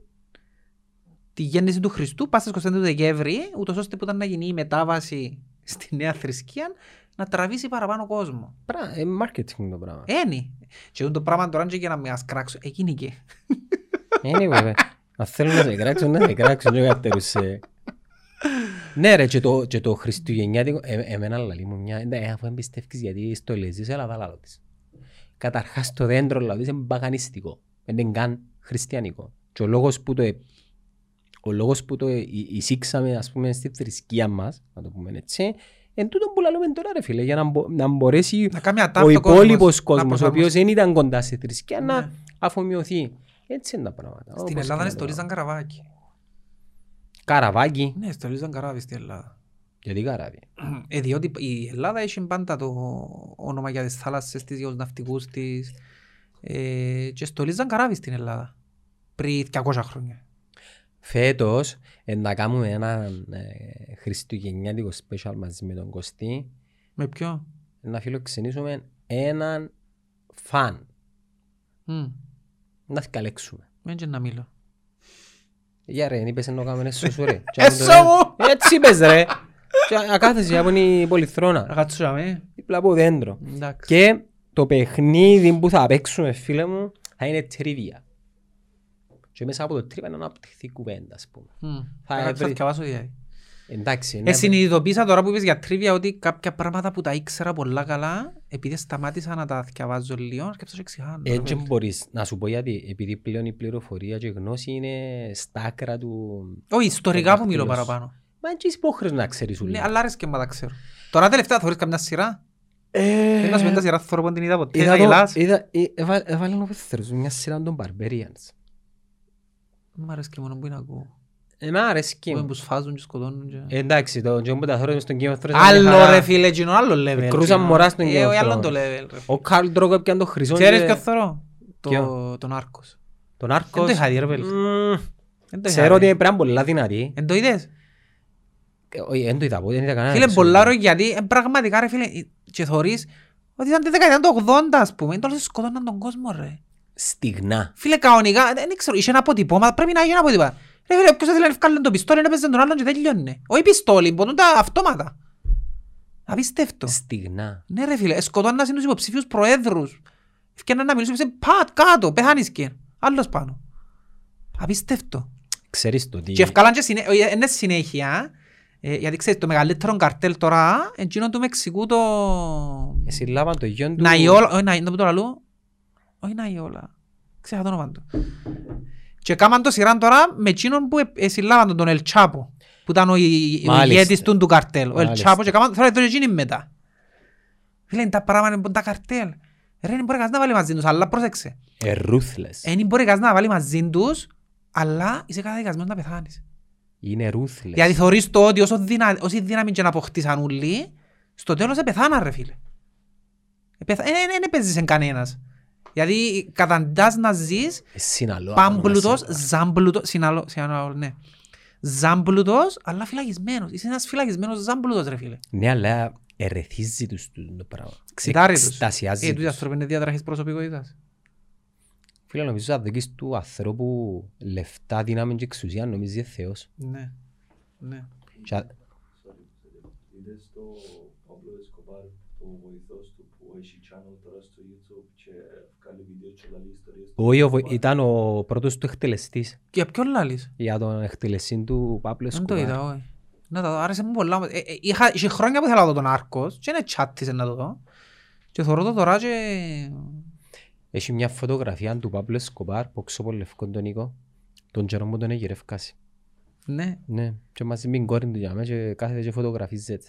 τη γέννηση του Χριστού πας στις 25 του Δεκέμβρη, ούτως ώστε που ήταν να γίνει η μετάβαση στη νέα θρησκεία, να τραβήσει παραπάνω κόσμο.
Πρα- ε, marketing το πράγμα.
Ένι. Και το πράγμα τώρα και για να με ασκράξω. Έγινε και.
Anyway, αν θέλουν να σε κράξουν, να σε κράξουν και καπτερούς σε... Ναι ρε, και το, και το Χριστουγεννιάτικο, ε, εμένα λαλεί μου μια, ε, αφού εμπιστεύκεις γιατί στο λεζείς, έλα τα λαλό της. Καταρχάς το δέντρο λαλό της είναι μπαγανιστικό, δεν είναι καν χριστιανικό. Και ο λόγος που το, ε- ο λόγος που το ε- ε- εισήξαμε, ας πούμε, στη θρησκεία μας, να το πούμε έτσι, εν τούτο που λαλούμε τώρα ρε φίλε, για να, μπο- να μπορέσει
Να κάνει ατάπτο
ο υπόλοιπο
να
κόσμος, ο οποίο
προσαρμοστεί.
δεν ήταν κοντά στη θρησκεία,
Ναι.
να αφομοιωθεί. Έτσι είναι τα πράγματα.
Στην
Όπως
Ελλάδα
και
είναι
να
στο
το
Ρίζαν Καραβάκι.
κάνουμε. Καραβάκι.
Ναι, στο Ρίζαν Καραβάκι στην Ελλάδα.
Γιατί καράβι.
Ε, διότι η Ελλάδα έχει πάντα το όνομα για τις θάλασσες της, για τους ναυτικούς της. Ε, και στολίζαν καράβι στην Ελλάδα πριν 200 χρόνια.
Φέτος να κάνουμε ένα ε, χριστουγεννιάτικο special μαζί με τον Κωστή.
Με ποιο?
Να φιλοξενήσουμε έναν φαν.
Μμ,
Να θυκαλέξουμε.
Μην και να μιλώ.
Για ρε, είπες να κάνουμε έσω
[LAUGHS]
σου ρε. Τι άμα το
Εσώ
λέμε.
μου!
Έτσι είπες ρε. Και να κάθεσαι από την πολυθρόνα.
Αγατσούσαμε.
Δίπλα από δέντρο.
Εντάξει.
Και το παιχνίδι που θα παίξουμε, φίλε μου, θα είναι τρίβια. Και μέσα από το τρίβια να αναπτυχθεί κουβέντα, ας πούμε.
Μμ,
Θα Ναι,
θα
έβρι-
διαβάσω διάρκεια.
Εντάξει,
Ε,
ναι.
συνειδητοποίησα τώρα που είπες για τρίβια ότι κάποια πράγματα που τα ήξερα πολλά καλά, επειδή σταμάτησα να τα διαβάζω λίγο, αρκέψα και ξεχάνω.
Έτσι ε, μπορείς να σου πω γιατί, επειδή πλέον η πληροφορία και η γνώση είναι στα άκρα του...
Όχι, ιστορικά που μιλώ
δάχτυλος.
παραπάνω.
Μα έτσι είσαι υπόχρεος να ξέρεις Ε, σου
Ναι,
λέει.
αλλά άρεσε και μα τα ξέρω. Τώρα τελευταία θα βρεις καμιά σειρά. Θέλω να σου πει τα σειρά θωρώ που την Ε, είδα ε, ποτέ. να γελάς.
Ε, Είδα, ε, έβαλε ο Πεθέρος μια σειρά των Barbarians.
Μ' αρέσει και μόνο που είναι ακούω.
Εμένα Ε, αρέσει και
Που είναι
μου. Ε,
που σφάζουν και σκοτώνουν και...
Εντάξει, το Τζον Πεταθόρος στον Game of Thrones. ήταν μια
Άλλο
χαρά.
ρε φίλε, εκείνο άλλο level.
Κρούσαν
εκείνο.
μωρά στον
Ε,
Game of
όχι, άλλο
Thrones.
το level. ρε.
Ο Καρλ Ντρόγκο έπιανε το χρυσό
Ξέρεις
και
ποιο θωρώ.
Ποιο?
Το- Τον Άρκος.
Τον
Δεν
Άρκος.
το είχα δει ρε παιδί.
Μμμ.
Δεν το είχα
Ξέρω ότι Ε,
δει.
είναι πράγμα πολλά δυνατή.
Εν το είδες.
Ε, Όχι, δεν το είδα ποτέ, δεν είδα κανένα.
Φίλε,
επεισόδιο.
πολλά ρε γιατί ε, πραγματικά ρε φίλε ε, και θωρείς ότι ήταν τη δεκαετία του 80 ας πούμε. Τώρα σκοτώναν τον κόσμο ρε.
στιγνά.
Φίλε, κανονικά, δεν δεν ξέρω, είχε ένα αποτυπώμα, πρέπει να έχει ένα αποτυπώμα. Ρε φίλε, ποιος ήθελε να βγάλει το πιστόλι, να παίζει τον άλλον και τελειώνει. Όχι πιστόλι, μπορούν τα αυτόματα. Απίστευτο.
Στιγνά.
Ναι ρε φίλε, σκοτώνας είναι τους υποψήφιους προέδρους. Φτιάχναν να μιλήσουν, είπαν, πατ, κάτω, πεθάνεις και. Άλλος πάνω. Απίστευτο.
Ξέρεις το τι...
Και ευκάλαν και συνέ- όχι, ε, είναι συνέχεια, ε, γιατί ξέρεις, το μεγαλύτερο καρτέλ τώρα, εκείνο του Μεξικού το...
Εσύ λάβαν το γιον του...
Ναϊόλα, όχι Ναϊόλα, το λαλού. Όχι Ναϊόλα. Ξέχα το όνομα του. Και κάμαν το σειράν τώρα με εκείνον που ε- εσυλλάβαν τον, τον Ελ Τσάπο. Που ήταν ο, η- ο
Μάλιστα.
ηγέτης του του καρτέλ. Ο Ελ
Μάλιστα.
Τσάπο και κάμαν τώρα τώρα εκείνη μετά. Φίλε, είναι τα πράγματα είναι τα καρτέλ. Ρε, δεν μπορεί κανείς να βάλει μαζί τους, αλλά πρόσεξε.
Ε, ruthless.
Δεν μπορεί κανείς να βάλει μαζί τους, αλλά είσαι καταδικασμένος να πεθάνεις.
Είναι ruthless.
Δηλαδή θωρείς το ότι όσο δυνα... όση δύναμη και να αποκτήσαν όλοι, στο τέλος επεθάναν ρε φίλε. Ε, Δεν παίζεις εν κανένας. Δηλαδή καταντάς να ζεις
Ε, Συναλό.
πάμπλουτος,
ονομασία.
ζάμπλουτος, συναλό, συναλό, ναι. Ζάμπλουτος, αλλά φυλακισμένος. Είσαι ένας φυλακισμένος ζάμπλουτος ρε φίλε.
Ναι, αλλά ερεθίζει τους το το πράγμα.
Ξητάρει τους.
Εκστασιάζει
Ε,
τους.
τούτοι άνθρωποι είναι διατραχής προσωπικότητας.
Φίλε, νομίζω αν δοκείς του ανθρώπου λεφτά, δύναμη και εξουσία, νομίζεις είναι Θεός.
Ναι. Ναι.
Και α-
Είδες το Παύλο Εσκομπάρ, το βοηθός του που έχει channel τώρα στο YouTube και βγάλει βίντεο και λέει ιστορίες. του
Ο Ιωβο-
Escobar.
ήταν ο πρώτος του εκτελεστής
Και για ποιον λάλλεις.
για τον εκτελεστή του Πάπλου
Δεν το
Εσκουβάρ.
είδα, όχι. Να τα δω, άρεσε μου πολλά. όμως. Ε, ε, είχα- Είχε χρόνια που ήθελα να δω τον Άρκος και είναι τσάτισε να το δω. Και θωρώ το τώρα και...
Έχει μια φωτογραφία του Παύλου Εσκοπάρ που ξέρω πολύ λευκό τον Νίκο, τον καιρό που τον έχει ρευκάσει.
Ναι.
Ναι, και μαζί με την κόρη του για μένα και κάθεται και φωτογραφίζεται.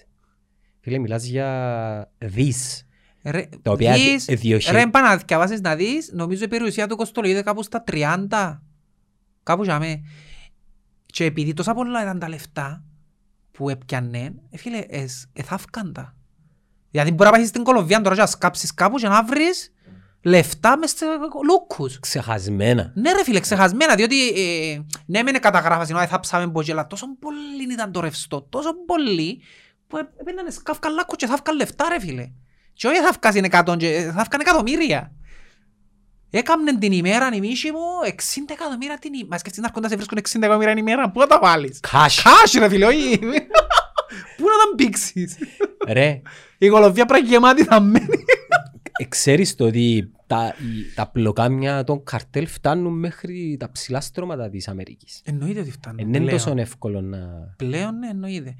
Φίλε, μιλάς για δις.
Ρε,
Τα οποία
δεις-
δι- διοχε-
Ρε, πά να διαβάσεις να δεις, νομίζω η περιουσία του Κοστολογίδη κάπου στα 30. Κάπου για μέ. Και επειδή τόσα πολλά ήταν τα λεφτά που έπιανε, ε, φίλε, εσ- εθάφκαν τα. Δηλαδή μπορεί να πας στην Κολοβία τώρα και να σκάψεις κάπου και να βρεις λεφτά μες σε λούκους.
Ξεχασμένα.
Ναι ρε φίλε, ξεχασμένα, διότι ε, ναι μεν καταγράφαση, ναι θάψαμε μποτζ, αλλά τόσο πολύ ήταν το ρευστό, τόσο πολύ, που ε, έπαιρναν σκάφκα λάκκο και θαύκαν λεφτά ρε φίλε. Και όχι θαύκας είναι εκατόν, και, ε, θαύκαν εκατομμύρια. Έκαμνε την ημέρα η μίση μου 60 εκατομμύρια την ημέρα. Μα σκεφτείς να έρχονται να σε βρίσκουν 60 εκατομμύρια την ημέρα, πού θα τα βάλεις.
Cash.
Κάσι ρε φίλε, [LAUGHS] όχι. Πού να τα μπήξεις.
Ρε,
Η κολοβία πρέπει γεμάτη θα μένει.
ε, ξέρεις το ότι τα, οι- τα πλοκάμια των καρτέλ φτάνουν μέχρι τα ψηλά στρώματα της Αμερικής.
Εννοείται ότι
Ε,
φτάνουν.
Δεν είναι
πλέον.
τόσο εύκολο να...
Πλέον ναι, εννοείται.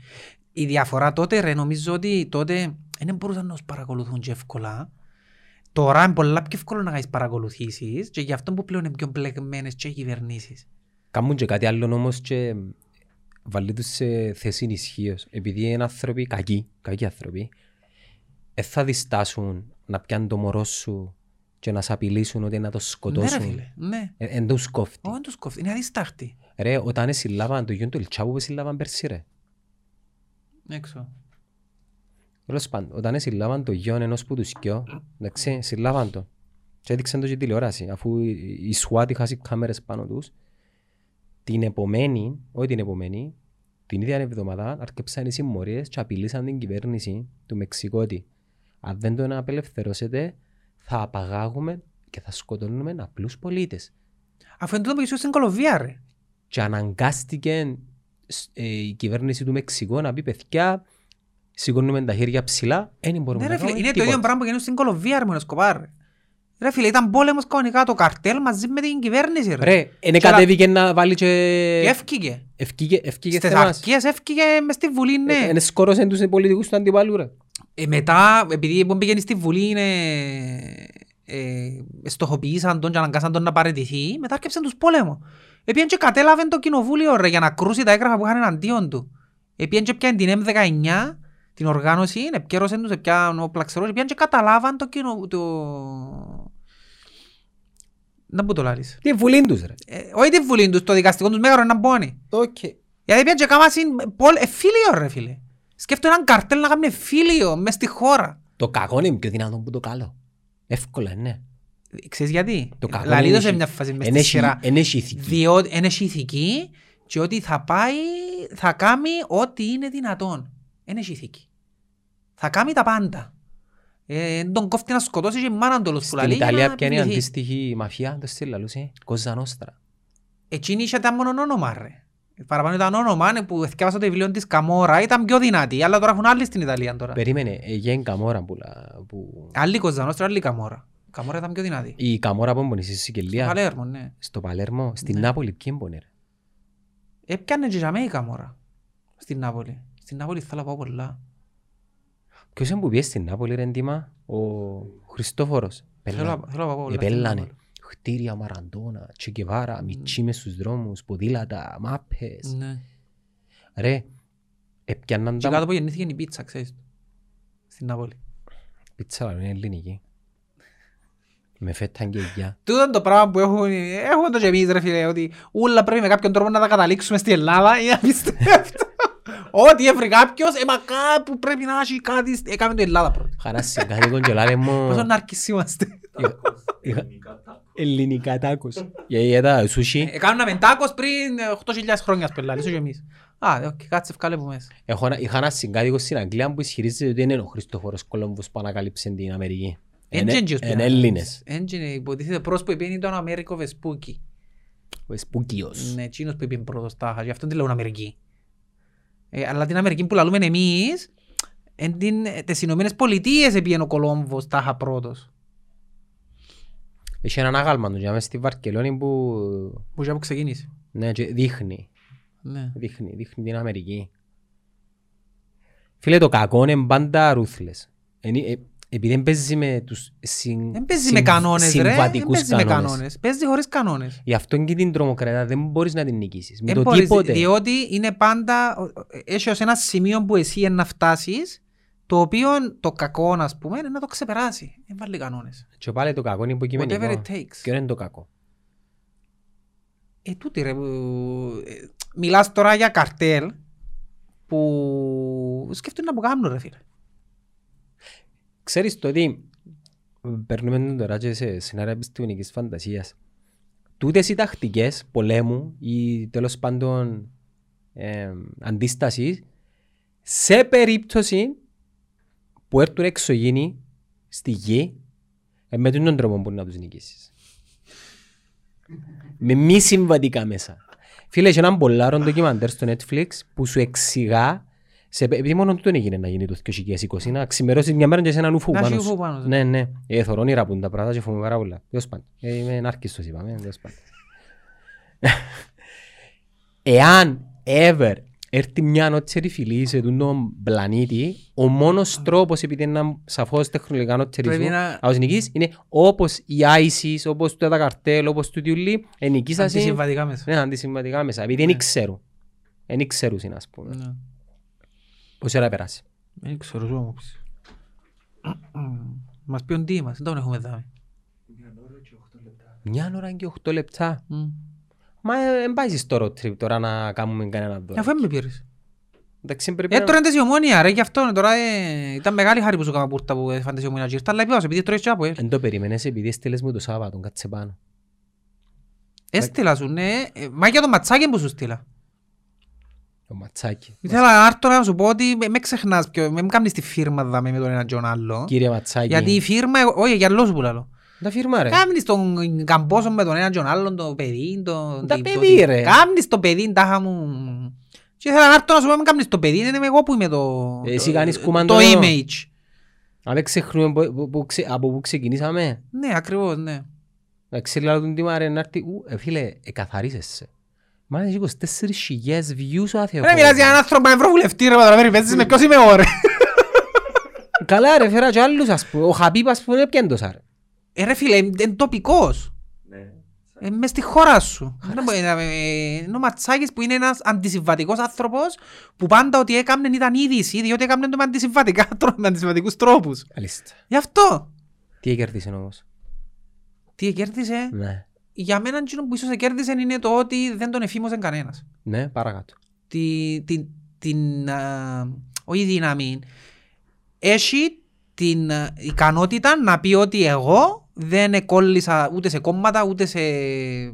Η διαφορά τότε ρε, νομίζω ότι τότε δεν μπορούσαν να τους παρακολουθούν και εύκολα. Τώρα είναι πολλά πιο εύκολο να κάνεις παρακολουθήσεις και γι' αυτό που πλέον είναι πιο μπλεγμένες και οι κυβερνήσεις.
Κάνουν και κάτι άλλο όμως και βάλει τους σε θέση ισχύως. Επειδή είναι άνθρωποι κακοί, κακοί άνθρωποι, ε, θα διστάσουν να πιάνουν το μωρό σου και να σε απειλήσουν ότι να το
Ναι, ρε,
σκοτώσουν.
φίλε. Ναι.
Ε, εν τους κόφτει.
Όχι, δεν τους κόφτει. Είναι αδιστάχτη.
Ρε, όταν συλλάβαν το γιον του Ελτσάπου που συλλάβαν πέρσι ρε.
Έξω.
Τέλος πάντων, όταν συλλάβαν το γιον ενός που τους κοιό, εντάξει, συλλάβαν το. Και έδειξαν το και τηλεόραση, αφού η SWAT είχαν κάμερες πάνω τους. Την επομένη, όχι την επομένη, την ίδια εβδομάδα αρκεψαν οι συμμορίες και απειλήσαν την κυβέρνηση του Μεξικού ότι αν δεν τον απελευθερώσετε θα απαγάγουμε και θα σκοτώνουμε απλούς πολίτες.
Αφού είναι τούτο που είσαι στην Κολοβία ρε.
και αναγκάστηκε σ- ε, η κυβέρνηση του Μεξικού να πει παιδιά σηκώνουμε τα χέρια ψηλά δεν μπορούμε
Ναι, ρε,
να
φίλε.
κάνουμε
Είναι το
τίποτα.
ίδιο πράγμα που γίνεται στην Κολοβία ρε μόνο σκοπάρ. ρε. Ρε φίλε, ήταν πόλεμος κανονικά το καρτέλ μαζί με την κυβέρνηση ρε.
Ρε, ε, είναι
Και
κατέβηκε να βάλει και...
Και Έφυγε.
Ευκήγε, ευκήγε
Στις
θέμας.
αρχές έφυγε μες στη Βουλή, ναι.
Ε, ε, σκόρωσε τους πολιτικούς του αντιπάλου ρε.
Ε, μετά, επειδή που πήγαινε στη Βουλή, είναι, ε, στοχοποιήσαν τον και αναγκάσαν τον να παραιτηθεί, μετά έρκεψαν τους πόλεμο. Επίεν και κατέλαβε το κοινοβούλιο ρε, για να κρούσει τα έγγραφα που είχαν εναντίον του. Επίεν και πιάνε την M19, την οργάνωση, επικέρωσαν τους, επιάνε ο πλαξερός, επίεν και καταλάβαν το κοινο... Το... Να πού το λάρεις.
Τι βουλή τους ρε.
Ε, όχι τη Βουλή τους, το δικαστικό τους μέγαρο είναι να μπώνει.
Οκ.
Γιατί πιάνε και ε, κάμα συν... Πολ... Εφίλιο ρε φίλε. Σκέφτομαι έναν καρτέλ να κάνει εφίλιο μες στη χώρα.
Το κακό είναι πιο δυνατό που το καλό. Εύκολα, ναι.
Ξέρεις γιατί.
Το κακό
Λαλεί
είναι
το σε
έχει-
μια φάση μες
Εν
στη
έχει-
σειρά.
εν έχει ηθική.
Διότι είναι ηθική και ότι θα πάει, θα κάνει ό,τι είναι δυνατόν. Είναι ηθική. Θα κάνει τα πάντα. Ε, εν τον κόφτει να σκοτώσει και η μάνα του όλος που
Στην
λαλεί για
Ιταλία
να
ποια είναι η
επιβληθεί.
αντίστοιχη μαφία, το ε. στη λαλούσε, Κοζανόστρα.
Εκείνη είχε τα μόνο όνομα ρε. Παραπάνω ήταν όνομα ναι, που εθιάβασα το βιβλίο της Καμόρα ήταν πιο δυνατή, αλλά τώρα έχουν άλλοι στην Ιταλία τώρα.
Περίμενε, ε, για την Καμόρα που... λα- που-
Άλλη Κοζανόστρα, άλλη Καμόρα. Η Καμόρα ήταν πιο δυνατή.
Η Καμόρα που έμπονε στη Σικελία,
Παλέρμο, ναι.
στο Παλέρμο, στην
Ναι.
Νάπολη, ποιοι έμπονε. ρε.
Έπιανε και για η Καμόρα στην Νάπολη. Στην Νάπολη θέλω να πάω πολλά.
Ποιος είναι που πιέσει στην Νάπολη ρε ντύμα, ο Χριστόφορος.
Θέλω
Πελά-
να- θέλω να πάω
Ε,
πολλά. στην
Επέλανε.
Νάπολη.
Χτίρια, Μαραντόνα, Τσεκεβάρα, μιτσίμες στους δρόμους, ποδήλατα, μάπες.
Ναι.
Ρε, έπιαναν
Και κάτω
τα
που γεννήθηκε η πίτσα, ξέρεις. Στην Νάπολη.
πίτσα, αλλά είναι ελληνική. Με φέτα και γεια.
Τούτο το πράγμα που έχουν, έχουμε το και εμείς ρε φίλε, ότι όλα πρέπει με κάποιον τρόπο να τα καταλήξουμε στην Ελλάδα, είναι απίστευτο. Ό,τι έφερε κάποιος, ε, μα κάπου πρέπει να έχει κάτι, έκαμε το Ελλάδα πρώτα.
Χαρά σε κάτι κοντζολάρε μου.
Πόσο ναρκείς είμαστε.
Ελληνικά τα
Ελληνικά τάκος. Γιατί είδα σούσι.
Έκαναμε τάκος πριν 8.000 χρόνια, ας πελά, λίσο και εμείς. Α, ε, οκ, κάτσε, βγάλε που μέσα.
Έχω ένα- Είχα ένα συγκάτοικο στην Αγγλία που ισχυρίζεται ότι είναι ο Χριστόφορος Κολόμβος που ανακαλύψε την Αμερική.
Εν
Είναι-
τζεντζιος
Είναι
πια.
ναι, ε, Έλληνες.
Εν τζεν, υποτίθεται πρώτος που είπε είναι τον Αμέρικο Βεσπούκι.
Ο Σπούκιος.
Ναι, εκείνος που είπε πρώτος τάχα, γι' αυτόν τη λέγουν Αμερική. Ε, αλλά την Αμερική που λαλούμε εμείς, εν την, ε, τις Ηνωμένες Πολιτείες επήγαινε ο Κολόμβος τάχα πρώτος.
Έχει έναν άγαλμα του για μέσα στη Βαρκελόνη που
Που για που ξεκίνησε.
ναι, και δείχνει.
Ναι.
Δείχνει, δείχνει την Αμερική. Φίλε, το κακό είναι πάντα ruthless. Είναι- ε, επειδή δεν παίζει με τους συν,
Δεν παίζει
συν-
με κανόνες ρε, δεν
συμβατικούς
παίζει με
κανόνες.
κανόνες. Παίζει χωρίς κανόνες.
Γι' αυτό και την τρομοκρατία δεν μπορείς να την νικήσεις. Με
Δεν
το
μπορείς,
τίποτε.
Διότι είναι πάντα, έχει ως ένα σημείο που εσύ είναι να φτάσεις, το οποίο το κακό, ας πούμε, είναι να το ξεπεράσει. Δεν βάλει κανόνες.
Και πάλι το κακό είναι
Whatever
υποκειμενικό.
it takes.
Ποιο είναι το κακό.
Ε, τούτη ρε, που- ε, μιλάς τώρα για καρτέλ που σκέφτονται να αποκάμνουν ρε φίλε.
Ξέρεις το ότι παίρνουμε τώρα και σε σενάρια επιστημονικής φαντασίας. Τούτες οι τακτικές πολέμου ή τέλος πάντων ε, αντίστασης σε περίπτωση που έρθουν εξωγήινοι στη γη ε, με τον τρόπο μπορεί να τους νικήσεις. με μη συμβατικά μέσα. Φίλε, έχει έναν πολλάρον ντοκιμαντέρ στο Netflix που σου εξηγά σε, επειδή μόνο τούτο έγινε να γίνει το 2020, να ξημερώσεις μια μέρα και σε έναν ούφο
Να έχει
πάνω
ούφο
σου.
πάνω σου.
Ναι, ναι. Ε, θωρώ όνειρα που είναι τα πράγματα και φοβούμαι πάρα πολλά. Τέλος πάντων. Ε, είμαι ναρκιστός είπαμε. τέλος πάντων. Εάν ever έρθει μια νότσερη φυλή σε τον πλανήτη, ο μόνος τρόπος επειδή είναι ένα σαφώς τεχνολογικά νότσερισμού,
Πρέπει να-
να τους νικήσεις είναι όπως η ISIS, όπως το Εδακαρτέλ, όπως το Τιουλί, ε, ενικήσασαι
Αντισυμβατικά μέσα.
ναι, αντισυμβατικά μέσα, επειδή δεν ξέρουν. Δεν ξέρουν, ας πούμε.
Ναι.
Πόση ώρα περάσει.
Δεν Ε, ξέρω, ζω άποψη. [CLEARS THROAT] Μας ποιον τι είμαστε, δεν τον έχουμε δάμε.
Μια ώρα και 8 λεπτά. Μα δεν πάει στο road trip τώρα να κάνουμε κανένα
Ε, Αφού
δώρο.
δεν με πήρες.
Εντάξει, πρέπει
Ε, τώρα
να...
είναι της η ομόνια ρε, γι' αυτό είναι τώρα ε, ήταν μεγάλη χάρη που σου έκανα πούρτα που έφανε της ομόνια γύρτα, αλλά επιβάσα, επειδή τρώεις και από ε.
Δεν το περίμενες επειδή έστειλες μου το Σάββατο, κάτσε πάνω.
Έστειλα σου, ναι, ε, μα για το ματσάκι που σου στείλα.
Το ματσάκι.
Ήθελα να έρθω να σου πω ότι με- με ξεχνάς πιο, με μην κάνεις τη φίρμα δάμε με τον έναν και τον άλλο.
Κύριε Ματσάκι.
Γιατί η φίρμα, εγώ- όχι, για λόγους που λαλώ.
Τα φίρμα ρε.
Κάμνεις τον καμπόσο με τον έναν και τον άλλον, το παιδί, το...
Τα
το-
παιδί,
το-
ρε.
Κάμνεις το παιδί, τάχα μου. Και ήθελα να έρθω να σου πω, μην κάμνεις το παιδί, δεν είμαι εγώ που είμαι το...
Εσύ
το-
κάνεις κουμάντο
Το
εδώ.
image.
Αν δεν ξεχνούμε που- που- που ξε- από πού ξεκινήσαμε.
Ναι, ακριβώς, ναι.
Να ξέρει λάδω τον Τίμα ρε να έρθει. Ου, ε, φίλε, εκαθαρίσεσαι. Μα έχει 24.000 views ο
Ρε
αθεοφόρος.
μιλάς για έναν άνθρωπο ευρωβουλευτή ρε, μα τώρα περιπέτσεις
Ναι.
με ποιος είμαι εγώ ρε.
[LAUGHS] Καλά ρε, φέρα και άλλους ας πούμε. Ο Χαπίπ ας πούμε είναι πιέντος ρε.
Ε, ρε φίλε, είναι τοπικός.
Ναι.
Ε, μες στη χώρα σου. Δεν μπορεί να- ε, Είναι ο Ματσάκης που είναι ένας αντισυμβατικός άνθρωπος που πάντα ό,τι έκαμνε ήταν είδηση διότι έκαμνε το με αντισυμβατικά [LAUGHS] τρο- με αντισυμβατικούς τρόπους.
Αλίστα.
Γι' αυτό.
Τι έκερδισε όμως.
Τι κέρδισε.
Ναι.
Για μένα εκείνο που ίσως κέρδισε είναι το ότι δεν τον εφήμωσε κανένας.
Ναι, παρακάτω.
Τη, την, την, α, όχι η δύναμη. Έχει την α, ικανότητα να πει ότι εγώ δεν εκόλλησα ούτε σε κόμματα, ούτε σε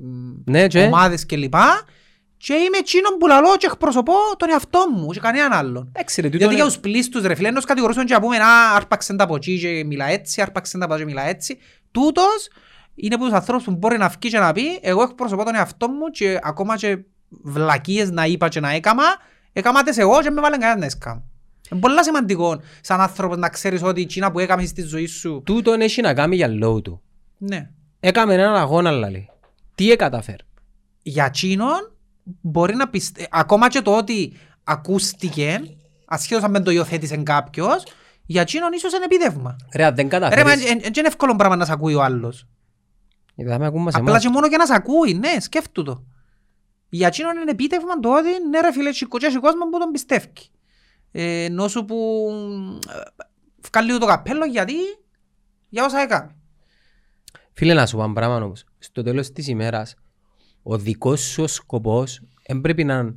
μ,
Ναι, και.
ομάδες κλπ. Και, Και είμαι εκείνον που λαλώ και εκπροσωπώ τον εαυτό μου και κανέναν άλλον.
Εντάξει ρε, τούτο
Γιατί για
είναι...
τους πλήστους ρε φίλε, ενώ κατηγορούσαν και να πούμε «Α, άρπαξεν τα από εκεί και μιλά έτσι, άρπαξεν τα από εδώ και μιλά έτσι». Τούτος είναι από τους ανθρώπους που μπορεί να βγει και να πει «Εγώ εκπροσωπώ τον εαυτό μου και ακόμα και βλακίες να είπα και να έκαμα, έκαμα τις εγώ και με βάλαν κανένας να έσκαμ». Είναι πολλά σημαντικό σαν άνθρωπος να ξέρεις ότι εκείνα που έκαμες στη ζωή σου.
ε, Τούτον έχει να κάνει για λόγου του.
Ναι.
Έκαμε έναν αγώνα λαλή. Τι έκαταφέρ.
για εκείνον μπορεί να πιστε... Ακόμα και το ότι ακούστηκε, ασχέτως αν δεν το υιοθέτησε κάποιος, για εκείνον ίσως είναι επίδευμα.
Ρε, αν δεν
Ρε, μα ε, εν-
καταφέρεις...
εν- εν- εν είναι εύκολο πράγμα να σε ακούει ο άλλος.
Γιατί θα με ακούμε σε
Απλά
εμάς.
και μόνο για να σε ακούει, ναι, σκέφτου το. Για εκείνον είναι επίτευγμα το ότι ναι ρε φίλε, σηκώ και σηκώ κόσμος που τον πιστεύει. Ε, ενώ σου που ε, βγάλει του το καπέλο γιατί, για όσα έκανε.
Φίλε, να σου πω ένα πράγμα όμως. Στο τέλος της ημέρας, ο δικός σου σκοπός δεν πρέπει να είναι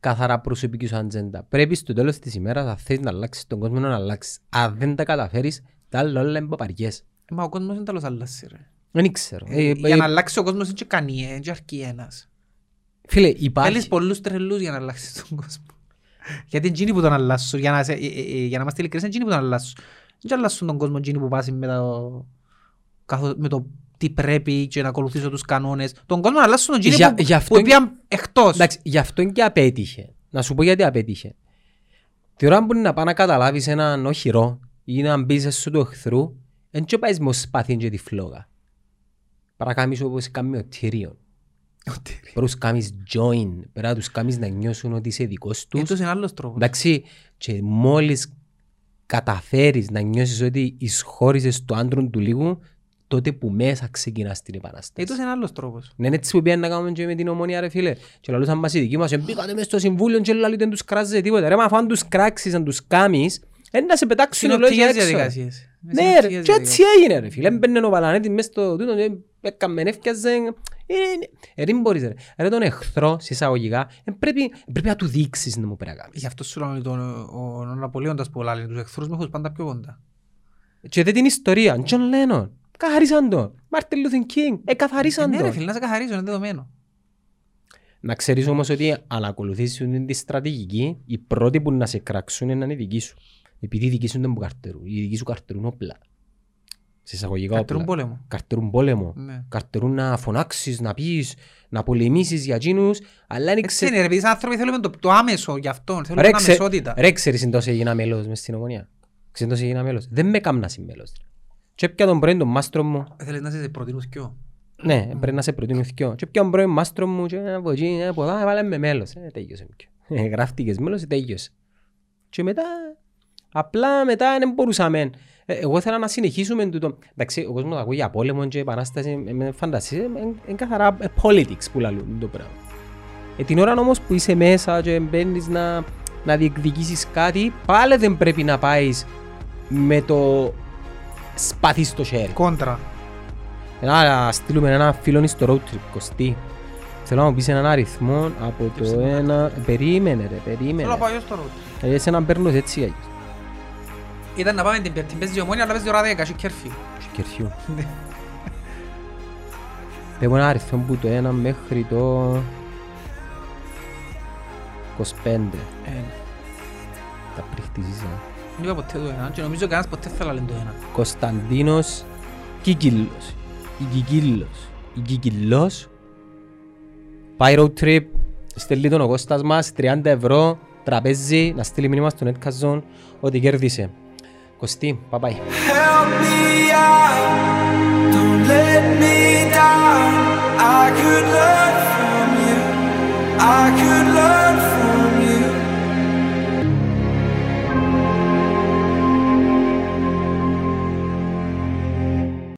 καθαρά προσωπική σου ατζέντα. Πρέπει στο τέλος της ημέρας, αν θέλεις να αλλάξεις τον κόσμο, να αλλάξεις. Αν δεν τα καταφέρεις, τα άλλα όλα είναι παπαριές.
Ε, Μα ο κόσμος είναι τέλος άλλας ρε.
Δεν ξέρω. Ε,
για
ε,
να αλλάξει ο κόσμος είναι και κανεί, ε, και αρκεί ένας.
Φίλε,
Θέλεις
υπάρχει...
πολλούς τρελούς για να αλλάξεις τον κόσμο. Γιατί είναι εκείνοι που τον αλλάσουν, για να, σε, ε, ε, ε, για να είμαστε ειλικρινείς, είναι εκείνοι που τον αλλάσουν. Δεν αλλάσουν τον κόσμο εκείνοι που πάσουν με, το, καθο- με το τι πρέπει και να ακολουθήσω τους κανόνες. Τον κόσμο αλλάσουν τον εκείνοι
Για-
που,
γι' αυτό
που
είναι-
πήγαν εκτός.
Εντάξει, γι' αυτό και απέτυχε. Να σου πω γιατί απέτυχε. Τη ώρα που είναι να πάει να καταλάβεις έναν οχυρό ή να μπεις σου του εχθρού, δεν και πάεις με σπαθήν και τη φλόγα. Παρακάμεις όπως κάνει ο Τύριον.
Ότι-
Πρέπει να τους κάνεις join, πρέπει να τους κάνεις να νιώσουν ότι είσαι δικός τους.
Έτος είναι άλλος τρόπος.
Εντάξει, και μόλις καταφέρεις να νιώσεις ότι εισχώρησες το άντρο του λίγου, τότε που μέσα ξεκινάς την επανάσταση.
Έτος είναι άλλος τρόπος.
Ναι, είναι έτσι που πήγαν να κάνουμε και με την ομόνια ρε φίλε. Και λαλούσαν μας οι δικοί μας, μπήκατε μες στο συμβούλιο και λαλούν δεν τους κράζετε τίποτα. Ρε, μα αφού αν τους κράξεις, αν τους κάμεις, είναι να σε πετάξουν όλο
Συνοπτικές
έξω.
διαδικασίες.
Ναι, ρε, και έτσι έγινε ρε φίλε. Μπαίνε ο Παλανέτης μες στο τούτο, ε, έκαμε νεύκιαζε. Ε, ε, δεν μπορείς ρε. Ρε τον εχθρό, σε εισαγωγικά, ε, πρέπει, πρέπει να του δείξεις να μου πρέπει να κάνεις.
Γι' αυτό σου λέω τον- ο ο Ναπολέοντας που λέει, τους εχθρούς με έχουν πάντα πιο κοντά.
Και δεν την ιστορία, Τζον Λένον, καθαρίσαν τον. Μάρτιν Λούθιν Κίνγκ, εκαθαρίσαν
Ναι ρε
τον.
φίλε, να σε καθαρίζω, είναι δεδομένο.
Να ξέρεις όμως ότι αν ακολουθήσουν τη στρατηγική, οι πρώτοι που να σε κραξούν είναι οι δικοί σου. Επειδή οι δικοί σου δεν μου καρτερούν. Οι δικοί σου καρτερούν όπλα. Σε εισαγωγικά
Κατρούν
όπλα.
πόλεμο.
Καρτερούν πόλεμο.
Ναι.
Καρτερούν να φωνάξεις, να πεις, να πολεμήσεις για εκείνους. Αλλά είναι
Έτσι
ξε...
είναι ρε, επειδή σαν άνθρωποι θέλουμε το, το άμεσο για αυτόν, θέλουμε
Ρε,
την
ξε...
αμεσότητα.
ρε ξέρεις εντός έγινα μέλος μες στην ομονία. Ξέρεις εντός έγινα μέλος. Δεν με κάμνας η μέλος. Και έπια τον πρώην τον μάστρο μου.
Θέλεις να σε προτείνω πιο.
Ναι, πρέπει να σε προτείνω θκυο. Και πιάνουν πρώην μάστρο μου και από εκεί, ε, από εδώ, έβαλε με μέλος. Ε, τέγιωσε μου. Ε, Γράφτηκες μέλος, ε, τέγιωσε. Και μετά, απλά μετά δεν μπορούσαμε. Ε, εγώ ήθελα να συνεχίσουμε τούτο. Εντάξει, ο κόσμος ακούει για πόλεμο και επανάσταση, ε, με φαντασία, είναι καθαρά ε, politics που λαλούν το πράγμα. Ε, την ώρα όμως που είσαι μέσα και μπαίνεις να, να διεκδικήσεις κάτι, πάλι δεν πρέπει να πάεις με το σπαθί στο χέρι.
Κόντρα.
Να στείλουμε ένα φίλο στο road trip, Κωστή. Θέλω να μου πεις έναν αριθμό από το ένα... Περίμενε ρε,
Θέλω να
περίμενε.
πάω εγώ στο road.
Ε, Εσένα παίρνω έτσι αλλιώς.
Ήταν να πάμε την Πέμπτη, παίζει η ομόνια, αλλά παίζει η ώρα 10, έχει κέρφη.
Κερχείο. Πες μου ένα αριθμό που το ένα μέχρι το... 25.
Ε,
Τα πριχτίζεις, ε.
Δεν είπα ποτέ το ένα και νομίζω κανένας ποτέ θα λένε το ένα.
Κωνσταντίνος Κικίλος. Η Κικίλος. Η Κικίλος. Πάει road trip. Στέλνει τον ο Κώστας μας 30 ευρώ. Τραπέζι. Να στείλει μήνυμα στον Edcazon ότι κέρδισε. Κωστή, bye bye.
Help me out. Don't let me